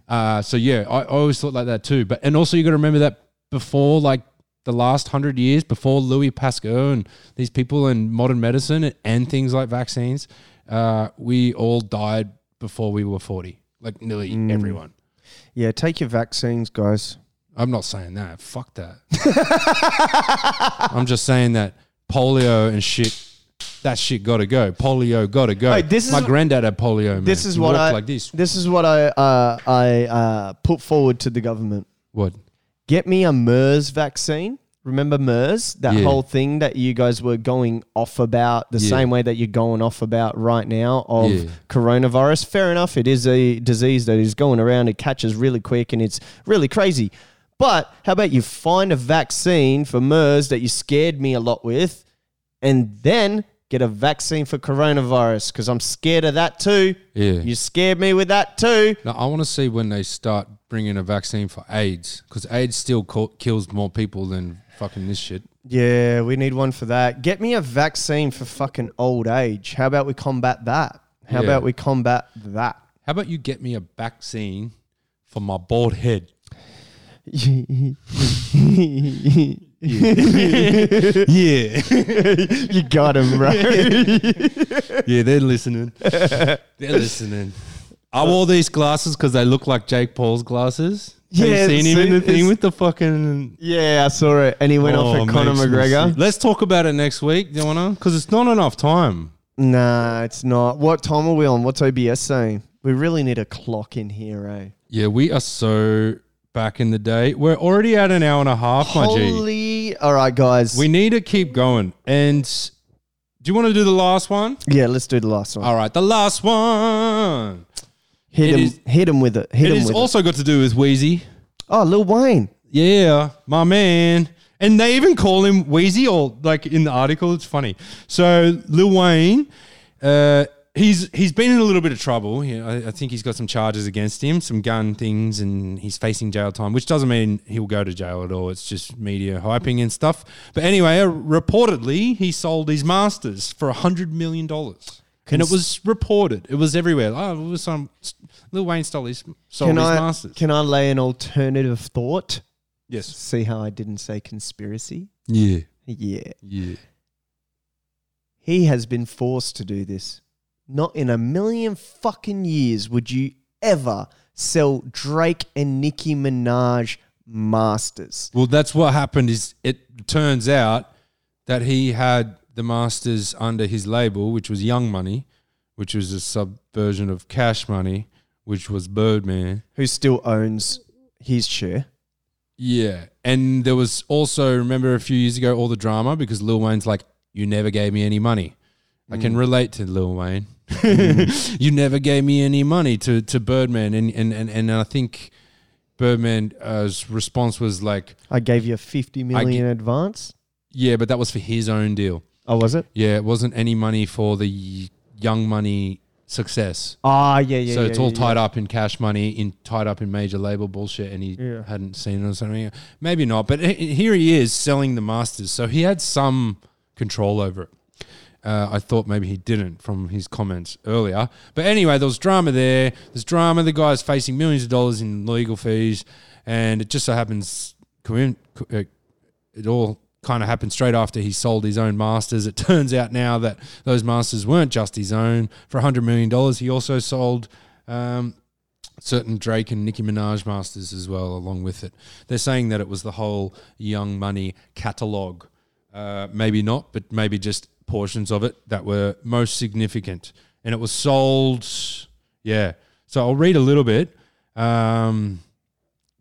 Speaker 1: Uh, so yeah, I, I always thought like that too. But, and also you got to remember that before like the last hundred years, before Louis Pasteur and these people and modern medicine and, and things like vaccines, uh, we all died before we were 40, like nearly everyone.
Speaker 2: Yeah. Take your vaccines, guys.
Speaker 1: I'm not saying that. Fuck that. I'm just saying that polio and shit. That shit gotta go. Polio gotta go.
Speaker 2: Hey, this
Speaker 1: My
Speaker 2: is-
Speaker 1: granddad had polio. Man.
Speaker 2: This is
Speaker 1: He
Speaker 2: what
Speaker 1: walked
Speaker 2: I
Speaker 1: like this.
Speaker 2: is what I uh, I uh, put forward to the government.
Speaker 1: What?
Speaker 2: get me a MERS vaccine. Remember MERS, that
Speaker 1: Yeah.
Speaker 2: whole thing that you guys were going off about, the
Speaker 1: Yeah.
Speaker 2: same way that you're going off about right now of
Speaker 1: Yeah.
Speaker 2: coronavirus. Fair enough, it is a disease that is going around, it catches really quick and it's really crazy. But how about you find a vaccine for MERS that you scared me a lot with and then get a vaccine for coronavirus because I'm scared of that too.
Speaker 1: Yeah.
Speaker 2: You scared me with that too.
Speaker 1: Now I want to see when they start bringing a vaccine for AIDS because AIDS still co- kills more people than fucking this shit.
Speaker 2: Yeah, we need one for that. Get me a vaccine for fucking old age. How about we combat that? How
Speaker 1: Yeah.
Speaker 2: about we combat that?
Speaker 1: How about you get me a vaccine for my bald head? Yeah,
Speaker 2: you got him, bro.
Speaker 1: yeah, they're listening. they're listening. I wore these glasses because they look like Jake Paul's glasses.
Speaker 2: Yeah,
Speaker 1: Have you seen him
Speaker 2: see,
Speaker 1: in the thing
Speaker 2: it's-
Speaker 1: with the fucking
Speaker 2: yeah, I saw it. And he went off
Speaker 1: Oh,
Speaker 2: at
Speaker 1: it
Speaker 2: Conor
Speaker 1: makes me
Speaker 2: McGregor.
Speaker 1: sick. Let's talk about it next week. Do you wanna? Because it's not enough time.
Speaker 2: Nah, it's not. What time are we on? What's OBS saying? We really need a clock in here, eh?
Speaker 1: Yeah, we are so back in the day. We're already at an hour and a half, my G.
Speaker 2: Holy. All right, guys.
Speaker 1: We need to keep going. And do you want to do the last one?
Speaker 2: yeah, let's do the last one.
Speaker 1: All right, the last one.
Speaker 2: hit,
Speaker 1: it
Speaker 2: him,
Speaker 1: is-
Speaker 2: hit him with it. Hit
Speaker 1: It
Speaker 2: him
Speaker 1: is
Speaker 2: with
Speaker 1: also got to do with Wheezy.
Speaker 2: it. Oh, Lil Wayne.
Speaker 1: Yeah, my man. And they even call him Wheezy or like in the article. It's funny. So Lil Wayne, uh, he's he's been in a little bit of trouble. He- I, I think he's got some charges against him, some gun things, and he's facing jail time, which doesn't mean he'll go to jail at all. It's just media hyping and stuff. But anyway, uh, reportedly he sold his masters for a hundred million dollars. And it was reported. It was everywhere. Oh, it was some Lil Wayne stole his sold
Speaker 2: Can
Speaker 1: his
Speaker 2: I,
Speaker 1: masters.
Speaker 2: can I lay an alternative thought?
Speaker 1: yes.
Speaker 2: See how I didn't say conspiracy?
Speaker 1: Yeah.
Speaker 2: Yeah.
Speaker 1: Yeah.
Speaker 2: He has been forced to do this. Not in a million fucking years would you ever sell Drake and Nicki Minaj masters.
Speaker 1: Well, that's what happened. Is it turns out that he had the masters under his label, which was Young Money, which was a subversion of Cash Money, which was Birdman.
Speaker 2: Who still owns his share?
Speaker 1: Yeah, and there was also remember a few years ago all the drama because Lil Wayne's like, "You never gave me any money." I can relate to Lil Wayne. you never gave me any money to to Birdman, and and and, and I think Birdman's response was like,
Speaker 2: I gave you 50 million in advance.
Speaker 1: "Yeah, but that was for his own deal.
Speaker 2: Oh, was it?
Speaker 1: Yeah, it wasn't any money for the Young Money success."
Speaker 2: Ah, yeah, yeah.
Speaker 1: so it's
Speaker 2: yeah,
Speaker 1: all
Speaker 2: yeah,
Speaker 1: tied up in cash money, in tied up in major label bullshit, and he
Speaker 2: Yeah.
Speaker 1: hadn't seen it or something. Maybe not, but he- here he is selling the masters, so he had some control over it. Uh, I thought maybe he didn't from his comments earlier, but anyway, there was drama there. There's drama. The guy's facing millions of dollars in legal fees, and it just so happens coin- co- uh, it all kind of happened straight after he sold his own masters. It turns out now that those masters weren't just his own. For $100 million, he also sold um, certain Drake and Nicki Minaj masters as well, along with it. They're saying that it was the whole Young Money catalog. Uh, maybe not, but maybe just portions of it that were most significant. And it was sold, yeah. So I'll read a little bit. Um,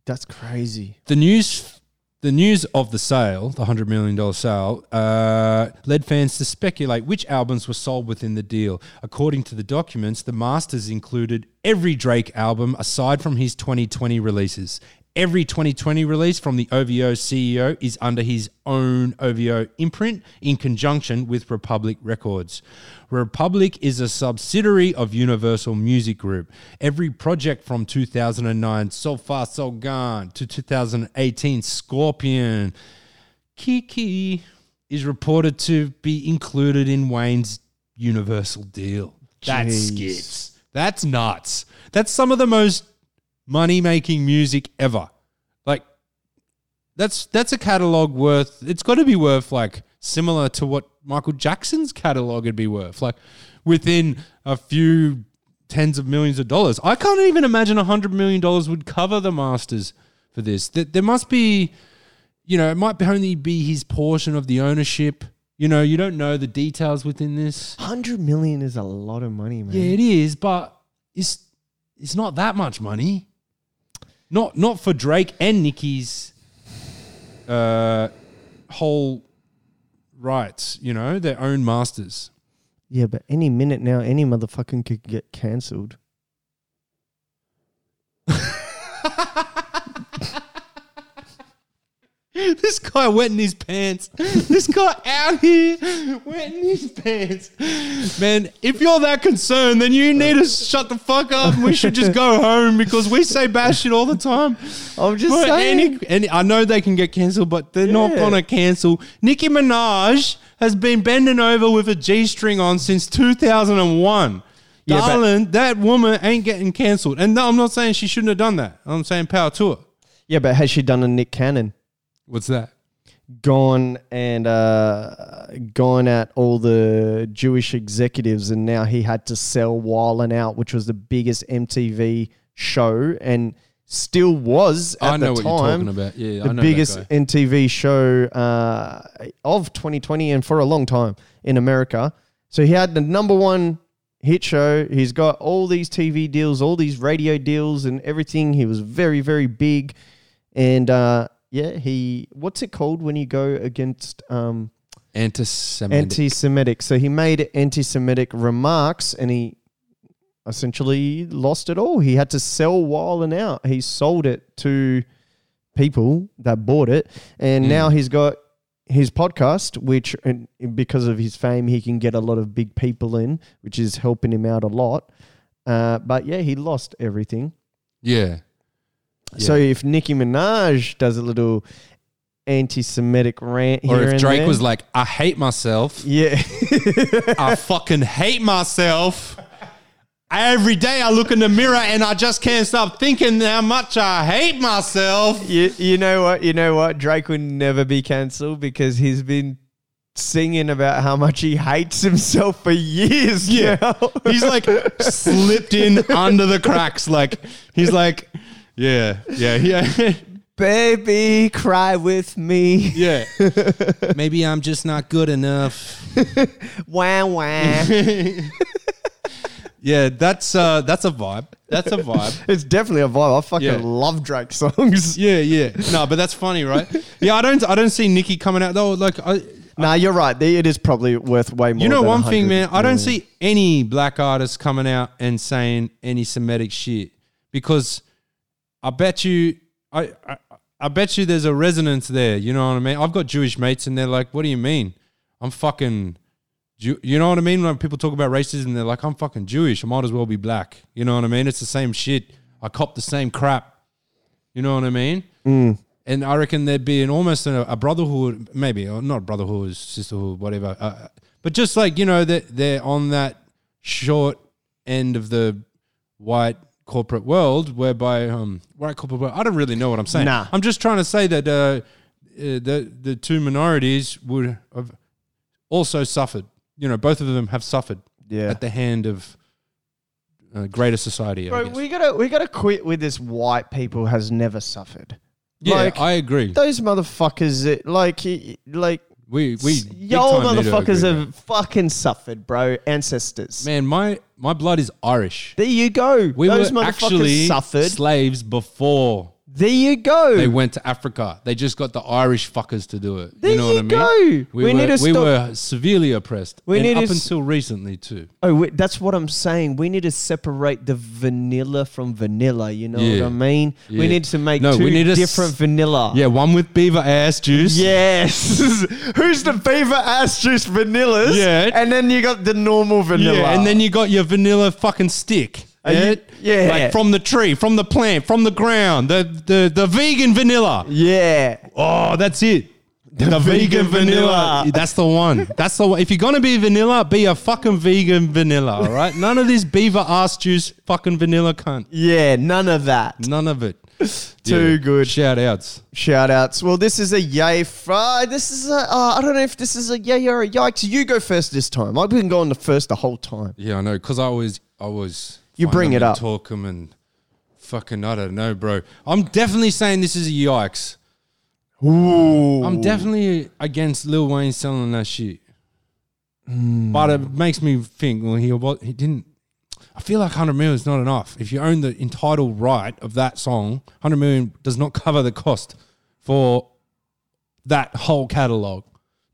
Speaker 2: That's crazy.
Speaker 1: the news the news of the sale, the hundred million dollar sale, uh, led fans to speculate which albums were sold within the deal. According to the documents, the masters included every Drake album aside from his 2020 releases. Every 2020 release from the OVO CEO E is under his own OVO imprint in conjunction with Republic Records. Republic is a subsidiary of Universal Music Group. Every project from 2009, So Far So Gone, to 2018, Scorpion, Kiki, is reported to be included in Wayne's Universal deal. That's
Speaker 2: Jeez.
Speaker 1: skips. That's nuts. That's some of the most money making music ever. Like that's that's a catalog worth. It's got to be worth like similar to what Michael Jackson's catalog would be worth, like within a few tens of millions of dollars. I can't even imagine a hundred million dollars would cover the masters for this. Th- There must be, you know, it might be- only be his portion of the ownership. You know, you don't know the details within this.
Speaker 2: 100 million is a lot of money, man.
Speaker 1: Yeah, it is, but it's it's not that much money. Not not for Drake and Nicki's uh, whole rights. You know, their own masters.
Speaker 2: Yeah, but any minute now, any motherfucking could get cancelled.
Speaker 1: This guy wetting his pants. This guy out here wetting his pants. Man, if you're that concerned, then you need to shut the fuck up. We should just go home because we say bad shit all the time.
Speaker 2: I'm just
Speaker 1: But
Speaker 2: saying.
Speaker 1: any- and I know they can get cancelled, but they're not
Speaker 2: Yeah.
Speaker 1: going to cancel. Nicki Minaj has been bending over with a G string on since 2001.
Speaker 2: Yeah, but-
Speaker 1: Darling, that woman ain't getting cancelled. And no, I'm not saying she shouldn't have done that. I'm saying power to her.
Speaker 2: yeah, but has she done a Nick Cannon?
Speaker 1: What's that?
Speaker 2: Gone and uh, gone at all the Jewish executives, and now he had to sell Wild 'N Out, which was the biggest MTV show, and still was at
Speaker 1: I know what
Speaker 2: the time
Speaker 1: you're talking about. Yeah, I
Speaker 2: the
Speaker 1: know that
Speaker 2: biggest
Speaker 1: guy.
Speaker 2: MTV show uh, of 2020 and for a long time in America. So he had the number one hit show. He's got all these TV deals, all these radio deals, and everything. He was very, very big. And uh, yeah, he what's it called when you go against um,
Speaker 1: Anti-Semitic.
Speaker 2: anti-Semitic? So he made anti-Semitic remarks, and he essentially lost it all. He had to sell while and out. He sold it to people that bought it, and now he's got his podcast, which and because of his fame, he can get a lot of big people in, which is helping him out a lot. Uh, but yeah, he lost everything.
Speaker 1: yeah.
Speaker 2: So if Nicki Minaj does a little anti-Semitic rant,
Speaker 1: Or
Speaker 2: here
Speaker 1: if
Speaker 2: and
Speaker 1: Drake
Speaker 2: there-
Speaker 1: was like, I hate myself.
Speaker 2: yeah,
Speaker 1: I fucking hate myself. Every day I look in the mirror and I just can't stop thinking how much I hate myself.
Speaker 2: you, you know what, you know what, Drake would never be cancelled because he's been singing about how much he hates himself for years yeah. now.
Speaker 1: He's like slipped in under the cracks. Like he's like, yeah, yeah, yeah,
Speaker 2: Baby, cry with me.
Speaker 1: yeah. Maybe I'm just not good enough.
Speaker 2: Wah, wah.
Speaker 1: Yeah, that's uh, that's a vibe. That's a vibe.
Speaker 2: it's definitely a vibe. I fucking
Speaker 1: Yeah.
Speaker 2: love Drake songs.
Speaker 1: Yeah, yeah. No, but that's funny, right? Yeah, I don't, I don't see Nikki coming out though. Like, I,
Speaker 2: Nah, you're right. They- It is probably worth way more.
Speaker 1: you know,
Speaker 2: than
Speaker 1: one thing,
Speaker 2: 100
Speaker 1: man. I don't
Speaker 2: million.
Speaker 1: see any black artists coming out and saying any Semitic shit because I bet you, I, I, I bet you, there's a resonance there. You know what I mean? I've got Jewish mates, and they're like, "What do you mean? I'm fucking." Jew-" You know what I mean? When people talk about racism, they're like, I'm fucking Jewish. I might as well be black. You know what I mean? It's the same shit. I cop the same crap. You know what I mean?
Speaker 2: Hmm.
Speaker 1: and I reckon there'd be an almost a, a brotherhood, maybe or not brotherhood, sisterhood, whatever. Uh, but just like you know, that they're, on that short end of the white corporate world, whereby um, white corporate world. I don't really know what I'm saying.
Speaker 2: Nah.
Speaker 1: I'm just trying to say that uh, uh, the the two minorities would have also suffered. You know, both of them have suffered
Speaker 2: Yeah.
Speaker 1: at the hand of uh, greater society. I
Speaker 2: Bro,
Speaker 1: guess.
Speaker 2: we gotta we gotta quit with this. White people has never suffered.
Speaker 1: yeah,
Speaker 2: like,
Speaker 1: I agree.
Speaker 2: Those motherfuckers, it- like y- like
Speaker 1: We we
Speaker 2: s-
Speaker 1: big
Speaker 2: y'all
Speaker 1: time need to agree,
Speaker 2: motherfuckers
Speaker 1: man.
Speaker 2: have fucking suffered, bro. Ancestors.
Speaker 1: Man, my my blood is Irish.
Speaker 2: There you go.
Speaker 1: We
Speaker 2: Those
Speaker 1: were
Speaker 2: motherfuckers
Speaker 1: actually
Speaker 2: suffered.
Speaker 1: slaves before
Speaker 2: there you go.
Speaker 1: they went to Africa. They just got the Irish fuckers to do it.
Speaker 2: There
Speaker 1: you know
Speaker 2: you
Speaker 1: what I
Speaker 2: go.
Speaker 1: mean? We,
Speaker 2: We
Speaker 1: were,
Speaker 2: need to
Speaker 1: we
Speaker 2: stop-
Speaker 1: were severely oppressed.
Speaker 2: We
Speaker 1: and
Speaker 2: need to
Speaker 1: up
Speaker 2: s-
Speaker 1: until recently too.
Speaker 2: Oh, we, that's what I'm saying. We need to separate the vanilla from vanilla. You know
Speaker 1: Yeah.
Speaker 2: what I mean? We
Speaker 1: Yeah.
Speaker 2: need to make
Speaker 1: No,
Speaker 2: two
Speaker 1: we need to s-
Speaker 2: different vanilla.
Speaker 1: Yeah, one with beaver ass juice.
Speaker 2: Yes. Who's the beaver ass juice vanillas?
Speaker 1: Yeah.
Speaker 2: And then you got the normal vanilla.
Speaker 1: Yeah, and then you got your vanilla fucking stick.
Speaker 2: Are you- yeah.
Speaker 1: Like from the tree, from the plant, from the ground. The the the vegan vanilla.
Speaker 2: yeah.
Speaker 1: Oh, that's it. The,
Speaker 2: vegan
Speaker 1: vegan,
Speaker 2: vanilla.
Speaker 1: vanilla. That's the one. That's the one. If you're gonna be vanilla, be a fucking vegan vanilla. All right. None of this beaver ass juice, fucking vanilla cunt.
Speaker 2: Yeah, none of that.
Speaker 1: None of it.
Speaker 2: Too good.
Speaker 1: Shout outs.
Speaker 2: Shout outs. Well, this is a yay. Fry. this is a, uh, I don't know if this is a yay or a yikes. You go first this time. I've been going the first the whole time.
Speaker 1: Yeah, I know. Cause I always, I always.
Speaker 2: You
Speaker 1: find
Speaker 2: bring
Speaker 1: them
Speaker 2: it
Speaker 1: and
Speaker 2: up.
Speaker 1: Talk them and fucking. I don't know, bro. I'm definitely saying this is a yikes.
Speaker 2: Ooh.
Speaker 1: I'm definitely against Lil Wayne selling that shit. But it makes me think. Well, he wa- he didn't. I feel like 100 million is not enough. If you own the entitled right of that song, 100 million does not cover the cost for that whole catalog.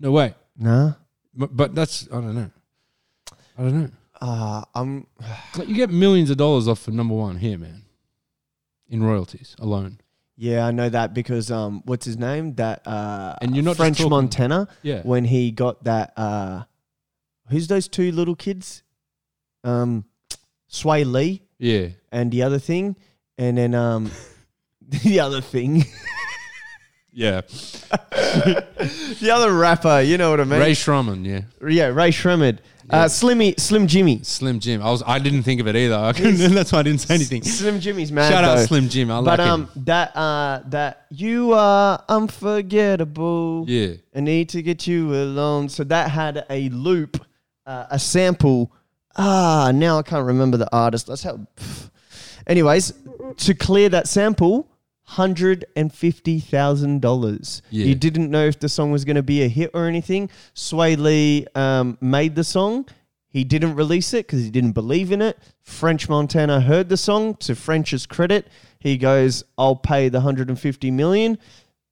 Speaker 1: No way.
Speaker 2: Nah.
Speaker 1: But, but that's I don't know. I don't know.
Speaker 2: Uh, I'm,
Speaker 1: Like you get millions of dollars off for number one here, man. In royalties alone.
Speaker 2: yeah, I know that because, um, what's his name? That, uh,
Speaker 1: And you're not just
Speaker 2: French
Speaker 1: talking-
Speaker 2: Montana.
Speaker 1: Yeah.
Speaker 2: When he got that, uh, who's those two little kids? Um, Sway Lee.
Speaker 1: Yeah.
Speaker 2: and the other thing, and then um, the other thing,
Speaker 1: Yeah.
Speaker 2: the other rapper. You know what I mean?
Speaker 1: Ray Shrumman, yeah.
Speaker 2: yeah, Ray Shremmerd, uh, Slimmy, Slim Jimmy,
Speaker 1: Slim Jim. I was. I didn't think of it either. I couldn't, that's why I didn't say anything.
Speaker 2: Slim Jimmy's man.
Speaker 1: Shout out Slim Jim. I like
Speaker 2: but um, that uh, that you are unforgettable.
Speaker 1: Yeah.
Speaker 2: I need to get you alone. So that had a loop, uh, a sample. Ah, now I can't remember the artist. Let's have. pff. Anyways, to clear that sample, hundred and fifty thousand dollars.
Speaker 1: Yeah.
Speaker 2: You didn't know if the song was going to be a hit or anything. Sway Lee um, made the song. He didn't release it because he didn't believe in it. French Montana heard the song. To French's credit, he goes, "I'll pay the hundred and fifty million.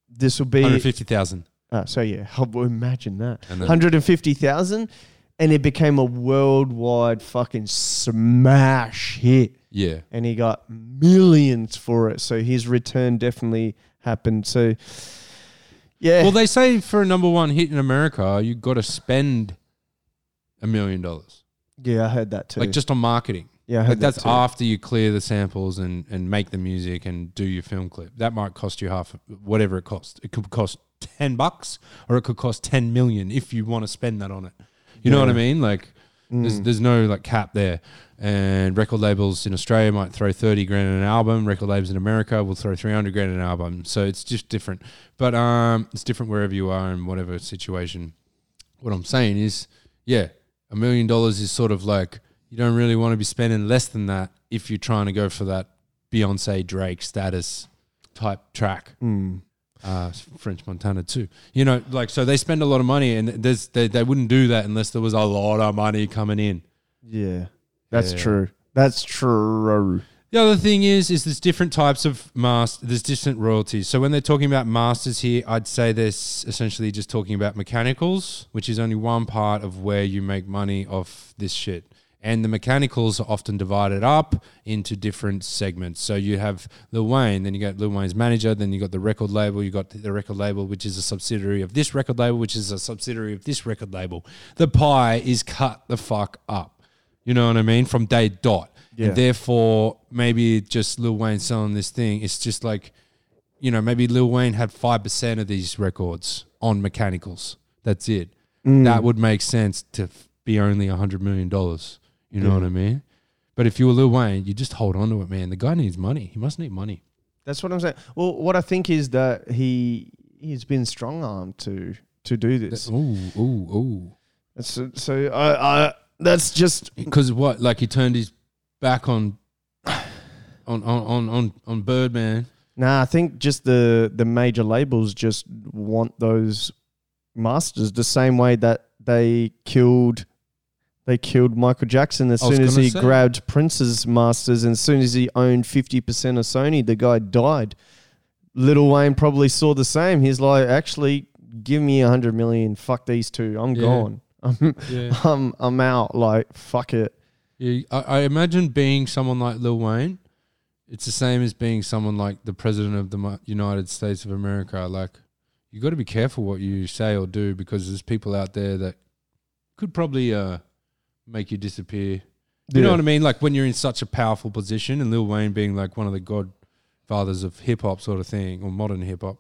Speaker 2: This will be
Speaker 1: Hundred fifty thousand.
Speaker 2: uh, so yeah, I would imagine that.
Speaker 1: And then-
Speaker 2: 150,000 and it became a worldwide fucking smash hit
Speaker 1: Yeah.
Speaker 2: and he got millions for it. So his return definitely happened. So yeah.
Speaker 1: Well, they say for a number one hit in America, you got to spend a million dollars,
Speaker 2: yeah, I heard that too.
Speaker 1: like just on marketing.
Speaker 2: Yeah, I heard
Speaker 1: like
Speaker 2: that
Speaker 1: that's
Speaker 2: too.
Speaker 1: after you clear the samples and and make the music and do your film clip. That might cost you half, whatever it costs. It could cost ten bucks, or it could cost ten million if you want to spend that on it. You know what I mean? Like,
Speaker 2: Mm, Hmm.
Speaker 1: there's there's no like cap there. And record labels in Australia might throw thirty grand an album. Record labels in America will throw three hundred grand an album. So it's just different. But um, it's different wherever you are in whatever situation. what I'm saying is, yeah, a million dollars is sort of like you don't really want to be spending less than that if you're trying to go for that Beyonce Drake status type track. Uh, French Montana too, you know, like so they spend a lot of money, and there's they, they wouldn't do that unless there was a lot of money coming in.
Speaker 2: Yeah. That's
Speaker 1: Yeah.
Speaker 2: true. That's true.
Speaker 1: The other thing is, is there's different types of mas There's different royalties. So when they're talking about masters here, I'd say they're s- essentially just talking about mechanicals, which is only one part of where you make money off this shit. And the mechanicals are often divided up into different segments. So you have Lil Wayne, then you got Lil Wayne's manager, then you got the record label, you got the record label, which is a subsidiary of this record label, which is a subsidiary of this record label. The pie is cut the fuck up. You know what I mean? From day dot.
Speaker 2: Yeah.
Speaker 1: And therefore, maybe just Lil Wayne selling this thing. It's just like, you know, maybe Lil Wayne had 5% of these records on mechanicals. That's it. That would make sense to f- be only $100 million. You know what I mean? But if you were Lil Wayne, you just hold on to it, man. The guy needs money. He must need money.
Speaker 2: That's what I'm saying. Well, what I think is that he he's been strong armed to to do this.
Speaker 1: Ooh, ooh, ooh.
Speaker 2: So, so I, I that's just
Speaker 1: Because what? Like he turned his back on. On, on, on, on, on Birdman.
Speaker 2: nah. I think just the the major labels just want those masters the same way that they killed they killed Michael Jackson as
Speaker 1: I was
Speaker 2: soon as
Speaker 1: gonna
Speaker 2: he
Speaker 1: say.
Speaker 2: grabbed Prince's masters and as soon as he owned fifty percent of Sony, the guy died. Little Wayne probably saw the same. He's like, actually, give me a hundred million. Fuck these two. I'm
Speaker 1: Yeah.
Speaker 2: gone. I'm,
Speaker 1: Yeah.
Speaker 2: I'm I'm out. Like fuck it.
Speaker 1: Yeah, I, I imagine being someone like Lil Wayne, it's the same as being someone like the president of the Mu- United States of America. Like, you got to be careful what you say or do because there's people out there that could probably uh, make you disappear. You know
Speaker 2: Yeah.
Speaker 1: what I mean? Like when you're in such a powerful position, and Lil Wayne being like one of the godfathers of hip hop, sort of thing, or modern hip hop.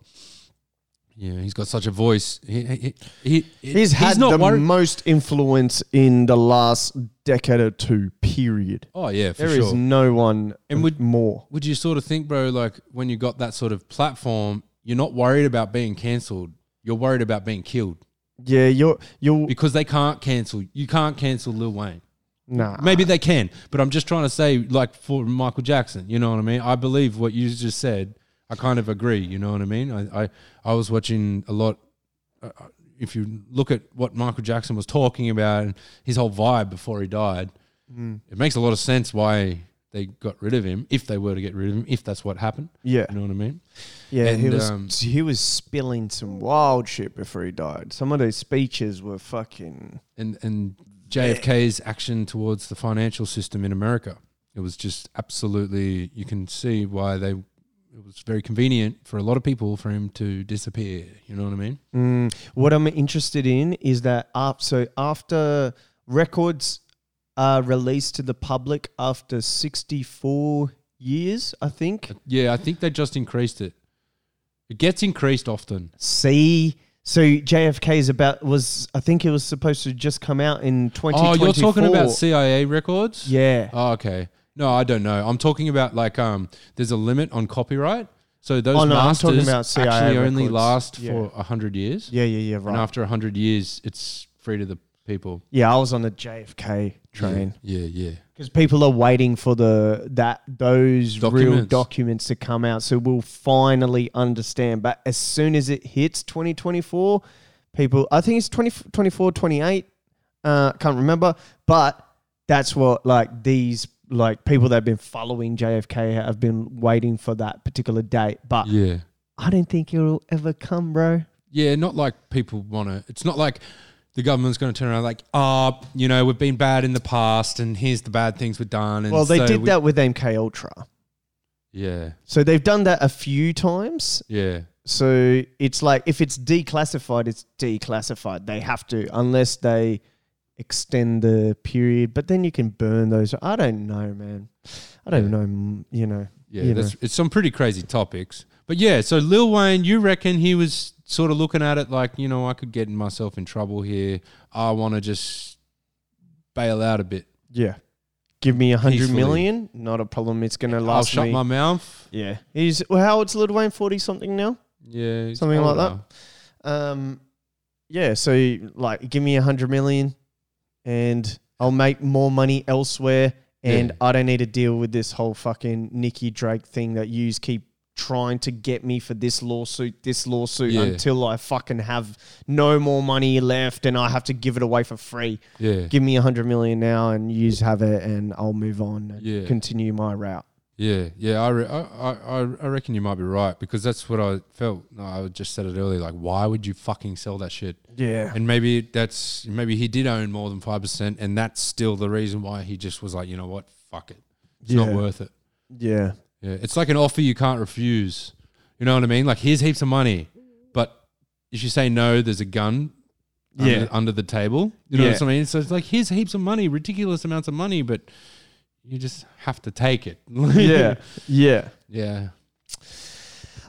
Speaker 1: Yeah, he's got such a voice. He, he, he, he-
Speaker 2: He's had the
Speaker 1: worried-
Speaker 2: most influence in the last decade or two. Period.
Speaker 1: Oh yeah, for
Speaker 2: There is
Speaker 1: sure.
Speaker 2: no one
Speaker 1: And would-
Speaker 2: more.
Speaker 1: would you sort of think, bro, like when you got that sort of platform, you're not worried about being cancelled. You're worried about being killed
Speaker 2: Yeah, you're you're
Speaker 1: because they can't cancel. You can't cancel Lil Wayne.
Speaker 2: nah.
Speaker 1: Maybe they can, but I'm just trying to say, like for Michael Jackson, you know what I mean? I believe what you just said. I kind of agree. You know what I mean? I I, I was watching a lot. uh, uh, If you look at what Michael Jackson was talking about and his whole vibe before he died, it makes a lot of sense why they got rid of him if they were to get rid of him if that's what happened.
Speaker 2: Yeah.
Speaker 1: you know what I mean.
Speaker 2: Yeah, he
Speaker 1: And,
Speaker 2: was
Speaker 1: um,
Speaker 2: he was spilling some wild shit before he died. Some of those speeches were fucking
Speaker 1: and and JFK's action towards the financial system in America. It was just absolutely you can see why they it was very convenient for a lot of people for him to disappear. You know what I mean?
Speaker 2: mm. What I'm interested in is that up so after records are released to the public after 64 years, I think.
Speaker 1: Yeah, I think they just increased it. It gets increased often.
Speaker 2: See, so JFK is about was I think it was supposed to just come out in
Speaker 1: Oh,
Speaker 2: 2024.
Speaker 1: you're talking about CIA records?
Speaker 2: yeah.
Speaker 1: Oh, okay. No, I don't know. I'm talking about like um there's a limit on copyright. So those
Speaker 2: Oh, no, I'm talking
Speaker 1: masters
Speaker 2: about CIA
Speaker 1: actually only
Speaker 2: records.
Speaker 1: last
Speaker 2: Yeah.
Speaker 1: for 100 years.
Speaker 2: yeah, yeah, yeah, right.
Speaker 1: And after 100 years, it's free to the people.
Speaker 2: yeah, I was on the JFK train.
Speaker 1: Yeah, yeah.
Speaker 2: because people are waiting for the that those real
Speaker 1: Documents.
Speaker 2: documents to come out so we'll finally understand but as soon as it hits 2024 people i think it's 20, 24 28 uh can't remember but that's what like these like people that have been following jfk have been waiting for that particular date but
Speaker 1: Uh, Yeah.
Speaker 2: i don't think it'll ever come bro
Speaker 1: Yeah, not like people want to. It's not like the government's going to turn around like, ah, you know, we've been bad in the past, and here's the bad things we've done. And
Speaker 2: well they
Speaker 1: so
Speaker 2: did
Speaker 1: we-
Speaker 2: that with mk ultra
Speaker 1: Yeah,
Speaker 2: so they've done that a few times
Speaker 1: yeah,
Speaker 2: So it's like if it's declassified, it's declassified. They have to, unless they extend the period. But then you can burn those. I don't know, man. I don't know. mm, You know.
Speaker 1: yeah.
Speaker 2: you
Speaker 1: That's, it's some pretty crazy topics. But yeah, so Lil Wayne, you reckon he was sort of looking at it like, you know, I could get myself in trouble here. I want to just bail out a bit.
Speaker 2: know. yeah. Give me a hundred
Speaker 1: Peacefully.
Speaker 2: million, not a problem. It's gonna last
Speaker 1: I'll shut
Speaker 2: me.
Speaker 1: my mouth.
Speaker 2: yeah, he's well, how old's Lil Wayne? Forty something now.
Speaker 1: Yeah, he's
Speaker 2: Something like
Speaker 1: older.
Speaker 2: Um, yeah, so like give me a hundred million and I'll make more money elsewhere and
Speaker 1: Yeah.
Speaker 2: I don't need to deal with this whole fucking Nikki Drake thing that yous keep trying to get me for this lawsuit, this lawsuit
Speaker 1: Yeah.
Speaker 2: until I fucking have no more money left and I have to give it away for free.
Speaker 1: Yeah.
Speaker 2: Give me a hundred million now and yous have it and I'll move on and
Speaker 1: Yeah.
Speaker 2: continue my route.
Speaker 1: Yeah, yeah, I, re- I, I, I I reckon you might be right because that's what I felt. No, I just said it earlier. Like, why would you fucking sell that shit?
Speaker 2: Yeah.
Speaker 1: And maybe that's maybe he did own more than five percent, and that's still the reason why he just was like, you know what, fuck it, it's not
Speaker 2: Yeah.
Speaker 1: worth it.
Speaker 2: Yeah.
Speaker 1: Yeah, it's like an offer you can't refuse. You know what I mean? Like, here's heaps of money, but if you say no, there's a gun. Under,
Speaker 2: Yeah.
Speaker 1: under the table. You know
Speaker 2: Yeah.
Speaker 1: what I mean? So it's like here's heaps of money, ridiculous amounts of money, but you just have to take it.
Speaker 2: Yeah. yeah.
Speaker 1: yeah.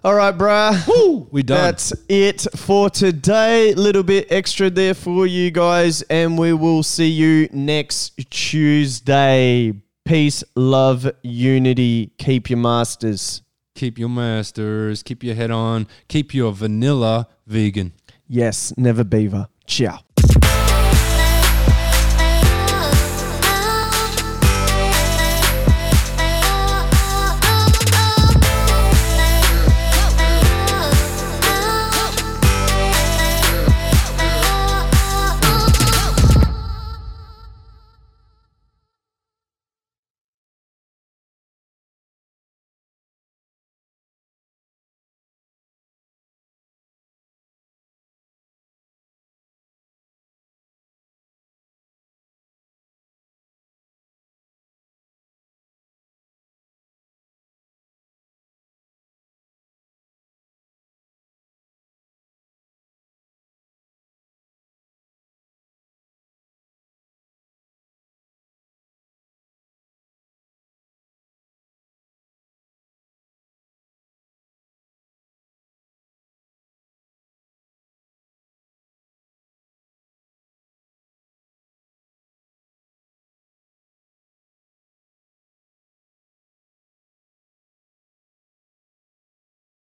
Speaker 2: All right, bruh. Woo,
Speaker 1: we done.
Speaker 2: That's it for today. Little bit extra there for you guys, and we will see you next Tuesday. Peace, love, unity. Keep your masters.
Speaker 1: keep your masters, keep your head on, keep your vanilla vegan.
Speaker 2: Yes, never beaver. Ciao.